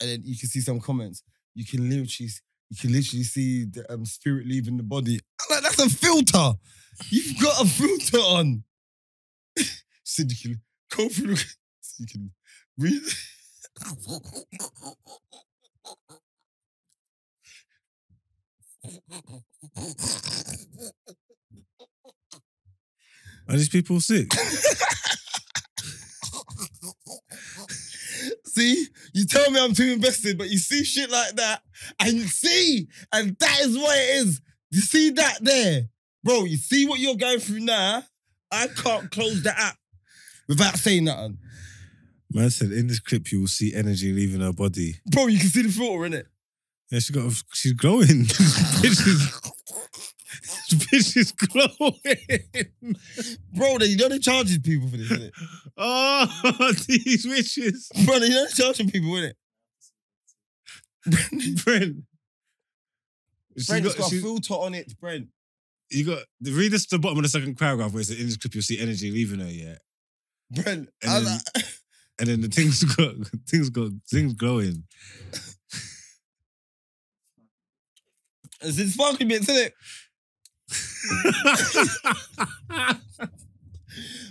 S2: And then you can see some comments. You can literally, s- you can literally see the um, spirit leaving the body. I'm like, that's a filter. You've got a filter on. Said you can go through. the- So you can read.
S1: Are these people sick?
S2: See, you tell me I'm too invested, but you see shit like that, and you see, and that is what it is. You see that there, bro. You see what you're going through now. I can't close the app without saying nothing,
S1: Man said in this clip you will see energy leaving her body.
S2: bro. You can see the filter in it.
S1: Yeah, she got. She's glowing. bitch is. bitch is glowing.
S2: Bro, they, you know they're charging people for this, innit?
S1: Oh, these witches,
S2: Bro, you know they're charging people, innit?
S1: Brent. She
S2: Brent, it's
S1: got-
S2: got a
S1: she-
S2: filter on it, Brent.
S1: you got the read this the bottom of the second paragraph where it said in this clip you'll see energy leaving her, yeah.
S2: Brent,
S1: And
S2: I was
S1: then-
S2: like,
S1: And then the things got things got things glowing.
S2: it's in sparkly bits, innit?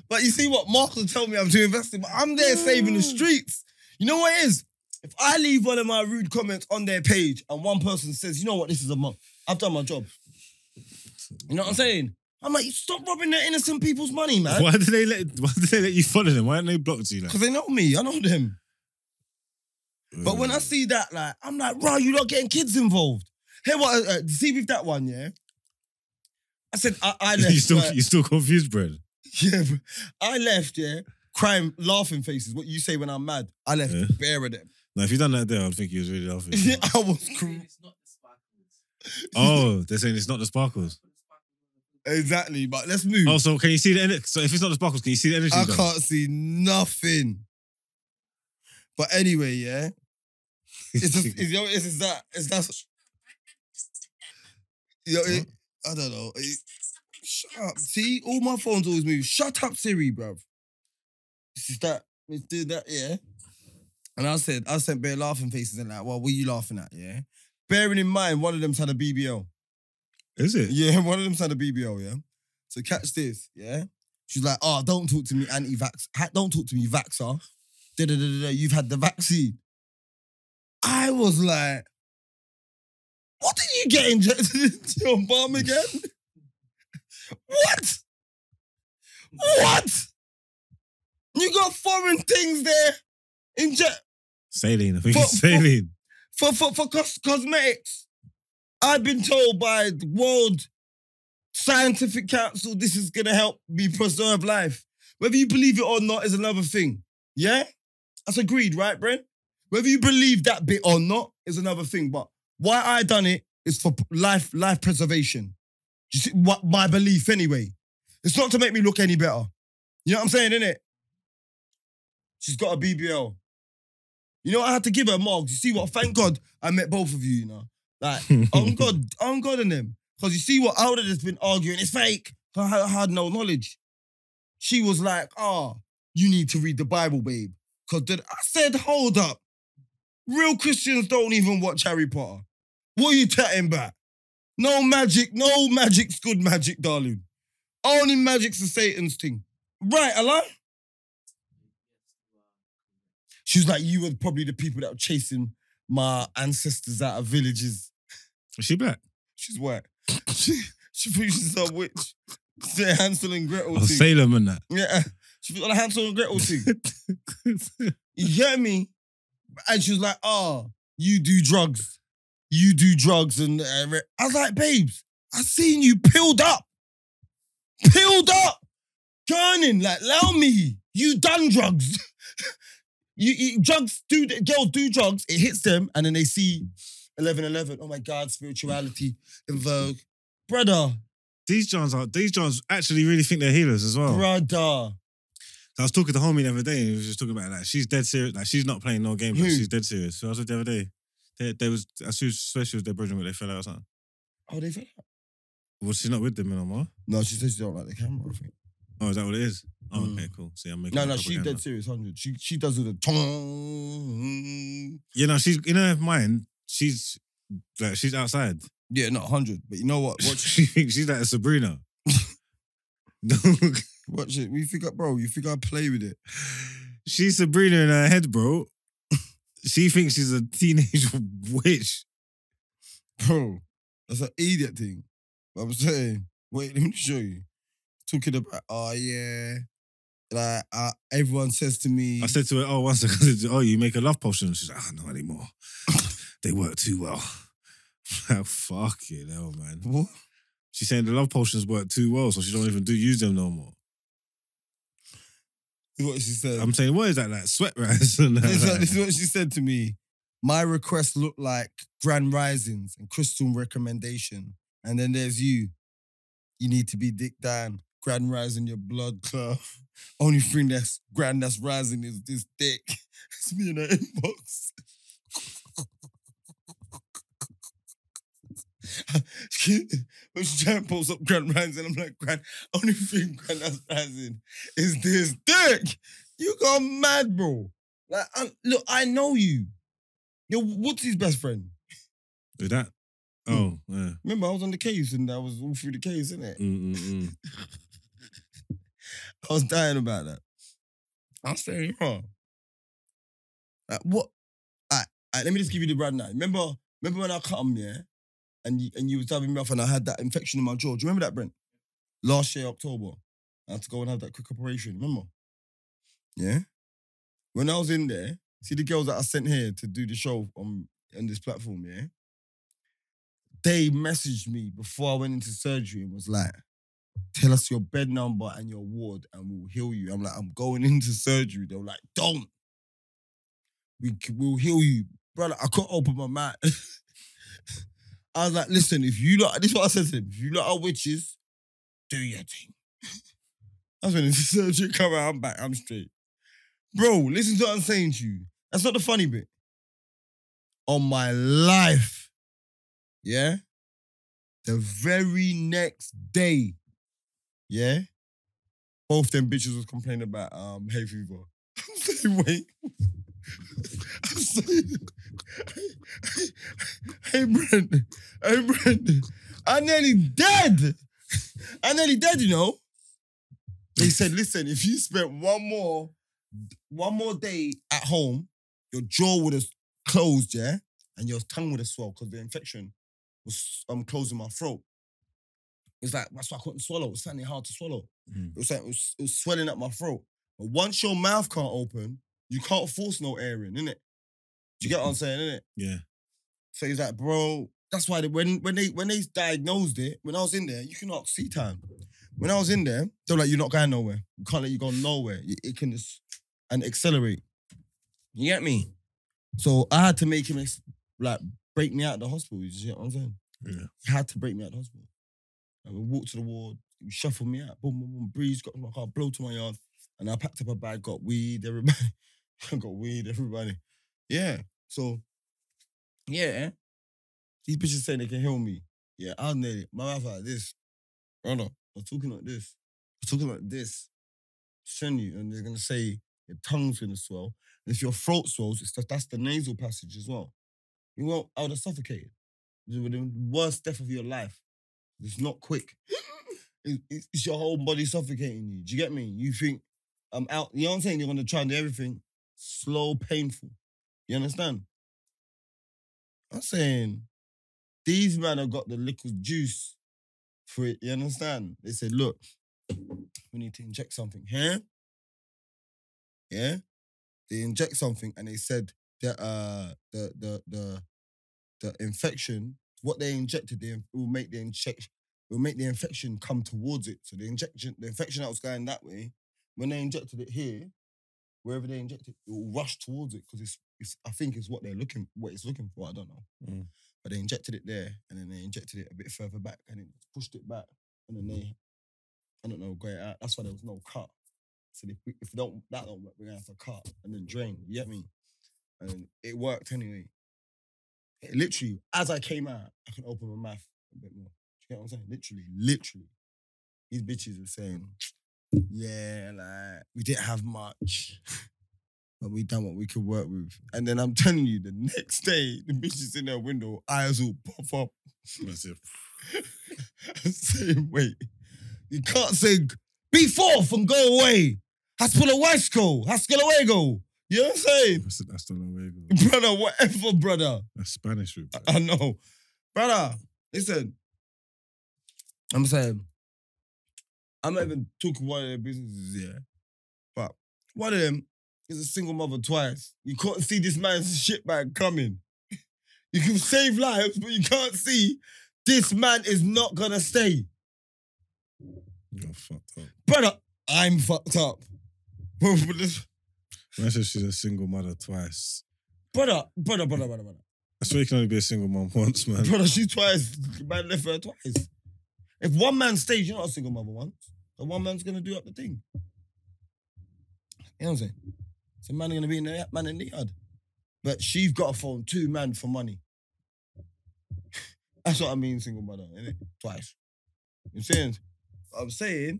S2: But you see what Mark will tell me I'm too invested, but I'm there saving the streets. You know what it is? If I leave one of my rude comments on their page and one person says, you know what, this is a month, I've done my job. You know what I'm saying? I'm like, stop robbing the innocent people's money, man.
S1: why did they let why did they let you follow them? Why didn't they block you like?
S2: Because they know me, I know them. But
S1: Mm.
S2: when I see that, like, I'm like, bro, you're not getting kids involved. Hey, what? Uh, see with that one, yeah. I said, I, I left.
S1: you still
S2: like-
S1: you still confused, Brent.
S2: Yeah, bro. I left, yeah. Crying, laughing faces. What you say when I'm mad? I left
S1: Yeah.
S2: bare of them.
S1: Now if you done that there, I'd think you was really laughing.
S2: Yeah, I was
S5: They're saying
S2: cr-
S5: it's not the sparkles.
S1: oh, they're saying it's not the sparkles.
S2: exactly, but let's move.
S1: Oh, so can you see the energy? So if it's not the sparkles, can you see the energy?
S2: Hmm. I
S1: though?
S2: can't see nothing. But anyway, yeah, it's just it's, yo, it's, it's that it's that. Yo, it- I don't know. It- shut up. See, all my phones always move. Shut up, Siri, bruv. This is that. Let's do that, yeah. And I said, I sent bare laughing faces and like, well, what are you laughing at, yeah? Bearing in mind, one of them's had a BBL.
S1: Is it?
S2: Yeah, one of them had a BBL, yeah? So catch this, yeah? She's like, oh, don't talk to me anti-vax. ha- Don't talk to me ah." vaxxer. Da-da-da-da-da, you've had the vaccine. I was like, what did you get injected into your bum again? what? What? You got foreign things there. Inject
S1: Saline. I think
S2: Fuck,
S1: it's saline.
S2: for for for cos- cosmetics. I've been told by the World Scientific Council this is gonna help me preserve life. Whether you believe it or not is another thing. Yeah, that's agreed, right, Brent? Whether you believe that bit or not is another thing. But why I done it is for p- life life preservation. You see, what my belief anyway. It's not to make me look any better. You know what I'm saying, innit? She's got a BBL. You know, I had to give her marks. You see what? Thank God I met both of you, you know. Like, I'm God, I'm God in them. Because you see what I would have just been arguing, it's fake. I I had no knowledge. She was like, ah, you need to read the Bible, babe. Because I said, hold up. Real Christians don't even watch Harry Potter. What are you chatting about? No magic, no magic's good magic, darling. Only magic's a Satan's thing. Right, Allah?
S5: uh,
S2: She was like, you were probably the people that were chasing my ancestors out of villages.
S1: Is she black?
S2: She's white. she, she thinks she's a witch. The Hansel and Gretel
S1: Or
S2: thing.
S1: Oh, Salem and that.
S2: yeah. She's on a Hansel and Gretel thing. You hear me? And she was like, oh, you do drugs. You do drugs. And uh, re- I was like, babes, I seen you peeled up. Peeled up. Turning, like, allow me. You done drugs. you, you- drugs do, girls do drugs. It hits them. And then they see 1111. Oh my God, spirituality in vogue. Brother,
S1: these Johns are these Johns actually really think they're healers as well.
S2: brother.
S1: I was talking to homie the other day, and he was just talking about like she's dead serious. Like she's not playing no games. Like,
S2: Who?
S1: she's dead serious. So I was with the other day. They, they was as soon as especially with their brethren, but they fell out or something.
S2: Oh, they fell out.
S1: Well, she's not with them anymore.
S2: No, she says she don't like the camera, I think.
S1: Oh, is that what it is? Oh,
S2: Mm.
S1: okay, cool. See, I'm making.
S2: No,
S1: up
S2: no, she
S1: propaganda.
S2: dead serious hundred. She she does all the tong.
S1: You know, she's in her mind. She's like she's outside.
S2: Yeah, not hundred. But you know what? Watch
S1: she thinks she's like a Sabrina.
S2: watch it. We think I, bro, you think I play with it?
S1: she's Sabrina in her head, bro. She thinks she's a teenage witch.
S2: Bro, that's an idiot thing. But I'm saying, wait, let me show you. Talking about, oh yeah. Like uh, everyone says to me,
S1: I said to her, "Oh, one second. I said to her, Oh, you make a love potion." She's like, "Ah, "Not anymore. they work too well." Like, fuck it, hell, man.
S2: what?
S1: She's saying the love potions work too well, so she don't even do use them no more.
S2: This is what she said.
S1: I'm saying, what is that? Like sweat rise and that,
S2: this, is what,
S1: like-
S2: this is what she said to me. My requests look like grand risings and crystal recommendation. And then there's you. You need to be dick down, grand rising your blood clot. Only thing that's grand that's rising is this dick. It's me in the inbox. when she trying to post up grand rising, I'm like, grand, only thing grand that's rising is this dick. You gone mad, bro. Like, i look, I know you. You're Woodsie's best friend.
S1: Is that? Oh, yeah.
S2: Remember, I was on the case and I was all through the case, innit?
S1: Mm, mm, mm.
S2: I was dying about that. I'm saying, huh? Like, what? All right, all right, let me just give you the brand now. Remember, remember when I cut him, yeah? And you, and you was having me off and I had that infection in my jaw. Do you remember that, Brent? Last year, October. I had to go and have that quick operation, remember? Yeah? When I was in there, see the girls that I sent here to do the show on, on this platform, yeah? They messaged me before I went into surgery and was like, tell us your bed number and your ward and we'll heal you. I'm like, I'm going into surgery. They were like, don't. We c- will heal you. Brother, I couldn't open my mouth. I was like, listen, if you lot, this is what I said to them, if you lot are witches, do your thing. That's when the surgery come out, I'm back, I'm straight. Bro, listen to what I'm saying to you. That's not the funny bit. On my life, yeah? The very next day, yeah. Both them bitches was complaining about um hay fever. I'm saying, wait. I'm saying, hey Brent, hey Brent, I nearly dead. I nearly dead, you know. They said, listen, if you spent one more, one more day at home, your jaw would have closed, yeah, and your tongue would have swelled because the infection was um closing my throat. It's like that's why I couldn't swallow. It's something hard to swallow.
S1: Mm.
S2: It was like it was, it was swelling up my throat. But once your mouth can't open, you can't force no air in, innit? You get what I'm saying, innit?
S1: Yeah.
S2: So he's like, bro, that's why they, when when they when they diagnosed it, when I was in there, you can ask C time. When I was in there, they were like, you're not going nowhere. We can't let you go nowhere. It, it can just and accelerate. You get me? So I had to make him ex- like break me out of the hospital. You get what I'm saying?
S1: Yeah.
S2: He had to break me out of the hospital. And we walked to the ward, he shuffled me out, boom, boom, boom, breeze, got to my car, blow to my yard. And I packed up a bag, got weed, everybody. I got weed, everybody. Yeah. So, yeah. These bitches saying they can heal me. Yeah, I was nearly, my mouth like this. Brother, I'm talking like this. I'm talking like this. Send you, and they're gonna say your tongue's gonna swell. And if your throat swells, it's the, that's the nasal passage as well. You won't, I would have suffocated. It would have been the worst death of your life. It's not quick. It- it's, it's your whole body suffocating you. Do you get me? You think I'm out. You know what I'm saying? You're gonna try and do everything slow, painful. You understand? I'm saying these men have got the liquid juice for it. You understand? They said, look, we need to inject something here. Yeah? They inject something and they said that uh the the the the infection, what they injected, they will make the injection will make the infection come towards it. So the injection, the infection that was going that way, when they injected it here, wherever they inject it, it will rush towards it because it's, it's I think it's what they're looking what it's looking for. I don't know.
S1: Mm.
S2: But they injected it there and then they injected it a bit further back and it pushed it back and then they I don't know, got it out. That's why there was no cut. So if we, if we don't that don't work, we're gonna have to cut and then drain. You get me? And it worked anyway. It literally, as I came out, I can open my mouth a bit more. Do you get what I'm saying? Literally, literally. These bitches were saying, yeah, like, we didn't have much, but we done what we could work with. And then I'm telling you, the next day, the bitches in their window, eyes will pop up. I'm saying, wait, you can't say be forth and go away. Haspel Wesco, Haskell Awego. You know what I'm saying?
S1: That's, that's the way.
S2: Brother, whatever, brother.
S1: That's Spanish root.
S2: I- I know. Brother, listen. I'm saying, I'm not even talking one of their businesses, yeah. But one of them is a single mother twice. You can't see this man's shit bag coming. you can save lives, but you can't see this man is not gonna stay.
S1: You got fucked up.
S2: Brother, I'm fucked up. brother,
S1: Man says she's a single mother twice.
S2: brother, brother, brother, brother.
S1: I swear you can only be a single mom once, man.
S2: Brother, she twice. Man left her twice. If one man stays, you're not a single mother once. The one man's gonna do up the thing. You know what I'm saying? So man gonna be in the man in the yard. But she's got to phone two man for money. That's what I mean, single mother, innit? Twice. You know what I'm saying? I'm saying.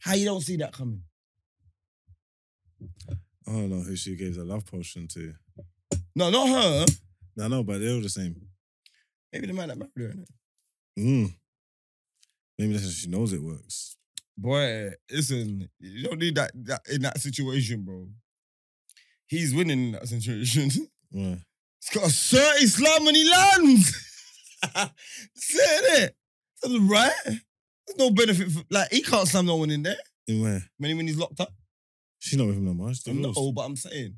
S2: How you don't see that coming?
S1: I don't know who she gave the love potion to.
S2: No, not her.
S1: No, no, but they're all the same.
S2: Maybe the man that married her, innit?
S1: Mm. Maybe that's how she knows it works.
S2: Boy, listen, you don't need that, that in that situation, bro. He's winning in that situation. He's
S1: Yeah.
S2: got a certain Islam and he lands. Saying it. That's right. There's no benefit for, like he can't slam no one in there.
S1: In where?
S2: Many when he's locked up.
S1: She's not with him no more. She's
S2: No,
S1: divorced.
S2: but I'm saying.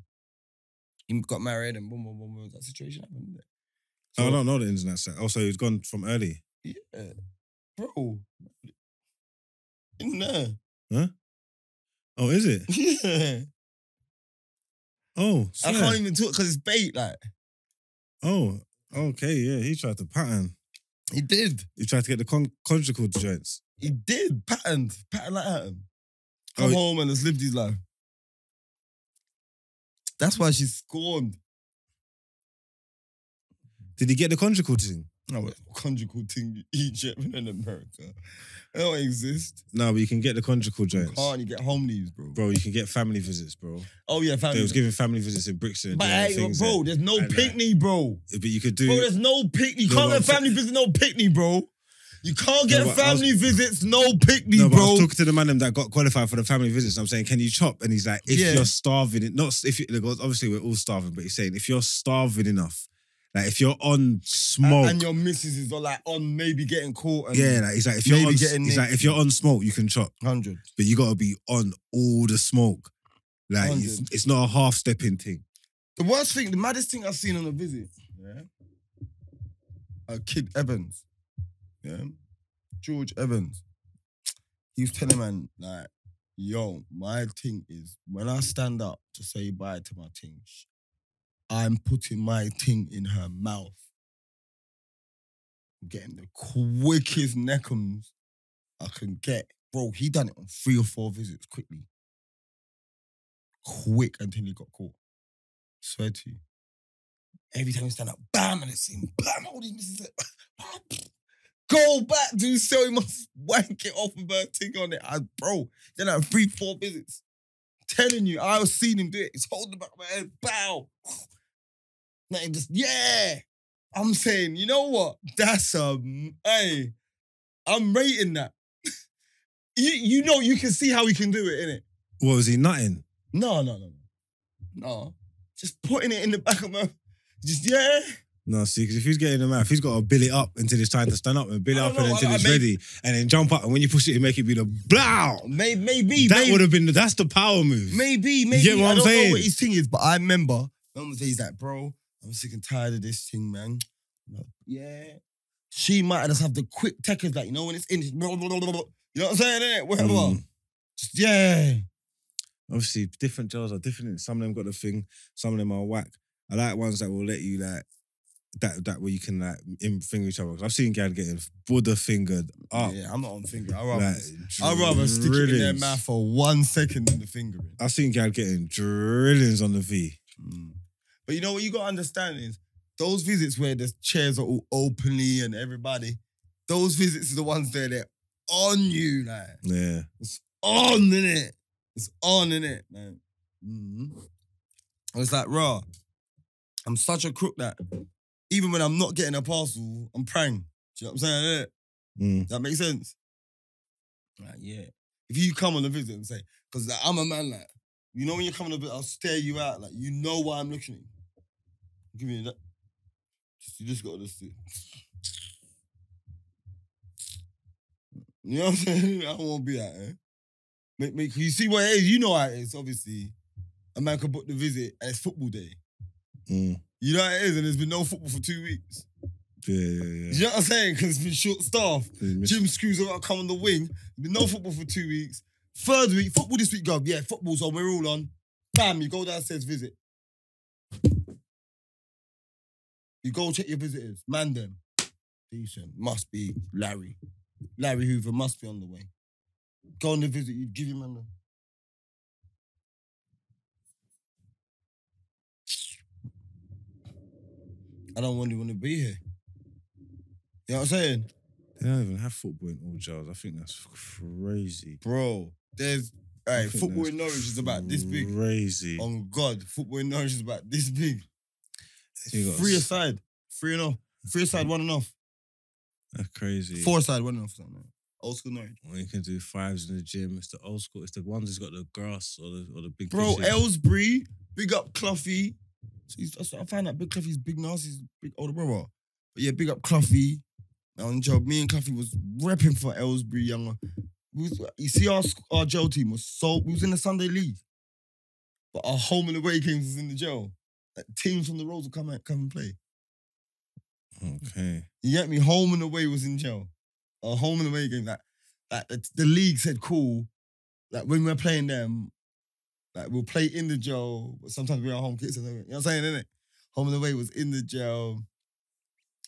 S2: He got married and boom, boom, boom, boom. That situation happened, didn't it?
S1: I don't know the internet site. Also, Oh, he's gone from early.
S2: Yeah. Bro. In there.
S1: Oh, is it?
S2: Yeah.
S1: Oh, swear.
S2: I can't even talk because it's bait, like.
S1: Oh, okay, yeah. He tried to pattern.
S2: He did.
S1: He tried to get the con- conjugal joints.
S2: He did. Patterned. Patterned like that. Come
S1: Oh,
S2: home and has lived his life. That's why she's scorned.
S1: Did he get the conjugal thing?
S2: No, it's a conjugal thing in Egypt and in America. They don't exist.
S1: No, but you can get the conjugal
S2: You
S1: joints.
S2: can't you get home leaves, bro.
S1: Bro, you can get family visits, bro.
S2: Oh, yeah, family.
S1: They was giving family visits in Brixton.
S2: but
S1: doing all
S2: hey,
S1: things
S2: bro, there's no
S1: I like-
S2: picnic, bro.
S1: there. But you could do.
S2: Bro, there's no picnic. You
S1: No,
S2: can't
S1: but
S2: get
S1: I'm
S2: family visits, no picnic, bro. You can't get
S1: but I was-
S2: family visits, no picnic,
S1: no, but I
S2: bro.
S1: was talking to the man them that got qualified for the family visits. I'm saying, can you chop? And he's like, if
S2: Yeah.
S1: you're starving, it- not if you, like, obviously we're all starving, but he's saying if you're starving enough, like if you're on
S2: And-
S1: smoke,
S2: And your missus is all like on maybe getting caught and
S1: yeah, like he's like if you're
S2: Maybe
S1: on,
S2: getting
S1: he's like
S2: nicked.
S1: if you're on smoke, you can chop.
S2: 100.
S1: but you gotta be on all the smoke. Like it's,
S2: Hundred.
S1: it's not a half stepping thing.
S2: The worst thing, the maddest thing I've seen on a visit, yeah, a kid Evans, yeah, George Evans. He was telling man like, "Yo, my thing is when I stand up to say bye to my thing, sh- I'm putting my thing in her mouth." I'm getting the quickest neckums I can get. Bro, he done it on three or four visits quickly. Quick until he got caught. Swear to you. Every time he stand up, bam, and it's him, bam, all these misses. Go back, dude. So he must wank it off with a thing on it. I, bro, then like three, four visits. Telling you, I was seen him do it. It's holding the back of my head, bow. Like just, yeah. I'm saying, you know what? That's a hey, I'm rating that. you you know you can see how he can do it, innit?
S1: What was he nutting?
S2: No, no, no, no. No. Just putting it in the back of my just yeah.
S1: No, see, because if he's getting him out, if he's got to bill it up until it's time to stand up and bill it
S2: I
S1: up
S2: don't know,
S1: and until
S2: I- I
S1: it's
S2: make-
S1: ready, and then jump up, and when you push it, you make it be the blow.
S2: May, maybe,
S1: That
S2: maybe,
S1: would have been the, that's the power move.
S2: maybe, maybe.
S1: get what
S2: I
S1: I'm
S2: don't know
S1: saying?
S2: what his thing is, but I remember one day he's like, bro, I'm sick and tired of this thing, man. I'm like, yeah. She might just have the quick techers, like, you know, when it's in, it's blah, blah, blah, blah, blah. you know what I'm saying, innit? Whatever.
S1: Mm.
S2: Just yeah.
S1: Obviously, different girls are different. Some of them got the thing, some of them are whack. I like ones that will let you like that that way you can like in finger each other. 'Cause I've seen guys getting Buddha fingered up.
S2: Yeah, I'm not on finger. I'd rather,
S1: like,
S2: I'd rather stick it in their
S1: drillings.
S2: mouth for one second than the fingering.
S1: I've seen guys getting drillings on the V.
S2: But you know what you gotta understand is those visits where the chairs are all openly and everybody, those visits are the ones there they're on you, like
S1: Yeah.
S2: on in it. It's on in it, man. It's like, raw. I'm such a crook that even when I'm not getting a parcel, I'm praying. Do you know what I'm saying? innit?
S1: Mm.
S2: Does that make sense? Like, yeah. If you come on a visit and say, because like, I'm a man, like, you know when you come on a visit, I'll stare you out, like, you know why I'm looking at you. Give me that. Just- you just got to see. You know what I'm saying? I won't be that, eh? Make, make, you see what it is? You know how it is, obviously. A man could book the visit and it's football day.
S1: Mm.
S2: You know how it is, and there's been no football for two weeks.
S1: Yeah, yeah,
S2: Do you know what I'm saying? Because it's been short staffed.
S1: yeah.
S2: Jim Screws have got to come on the wing. Been no football for two weeks. Third week, football this week, go. Yeah, football's on. We're all on. Bam, you go downstairs, visit. You go check your visitors. Man them. Decent. Must be Larry. Larry Hoover must be on the way. Go on the visit. You give him a number. I don't really want to be here. You know what I'm saying?
S1: They don't even have football in all jails. I think that's crazy.
S2: Bro, there's
S1: I
S2: hey,
S1: think
S2: football
S1: that's
S2: in Norwich is about this big.
S1: Crazy.
S2: On God, football in Norwich is about this big.
S1: You got
S2: Three
S1: s-
S2: aside, three and off, three aside, one and off,
S1: That's crazy.
S2: four aside, one and off. Something like that. Old school Norwich,
S1: When you can do fives in the gym, it's the old school. It's the ones that's got the grass or the or the big.
S2: bro.
S1: pitches.
S2: Ellsbury, big up Cluffy. So he's- that's what I found out Big Cluffy's big nasty's big older brother. But yeah, big up Cluffy. On job, me and Cluffy was repping for Ellsbury younger. We was, you see, our sc- our jail team was so we was in the Sunday league, but our home and away games was in the jail. Like, teams from the roads would come out, come and play.
S1: Okay.
S2: You get me? Home and away was in jail. A home and away game. Like, like the, the league said, cool. Like when we're playing them, like we'll play in the jail, but sometimes we're home kids. You know what I'm saying, innit? Home and away was in the jail.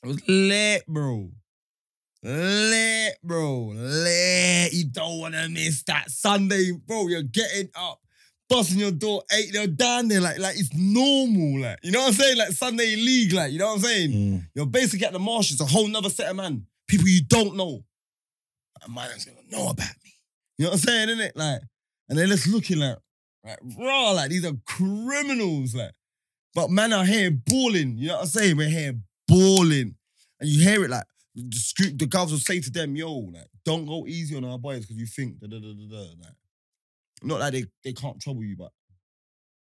S2: It was lit, bro. Lit, bro. Lit. You don't want to miss that Sunday, bro. You're getting up. Busting your door, eight, they're down there, like, like it's normal, like, you know what I'm saying? Like Sunday league, like, you know what I'm saying?
S1: Mm.
S2: You're basically at the marshes, a whole nother set of man. People you don't know. And man that's gonna know about me. You know what I'm saying, innit? Like, and they're just looking like, like, raw, like these are criminals, like. But man are here balling. You know what I'm saying? We're here balling. And you hear it like the scoop, the guys will say to them, yo, like, don't go easy on our boys because you think da da da da da. Like, not like they, they can't trouble you, but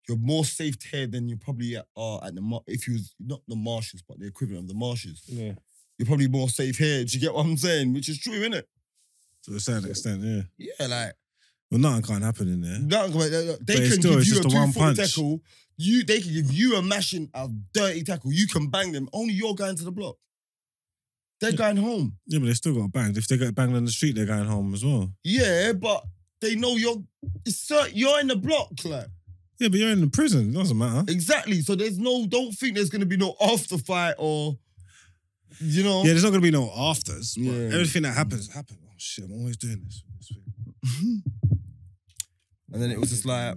S2: you're more safe here than you probably are at the mar- if you was not the marshes, but the equivalent of the marshes.
S1: Yeah.
S2: You're probably more safe here. Do you get what I'm saying? Which is true, innit?
S1: To a certain extent, yeah.
S2: Yeah, like
S1: Well, nothing can't happen in there.
S2: that, they- they- uh, they
S1: But it's
S2: can
S1: still-
S2: give
S1: it's
S2: you a
S1: just a one
S2: two foot
S1: punch.
S2: tackle. You they can give you a mashing a dirty tackle. You can bang them. Only you're going to the block. They're
S1: Yeah.
S2: going home.
S1: Yeah, but they still got banged. If they get banged on the street, they're going home as well.
S2: Yeah, but they know you're it's cer- you're in the block, like.
S1: Yeah, but you're in the prison. It doesn't matter.
S2: Exactly. So there's no, don't think there's gonna be no after fight or you know.
S1: Yeah, there's not gonna be no afters. But
S2: Yeah.
S1: Everything that happens happened. Oh shit! I'm always doing this. this thing.
S2: And then it was just like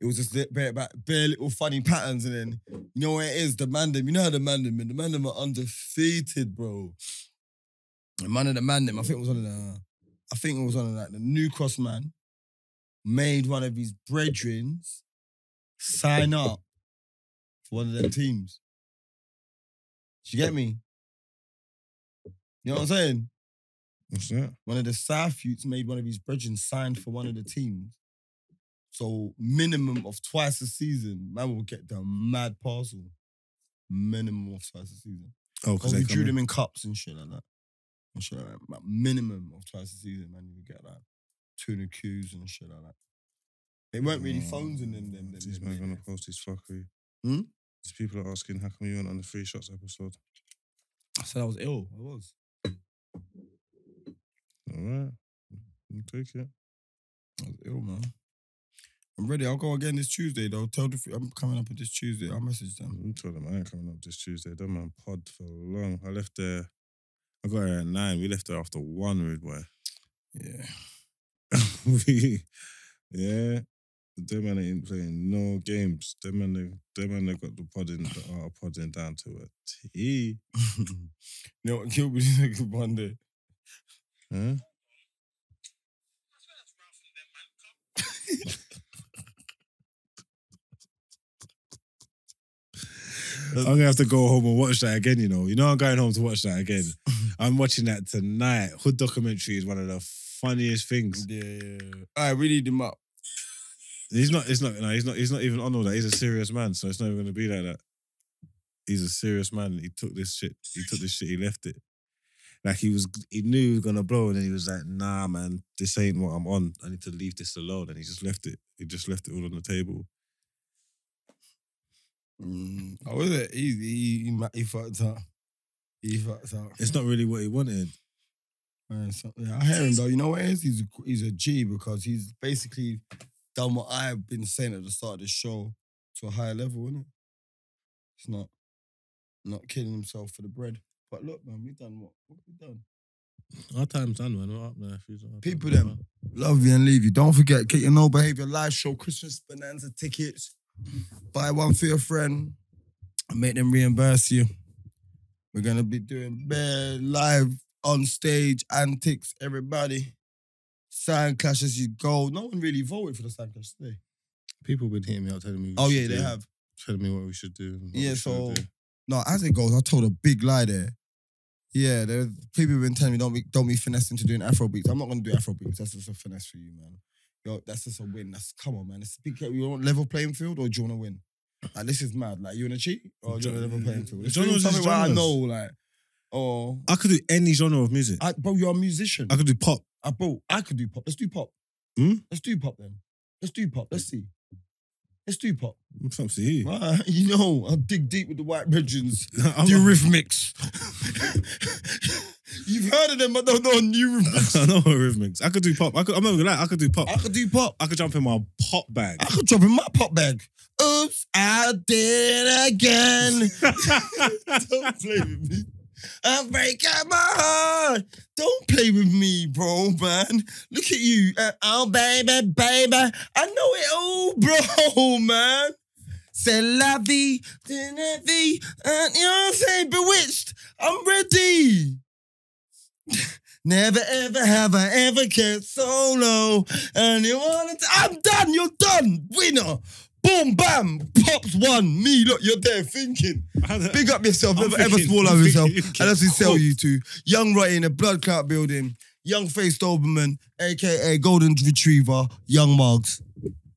S2: it was just li- bare, bare, bare little funny patterns, and then you know what it is, the mandem. You know how the mandem, the mandem are undefeated, bro. The man of the mandem, I think it was one of the, I think it was one of like the new cross man, made one of his brethren sign up for one of them teams. Do you get me? You know what I'm saying?
S1: What's that?
S2: One of the South youths made one of his brethren sign for one of the teams. So minimum of twice a season, man will get the mad parcel. Minimum of twice a season.
S1: Oh, because
S2: Because
S1: they
S2: we drew
S1: drew
S2: them in cups and shit like that. And shit like that. Like, minimum of twice a season, man, you would get like two and cues and shit like that. They weren't really phones in them. them, them,
S1: Oh, These
S2: them,
S1: men gonna
S2: them.
S1: post this fuckery.
S2: Hmm?
S1: These people are asking, how come you weren't on the free shots episode?
S2: I said I was ill. I was.
S1: All right, I'll take it.
S2: I was ill, man. I'm ready. I'll go again this Tuesday though. Tell the I'm coming up this Tuesday. I'll message them.
S1: You told them I ain't coming up this Tuesday. Done my pod for long. I left there. I got here at nine. We left there after one. Rude boy.
S2: Yeah.
S1: we, yeah, them man ain't playing no games. Them man, they, them man, they got the podding, the art of podding down to a T.
S2: you know what killed me this nigga one day?
S1: Huh? I'm gonna have to go home and watch that again. You know, you know, I'm going home to watch that again. I'm watching that tonight. Hood documentary is one of the funniest things.
S2: Yeah, yeah, yeah. All right, we need him up.
S1: He's not. He's not. No, he's not. He's not even on all that. He's a serious man, so it's not even gonna be like that. He's a serious man. He took this shit. He took this shit. He left it. Like he was. He knew he was gonna blow, and then he was like, "Nah, man, this ain't what I'm on. I need to leave this alone." And he just left it. He just left it all on the table.
S2: Mm. Oh, is it? He, he, he, ma- he fucked up. He fucked up.
S1: It's not really what he wanted.
S2: Man, so- yeah, I hear him though. You know what it is? He's a, he's a G because he's basically done what I've been saying at the start of this show to a higher level, isn't it? It's not not killing himself for the bread. But look, man, we've done what? What have we done?
S1: Our time's done, man. We're up there.
S2: People them. Love you and leave you. Don't forget, get your no behavior live show, Christmas bonanza tickets. Buy one for your friend and make them reimburse you. We're gonna be doing bare live on stage antics, everybody. Sound clash as you go. No one really voted for the sound clash today.
S1: People been hitting me up telling me.
S2: Oh yeah, they have.
S1: telling me what we should do.
S2: Yeah, so no, as it goes, I told a big lie there. Yeah, there's people have been telling me don't be don't be finessing to doing Afro beats. I'm not gonna do Afro beats. That's just a finesse for you, man. Yo, that's just a win. That's come on, man. It's big, you want level playing field or do you wanna win? Like this is mad. Like you wanna cheat or do you want a level playing field? It's
S1: Genres is
S2: something where I
S1: genres.
S2: know, like, oh,
S1: I could do any genre of music. I,
S2: I, bro, you're a musician.
S1: could do pop.
S2: I bro, I could do pop. Let's do pop.
S1: Hmm?
S2: Let's do pop then. Let's do pop. Let's see. Let's do pop.
S1: It's up to you.
S2: Ah, you know, I'll dig deep with the white pigeons.
S1: I'm-
S2: Eurythmics. You've heard of them, but don't know Eurythmics.
S1: I know what rhythmics. I could do pop. I could, I'm not gonna lie. I could do pop.
S2: I could do pop.
S1: I could jump in my pop bag.
S2: I could drop in my pop bag. Oops, I did it again. don't play with me. I'm breaking my heart. Don't play with me, bro, man. Look at you. Uh, oh, baby, baby. I know it all, bro, man. C'est la vie, c'est la vie. Uh, you know what I'm saying? Bewitched. I'm ready. Never ever have I ever cared so low. And you want to I'm done, you're done. Winner. Boom, bam. Pops one. Me, look, you're there thinking. Big up yourself.
S1: I'm
S2: Never ever
S1: thinking-
S2: small
S1: I'm
S2: over yourself.
S1: thinking you get
S2: Unless we sell
S1: cooked.
S2: you to Young Rotty in the Blood Clout Building. Young Face Doberman, aka Golden Retriever, Young Mugs.